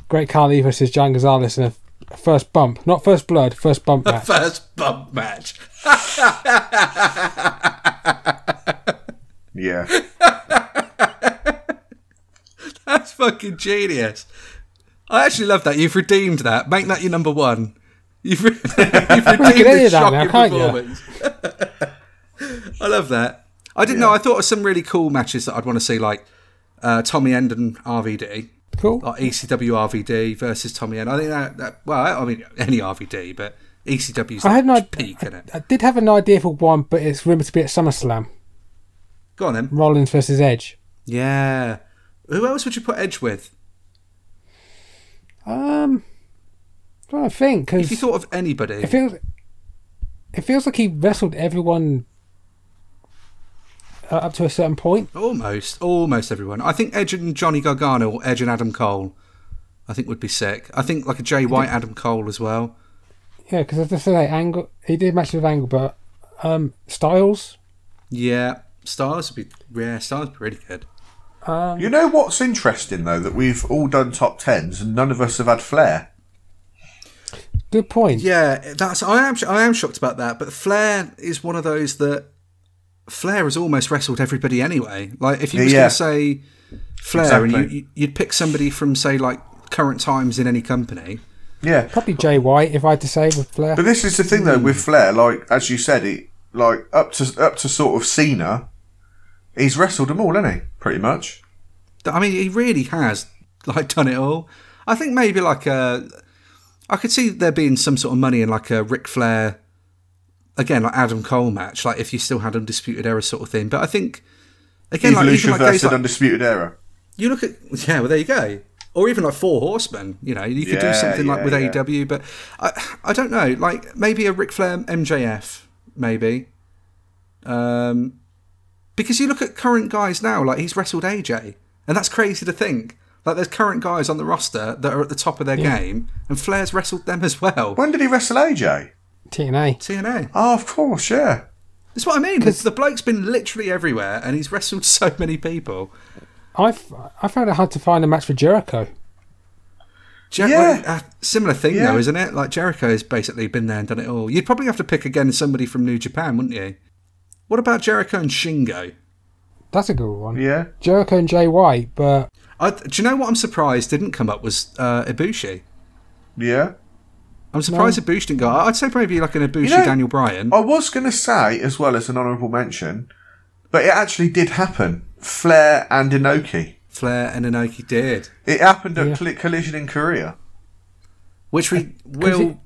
[SPEAKER 3] Great Khali versus Jan Gonzalez in a f- first bump, not first blood, first bump
[SPEAKER 1] [laughs]
[SPEAKER 3] match.
[SPEAKER 1] first bump match.
[SPEAKER 2] yeah.
[SPEAKER 1] That's fucking genius. I actually love that. You've redeemed that. Make that your number one. You've,
[SPEAKER 3] [laughs]
[SPEAKER 1] re- [laughs] you've redeemed
[SPEAKER 3] edit
[SPEAKER 1] this
[SPEAKER 3] that
[SPEAKER 1] shocking
[SPEAKER 3] now, can't you?
[SPEAKER 1] performance. [laughs] I love that. I didn't know. I thought of some really cool matches that I'd want to see, like uh, Tommy End and RVD,
[SPEAKER 3] Cool.
[SPEAKER 1] like E ECW RVD versus Tommy End. I think that, that well, I mean, any RVD, but ECW's
[SPEAKER 3] I had no-
[SPEAKER 1] like peak in it.
[SPEAKER 3] I did have an idea for one, but it's rumored to be at SummerSlam.
[SPEAKER 1] Go on then.
[SPEAKER 3] Rollins versus Edge.
[SPEAKER 1] Yeah. Who else would you put Edge with?
[SPEAKER 3] Um, i trying to think
[SPEAKER 1] If you
[SPEAKER 3] because
[SPEAKER 1] thought of anybody,
[SPEAKER 3] it feels it feels like he wrestled everyone uh, up to a certain point.
[SPEAKER 1] Almost, almost everyone. I think Edge and Johnny Gargano or Edge and Adam Cole, I think would be sick. I think like a Jay White, Adam Cole as well.
[SPEAKER 3] Yeah, because as I say, Angle he did match with Angle, but um, Styles.
[SPEAKER 1] Yeah, Styles would be yeah, Styles would be really good.
[SPEAKER 2] You know what's interesting though that we've all done top tens and none of us have had flair.
[SPEAKER 3] Good point.
[SPEAKER 1] Yeah, that's I am I am shocked about that. But Flair is one of those that Flair has almost wrestled everybody anyway. Like if you was
[SPEAKER 2] Yeah.
[SPEAKER 1] going to say Flair, and
[SPEAKER 2] Exactly.
[SPEAKER 1] you, you, you'd pick somebody from say like current times in any company.
[SPEAKER 2] Yeah,
[SPEAKER 3] Probably Jay White, if I had to say, with Flair.
[SPEAKER 2] but this is the thing though with
[SPEAKER 1] Hmm.
[SPEAKER 2] flair. Like as you said, it like up to up to sort of Cena, he's wrestled them all, hasn't he? Pretty much.
[SPEAKER 1] I mean, he really has like done it all. I think maybe like a, I could see there being some sort of money in like a Ric Flair, again like Adam Cole match, like if you still had undisputed era sort of thing. But I think again, like
[SPEAKER 2] Evolution
[SPEAKER 1] even like
[SPEAKER 2] versus
[SPEAKER 1] days like,
[SPEAKER 2] Undisputed Era.
[SPEAKER 1] you look at yeah, well there you go, or even like Four Horsemen. You know, you could do
[SPEAKER 2] Yeah,
[SPEAKER 1] something like
[SPEAKER 2] yeah,
[SPEAKER 1] with
[SPEAKER 2] yeah.
[SPEAKER 1] AEW, but I I don't know, like maybe a Ric Flair MJF maybe, um, because you look at current guys now, like he's wrestled AJ, and that's crazy to think. Like there's current guys on the roster that are at the top of their game, and Flair's wrestled them as well.
[SPEAKER 2] When did he wrestle AJ?
[SPEAKER 3] TNA.
[SPEAKER 1] TNA.
[SPEAKER 2] Oh, of course, yeah.
[SPEAKER 1] That's what I mean. Because the bloke's been literally everywhere, and he's wrestled [laughs] so many people.
[SPEAKER 3] I f- I found it hard to find a match for Jericho.
[SPEAKER 1] Jer-
[SPEAKER 2] Yeah.
[SPEAKER 1] like, uh, similar thing
[SPEAKER 2] Yeah.
[SPEAKER 1] though, isn't it? Like Jericho's basically been there and done it all. You'd probably have to pick again somebody from New Japan, wouldn't you? What about Jericho and Shingo?
[SPEAKER 3] That's a good one.
[SPEAKER 2] Yeah.
[SPEAKER 3] Jericho and Jay White, but
[SPEAKER 1] I, do you know what I'm surprised didn't come up was uh, Ibushi.
[SPEAKER 2] Yeah.
[SPEAKER 1] I'm surprised Ibushi didn't go. I'd say maybe like an Ibushi
[SPEAKER 2] You know- oh
[SPEAKER 1] Daniel Bryan.
[SPEAKER 2] I was going to say, as well as an honourable mention, but it actually did happen. Flair and Inoki.
[SPEAKER 1] Flair and Inoki did,
[SPEAKER 2] It happened at
[SPEAKER 3] Yeah.
[SPEAKER 2] Cl- Collision in Korea.
[SPEAKER 1] which
[SPEAKER 2] Uh,
[SPEAKER 1] we will
[SPEAKER 3] it-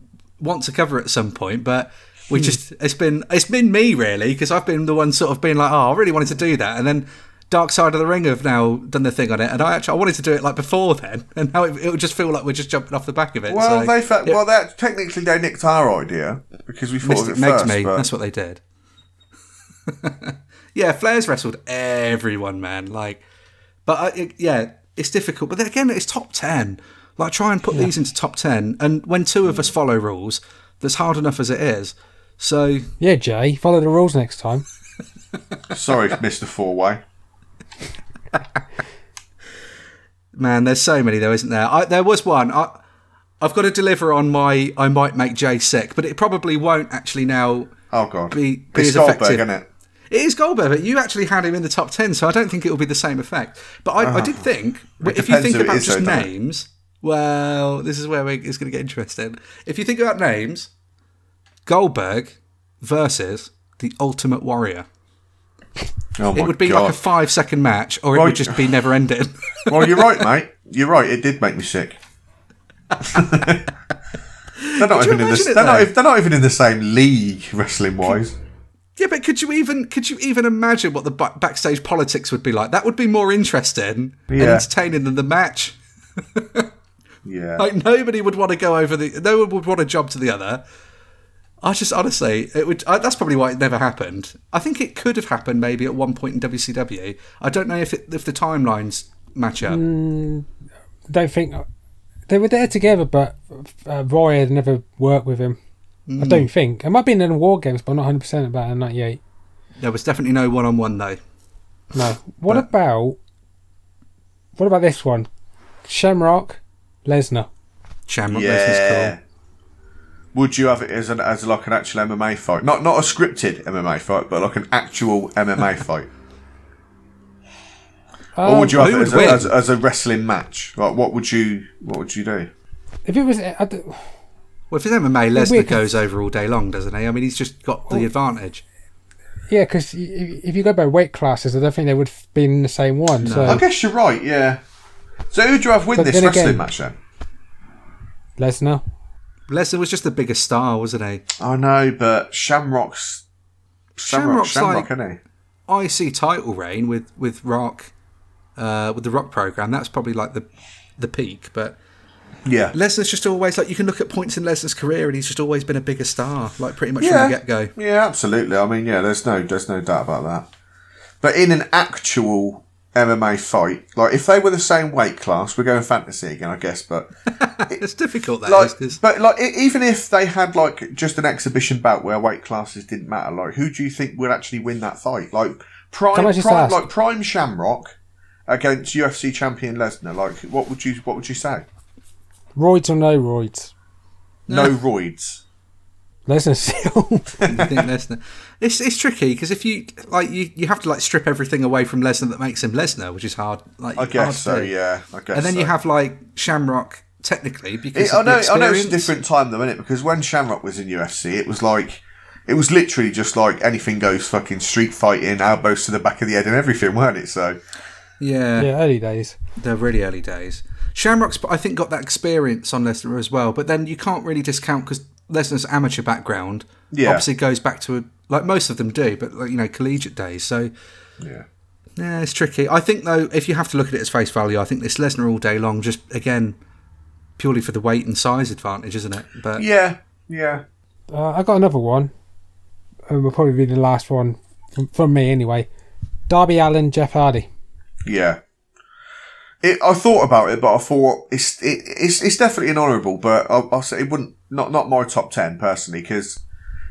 [SPEAKER 1] want to cover at some point, but. We
[SPEAKER 2] Hmm.
[SPEAKER 1] just it's been it's been me really because I've been the one sort of being like oh I really wanted to do that and then Dark Side of the Ring have now done the thing on it and I actually I wanted to do it like before then [laughs] and now it, it would just feel like we're just jumping off the back of it.
[SPEAKER 2] Well,
[SPEAKER 1] so
[SPEAKER 2] they fa-
[SPEAKER 1] it
[SPEAKER 2] well that technically they nicked our idea because we thought
[SPEAKER 1] missed
[SPEAKER 2] of
[SPEAKER 1] it
[SPEAKER 2] it
[SPEAKER 1] makes
[SPEAKER 2] first.
[SPEAKER 1] me.
[SPEAKER 2] but
[SPEAKER 1] That's what they did. [laughs] yeah, Flair's wrestled everyone, man. Like, but I, it- yeah, it's difficult. But then again, it's top ten. Like, try and put these into top ten, and when two of us follow rules, that's hard enough as it is. So
[SPEAKER 3] yeah, Jay, follow the rules next time.
[SPEAKER 2] Sorry, Mister Four Way.
[SPEAKER 1] Man, there's so many though, isn't there? I, there was one. I, I've got to deliver on my. I might make Jay sick, but it probably won't actually now.
[SPEAKER 2] Oh God,
[SPEAKER 1] Be- be
[SPEAKER 2] it's
[SPEAKER 1] as
[SPEAKER 2] Goldberg,
[SPEAKER 1] effective.
[SPEAKER 2] isn't it?
[SPEAKER 1] It is Goldberg, but you actually had him in the top ten, so I don't think it will be the same effect. But I, I did think, if you
[SPEAKER 2] depends
[SPEAKER 1] think
[SPEAKER 2] who Ah. it
[SPEAKER 1] about
[SPEAKER 2] is,
[SPEAKER 1] just
[SPEAKER 2] though, doesn't it?
[SPEAKER 1] names, well, this is where we, it's going to get interesting. If you think about names, Goldberg versus the Ultimate Warrior.
[SPEAKER 2] Oh my
[SPEAKER 1] It would be
[SPEAKER 2] God.
[SPEAKER 1] like a five second match, or it
[SPEAKER 2] Well,
[SPEAKER 1] would
[SPEAKER 2] [laughs]
[SPEAKER 1] just be never ending. [laughs]
[SPEAKER 2] well, you're right, mate. You're right. It did make me sick. they're not
[SPEAKER 1] Could you
[SPEAKER 2] even in the,
[SPEAKER 1] imagine it,
[SPEAKER 2] they're, not,
[SPEAKER 1] though?
[SPEAKER 2] ev- they're not even in the same league wrestling wise.
[SPEAKER 1] yeah, but could you even could you even imagine what the ba- backstage politics would be like? That would be more interesting and
[SPEAKER 2] Yeah.
[SPEAKER 1] entertaining than the match.
[SPEAKER 2] Yeah.
[SPEAKER 1] Like nobody would want to go over the. No one would want to jump to the other. I just honestly, it would. I, that's probably why it never happened. I think it could have happened maybe at one point in WCW. I don't know if it, if the timelines match up.
[SPEAKER 3] don't think they were there together, but uh, Roy had never worked with him. I don't think. It might have been in the War Games, but I'm not 100 percent about it in '98.
[SPEAKER 1] There was definitely no one on one though.
[SPEAKER 3] No. What
[SPEAKER 1] But-
[SPEAKER 3] about what about this one? Shamrock, Lesnar.
[SPEAKER 1] Shamrock Lesnar's
[SPEAKER 2] yeah.
[SPEAKER 1] cool.
[SPEAKER 2] Would you have it as an as like an actual MMA fight? Not not a scripted MMA fight, but like an
[SPEAKER 1] [laughs]
[SPEAKER 2] actual MMA fight. or would you have
[SPEAKER 1] Um, who
[SPEAKER 2] it as a,
[SPEAKER 1] would win?
[SPEAKER 2] as, as a wrestling match? Like, what would you what would you do?
[SPEAKER 3] If it was, I d-
[SPEAKER 1] Well, if it's MMA,
[SPEAKER 3] we're
[SPEAKER 1] Lesnar
[SPEAKER 3] con-
[SPEAKER 1] goes over all day long, doesn't he? I mean, he's just got the advantage.
[SPEAKER 3] yeah, because if you go by weight classes, I don't think they would have been in the same one.
[SPEAKER 2] I
[SPEAKER 3] So
[SPEAKER 2] guess you're right. Yeah. So who'd you have win
[SPEAKER 3] But
[SPEAKER 2] this
[SPEAKER 3] then
[SPEAKER 2] wrestling
[SPEAKER 3] again-
[SPEAKER 2] match then?
[SPEAKER 3] Lesnar.
[SPEAKER 1] Lesnar was just the biggest star, wasn't he?
[SPEAKER 2] I know, but Shamrock's Shamrock,
[SPEAKER 1] Shamrock's
[SPEAKER 2] Shamrock,
[SPEAKER 1] like-
[SPEAKER 2] isn't he?
[SPEAKER 1] IC title reign with with Rock, uh, with the Rock program. That's probably like the the peak, but.
[SPEAKER 2] Yeah.
[SPEAKER 1] Lesnar's just always like you can look at points in Lesnar's career, and he's just always been a bigger star, like pretty much
[SPEAKER 2] yeah.
[SPEAKER 1] from the get go.
[SPEAKER 2] Yeah, absolutely. I mean, yeah, there's no there's no doubt about that. But in an actual MMA fight, like if they were the same weight class, we're going fantasy again, I guess.
[SPEAKER 3] [laughs]
[SPEAKER 2] But
[SPEAKER 1] It's difficult that
[SPEAKER 2] like,
[SPEAKER 1] because
[SPEAKER 2] but like e- even if they had like just an exhibition bout where weight classes didn't matter, like who do you think would actually win that fight? Like prime,
[SPEAKER 3] Can I just
[SPEAKER 2] prime
[SPEAKER 3] ask?
[SPEAKER 2] like prime Shamrock against UFC champion Lesnar. Like what would you what would you say?
[SPEAKER 3] Roids or no roids?
[SPEAKER 2] No roids.
[SPEAKER 3] Lesnar [laughs] still.
[SPEAKER 1] you
[SPEAKER 2] [laughs]
[SPEAKER 1] think Lesnar. It's it's tricky because if you like you you have to like strip everything away from Lesnar that makes him Lesnar, which is hard. Like
[SPEAKER 2] I
[SPEAKER 1] hard
[SPEAKER 2] guess
[SPEAKER 1] to
[SPEAKER 2] so.
[SPEAKER 1] do.
[SPEAKER 2] Yeah, I guess.
[SPEAKER 1] And then
[SPEAKER 2] so.
[SPEAKER 1] you have like Shamrock technically because
[SPEAKER 2] It, I
[SPEAKER 1] of the
[SPEAKER 2] know, I know, it's a
[SPEAKER 1] experience.
[SPEAKER 2] different time though, innit? Because when Shamrock was in UFC, it was like, it was literally just like anything goes, fucking street fighting, elbows to the back of the head, and everything, weren't it? So
[SPEAKER 1] Yeah,
[SPEAKER 3] yeah, early days.
[SPEAKER 1] they're really early days. Shamrock's I think got that experience on Lesnar as well, but then you can't really discount because Lesnar's amateur background
[SPEAKER 2] Yeah.
[SPEAKER 1] obviously goes back to like most of them do, but like, you know collegiate days. So
[SPEAKER 2] yeah,
[SPEAKER 1] Yeah, it's tricky. I think though, if you have to look at it as face value, I think this Lesnar all day long, just again, purely for the weight and size advantage, isn't it? But
[SPEAKER 2] yeah, yeah.
[SPEAKER 3] Uh, I got another one. Um, will probably be the last one from, from me anyway. Darby Allen, Jeff Hardy.
[SPEAKER 2] Yeah. It, I thought about it, but I thought it's it, it's it's definitely an honourable, but I, I'll say it wouldn't not not my top ten personally because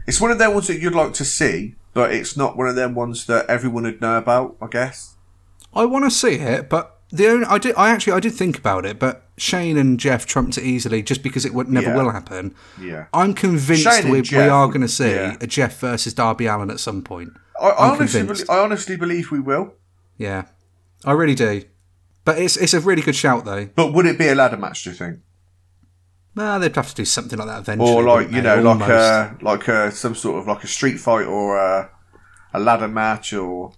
[SPEAKER 2] it's one of them ones that you'd like to see, but it's not one of them ones that everyone would know about. I guess.
[SPEAKER 1] I want to see it. But the only I did, I actually I did think about it, but Shane and Jeff trumped it easily, just because it would, never
[SPEAKER 2] Yeah.
[SPEAKER 1] will happen.
[SPEAKER 2] Yeah.
[SPEAKER 1] I'm convinced
[SPEAKER 2] Shane and
[SPEAKER 1] we, we
[SPEAKER 2] Jeff,
[SPEAKER 1] are going to see
[SPEAKER 2] yeah.
[SPEAKER 1] a Jeff versus Darby Allen at some point.
[SPEAKER 2] I, I
[SPEAKER 1] I'm
[SPEAKER 2] honestly,
[SPEAKER 1] convinced.
[SPEAKER 2] believe, I honestly believe we will.
[SPEAKER 1] Yeah, I really do. But it's it's a really good shout though.
[SPEAKER 2] But would it be a ladder match? Do you think,
[SPEAKER 1] Nah, they'd have to do something like that eventually,
[SPEAKER 2] or like
[SPEAKER 1] wouldn't
[SPEAKER 2] you
[SPEAKER 1] they?
[SPEAKER 2] know, like uh,
[SPEAKER 1] Almost.
[SPEAKER 2] a like a some sort of like a street fight or a, a ladder match or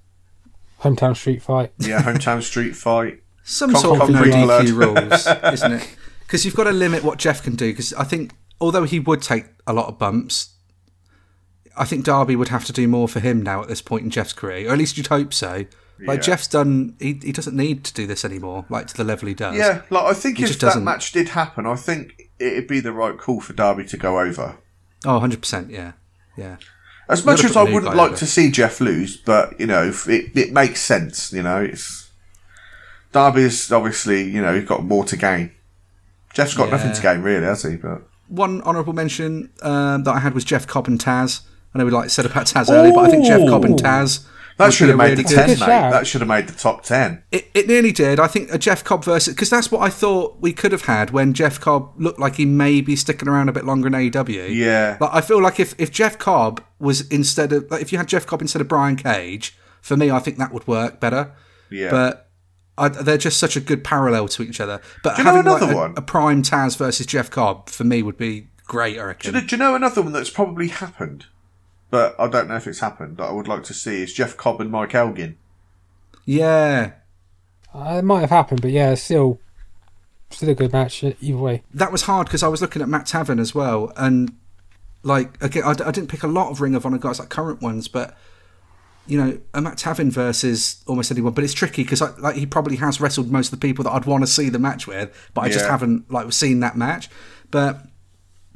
[SPEAKER 3] Hometown street fight.
[SPEAKER 1] [laughs]
[SPEAKER 2] yeah, hometown street fight?
[SPEAKER 1] some
[SPEAKER 2] Con-
[SPEAKER 1] sort of no
[SPEAKER 2] concrete
[SPEAKER 1] DQ
[SPEAKER 2] blood. [laughs]
[SPEAKER 1] rules, isn't it? Because you've got to limit what Jeff can do. Because I think, although he would take a lot of bumps, I think Derby would have to do more for him now at this point in Jeff's career, or at least you'd hope so. Like
[SPEAKER 2] Yeah.
[SPEAKER 1] Jeff's done, he, he doesn't need to do this anymore, like to the level he does.
[SPEAKER 2] Yeah, like I think if
[SPEAKER 1] just
[SPEAKER 2] that
[SPEAKER 1] doesn't-
[SPEAKER 2] match did happen, I think it'd be the right call for Derby to go over.
[SPEAKER 1] Oh, 100%. Yeah. Yeah.
[SPEAKER 2] As much
[SPEAKER 1] gotta
[SPEAKER 2] as
[SPEAKER 1] put
[SPEAKER 2] I
[SPEAKER 1] the new
[SPEAKER 2] wouldn't
[SPEAKER 1] guy
[SPEAKER 2] like
[SPEAKER 1] over.
[SPEAKER 2] to see Jeff lose, but you know, if it it makes sense. You know, it's Derby's obviously you know he's got more to gain. Jeff's got nothing to gain really, has he? But
[SPEAKER 1] One honourable mention um, that I had was Jeff Cobb and Taz. I know we like said about Taz earlier, but I think Jeff Cobb and
[SPEAKER 3] Ooh.
[SPEAKER 1] Taz. would
[SPEAKER 2] that should
[SPEAKER 1] be
[SPEAKER 2] have
[SPEAKER 1] a
[SPEAKER 2] made
[SPEAKER 1] really
[SPEAKER 2] the
[SPEAKER 1] good-
[SPEAKER 2] ten, mate.
[SPEAKER 3] Good shout.
[SPEAKER 2] That should have made the top ten.
[SPEAKER 1] It, it nearly did. I think a Jeff Cobb versus because that's what I thought we could have had when Jeff Cobb looked like he may be sticking around a bit longer in AEW.
[SPEAKER 2] Yeah.
[SPEAKER 1] But I feel like if, if Jeff Cobb was instead of like if you had Jeff Cobb instead of Brian Cage, for me I think that would work better.
[SPEAKER 2] Yeah.
[SPEAKER 1] But I, they're just such a good parallel to each other. But
[SPEAKER 2] you know
[SPEAKER 1] having
[SPEAKER 2] another
[SPEAKER 1] like, a-
[SPEAKER 2] one?
[SPEAKER 1] A, prime Taz versus Jeff Cobb for me would be great. I reckon.
[SPEAKER 2] Do you know another one that's probably happened? but I don't know if it's happened. That I would like to see is Jeff Cobb and Mike Elgin.
[SPEAKER 1] Yeah,
[SPEAKER 3] Uh, it might have happened, but yeah, still, still a good match uh, either way.
[SPEAKER 1] that was hard because I was looking at Matt Tavern as well, and like again, I, d- I didn't pick a lot of Ring of Honor guys like current ones, but you know, a Matt Tavern versus almost anyone, but it's tricky because like he probably has wrestled most of the people that I'd want to see the match with, but I just
[SPEAKER 2] Yeah.
[SPEAKER 1] haven't like seen that match. But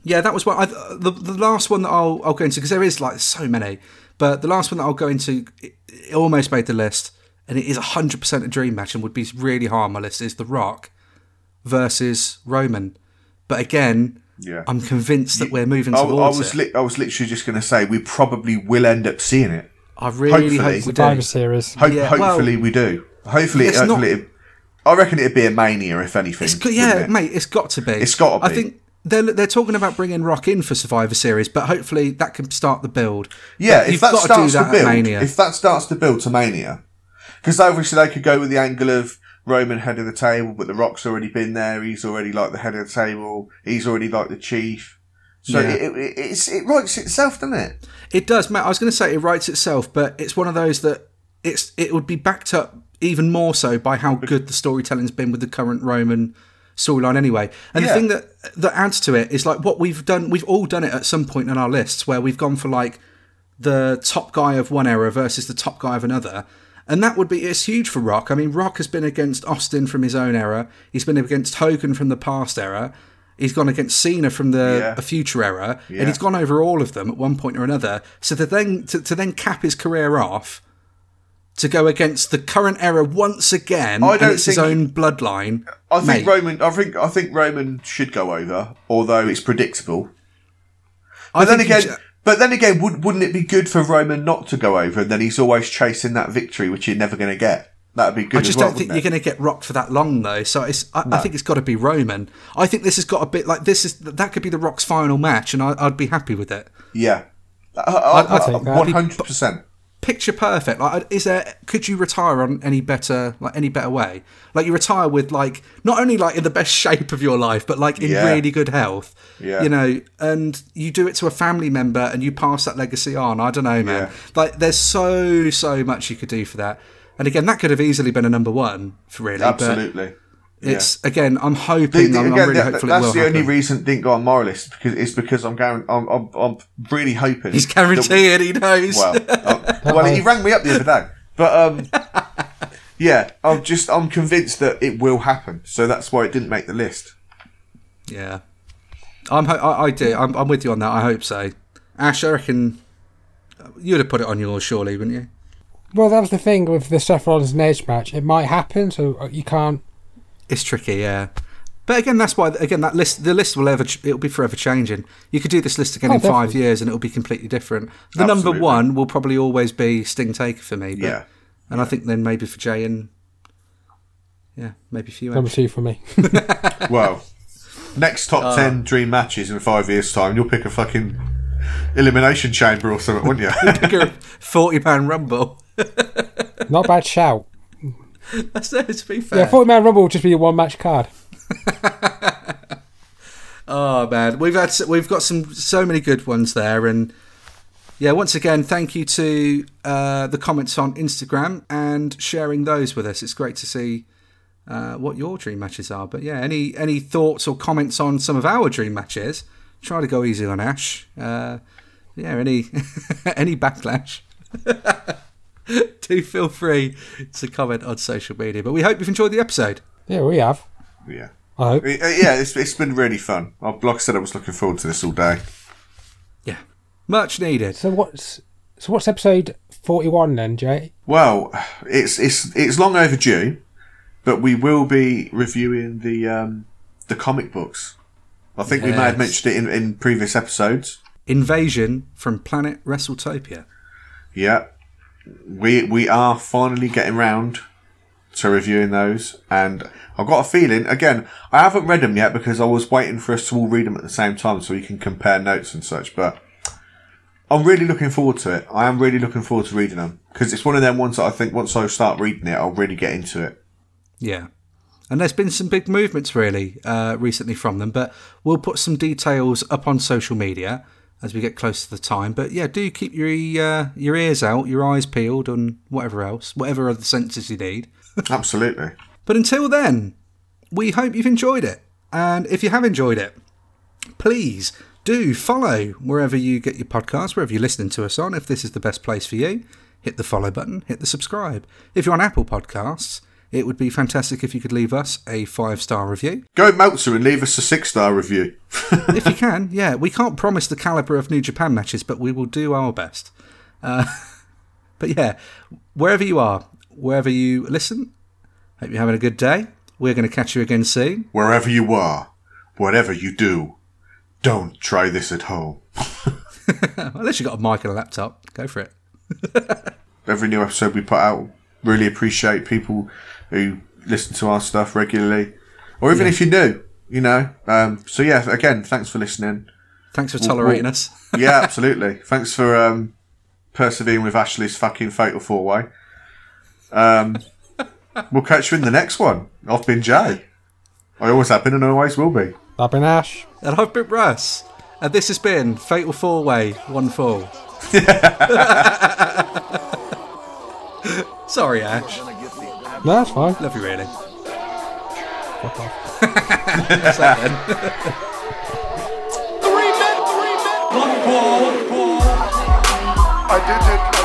[SPEAKER 1] yeah, that was what I, the the last one that I'll I'll go into because there is like so many, but the last one that I'll go into it, it almost made the list, and it is hundred percent a dream match and would be really high on my list is The Rock versus Roman. But again,
[SPEAKER 2] Yeah.
[SPEAKER 1] I'm convinced that we're moving
[SPEAKER 2] I, I
[SPEAKER 1] towards
[SPEAKER 2] was
[SPEAKER 1] it.
[SPEAKER 2] li- I was literally just going to say we probably will end up seeing it.
[SPEAKER 1] I really
[SPEAKER 2] hopefully-
[SPEAKER 1] hope we
[SPEAKER 3] Survivor
[SPEAKER 1] do.
[SPEAKER 3] Series.
[SPEAKER 2] Ho-
[SPEAKER 1] Yeah, well-
[SPEAKER 2] hopefully we do. Hopefully,
[SPEAKER 1] It's
[SPEAKER 2] hopefully
[SPEAKER 1] not-
[SPEAKER 2] it, I reckon it'd be a mania if anything.
[SPEAKER 1] It's go- yeah,
[SPEAKER 2] wouldn't it?
[SPEAKER 1] mate, it's got to be.
[SPEAKER 2] It's gotta
[SPEAKER 1] I
[SPEAKER 2] be.
[SPEAKER 1] think they're they're talking about bringing Rock in for Survivor Series, but hopefully that can start the build.
[SPEAKER 2] Yeah,
[SPEAKER 1] But
[SPEAKER 2] if
[SPEAKER 1] you've
[SPEAKER 2] that
[SPEAKER 1] got
[SPEAKER 2] starts
[SPEAKER 1] to do that
[SPEAKER 2] to
[SPEAKER 1] at
[SPEAKER 2] build,
[SPEAKER 1] Mania.
[SPEAKER 2] if that starts to build to Mania, because obviously they could go with the angle of Roman head of the table, but the Rock's already been there. He's already like the head of the table. He's already like the chief. So
[SPEAKER 1] Yeah.
[SPEAKER 2] it, it, it's, it writes itself, doesn't it?
[SPEAKER 1] It does, Matt. I was going to say it writes itself, but it's one of those that it's it would be backed up even more so by how good the storytelling's been with the current Roman storyline anyway. And the
[SPEAKER 2] Yeah.
[SPEAKER 1] thing that that adds to it is like what we've done. We've all done it at some point in our lists where we've gone for like the top guy of one era versus the top guy of another. And that would be it's huge for Rock. I mean, Rock has been against Austin from his own era. He's been against Hogan from the past era. He's gone against Cena from the
[SPEAKER 2] Yeah.
[SPEAKER 1] a future era, and he's gone over all of them at one point or another. So to then to, to then cap his career off to go against the current era once again,
[SPEAKER 2] I don't
[SPEAKER 1] and it's his
[SPEAKER 2] think-
[SPEAKER 1] own bloodline.
[SPEAKER 2] I
[SPEAKER 1] Mate.
[SPEAKER 2] think Roman. I think I think Roman should go over, although it's predictable.
[SPEAKER 1] I
[SPEAKER 2] But then
[SPEAKER 1] think he
[SPEAKER 2] again,
[SPEAKER 1] sh-
[SPEAKER 2] but then again, would, wouldn't it be good for Roman not to go over, and then he's always chasing that victory, which you're never going to get. That'd be good.
[SPEAKER 1] I just don't think you're going to get rocked for that long, though. So it's, I, I think it's got to be Roman. I think this has got a bit like this is that could be the Rock's final match, and I, I'd be happy with it.
[SPEAKER 2] Yeah,
[SPEAKER 3] I'd take that.
[SPEAKER 2] one hundred percent.
[SPEAKER 1] Picture perfect. Like, is there? Could you retire on any better, like any better way? Like you retire with like not only like in the best [laughs] shape of your life, but like in
[SPEAKER 2] Yeah.
[SPEAKER 1] really good health.
[SPEAKER 2] Yeah.
[SPEAKER 1] You know, and you do it to a family member, and you pass that legacy on. I don't know, man.
[SPEAKER 2] Yeah.
[SPEAKER 1] Like there's so so much you could do for that. And again, that could have easily been a number one for really. but-
[SPEAKER 2] Absolutely.
[SPEAKER 1] It's again. I'm hoping.
[SPEAKER 2] The- the-
[SPEAKER 1] I'm, I'm
[SPEAKER 2] again,
[SPEAKER 1] really
[SPEAKER 2] that-
[SPEAKER 1] hopeful it
[SPEAKER 2] that's
[SPEAKER 1] will
[SPEAKER 2] the
[SPEAKER 1] happen.
[SPEAKER 2] only reason it didn't go on my list because it's because I'm going. I'm, I'm, I'm really hoping
[SPEAKER 1] He's
[SPEAKER 2] that-
[SPEAKER 1] guaranteed. Oh. He knows.
[SPEAKER 2] well, uh,
[SPEAKER 1] [laughs]
[SPEAKER 2] well, he rang me up the other day, but um, yeah, I'm just I'm convinced that it will happen, so that's why it didn't make the list.
[SPEAKER 1] yeah. I'm. Ho- I, I do. I'm, I'm with you on that. I hope so. Ash, I reckon uh, you'd have put it on yours, surely, wouldn't you?
[SPEAKER 3] Well, that was the thing with the Seth Rollins and Edge match. It might happen, so uh, you can't.
[SPEAKER 1] It's tricky, yeah. But again, that's why. Again, that list. The list will ever. ch- It'll be forever changing. You could do this list again
[SPEAKER 3] Oh,
[SPEAKER 1] in five
[SPEAKER 3] definitely.
[SPEAKER 1] years, and it'll be completely different. The
[SPEAKER 2] Absolutely.
[SPEAKER 1] number one will probably always be Sting Taker for me. But,
[SPEAKER 2] Yeah.
[SPEAKER 1] And I think then maybe for Jay and yeah, maybe for you.
[SPEAKER 3] Number
[SPEAKER 1] Ash.
[SPEAKER 3] two for me.
[SPEAKER 1] [laughs]
[SPEAKER 2] Well, next top
[SPEAKER 1] Oh.
[SPEAKER 2] ten dream matches in five years' time, you'll pick a fucking elimination chamber or something,
[SPEAKER 1] [laughs]
[SPEAKER 2] wouldn't you? [laughs]
[SPEAKER 1] Forty pound rumble. [laughs]
[SPEAKER 3] Not a bad shout.
[SPEAKER 1] That's no, to be fair.
[SPEAKER 3] Yeah, Forty Man Rumble will just be a one match card.
[SPEAKER 1] Oh man, we've had s- we've got some so many good ones there, and yeah, once again, thank you to uh, the comments on Instagram and sharing those with us. It's great to see uh, what your dream matches are. But yeah, any any thoughts or comments on some of our dream matches? Try to go easy on Ash. Uh, yeah, any [laughs] any backlash. [laughs] Do feel free to comment on social media. But we hope you've enjoyed the episode.
[SPEAKER 3] Yeah, we have.
[SPEAKER 2] yeah.
[SPEAKER 3] I hope.
[SPEAKER 2] Uh, Yeah, it's, it's been really fun. I- Like I said, I was looking forward to this all day.
[SPEAKER 1] Yeah, much needed.
[SPEAKER 3] So what's so what's episode forty one then, Jay?
[SPEAKER 2] Well, it's it's it's long overdue, but we will be reviewing the um, the comic books. I think we may have
[SPEAKER 1] Yes.
[SPEAKER 2] mentioned it in, in previous episodes.
[SPEAKER 1] Invasion from Planet WrestleTopia.
[SPEAKER 2] Yeah, we we are finally getting round to reviewing those, and I've got a feeling. Again, I haven't read them yet because I was waiting for us to all read them at the same time so we can compare notes and such. But I'm really looking forward to it. I am really looking forward to reading them because it's one of them ones that I think once I start reading it, I'll really get into it.
[SPEAKER 1] Yeah. And there's been some big movements really uh, recently from them, but we'll put some details up on social media as we get close to the time. But yeah, do keep your uh, your ears out, your eyes peeled, and whatever else, whatever other senses you need.
[SPEAKER 2] Absolutely.
[SPEAKER 1] But until then, we hope you've enjoyed it. And if you have enjoyed it, please do follow wherever you get your podcast, wherever you're listening to us on. If this is the best place for you, hit the follow button, hit the subscribe. If you're on Apple Podcasts, it would be fantastic if you could leave us a five star review.
[SPEAKER 2] Go Meltzer and leave us a six star review.
[SPEAKER 1] if you can, [laughs] yeah. We can't promise the calibre of New Japan matches, but we will do our best. Uh, [laughs] but yeah, wherever you are, wherever you listen, hope you're having a good day. We're going to catch you again soon.
[SPEAKER 2] Wherever you are, whatever you do, don't try this at home.
[SPEAKER 1] Unless you've got a mic and a laptop, go for it.
[SPEAKER 2] Every new episode we put out, really appreciate people who listen to our stuff regularly, or even if you're new, you know. Um, so yeah, again, thanks for listening.
[SPEAKER 1] Thanks for tolerating us.
[SPEAKER 2] Yeah, [laughs] absolutely. Thanks for um, persevering with Ashley's fucking fatal four way. Um, we'll catch you in the next one. I've been Jay. I always have been and always will be.
[SPEAKER 3] I've been Ash.
[SPEAKER 1] And I've been Russ. And this has been Fatal Four Way, One Fall. [laughs] Sorry, Ash.
[SPEAKER 3] No, that's fine.
[SPEAKER 1] Love you, really.
[SPEAKER 3] Fuck off.
[SPEAKER 4] Three men, three men. One ball. I did it.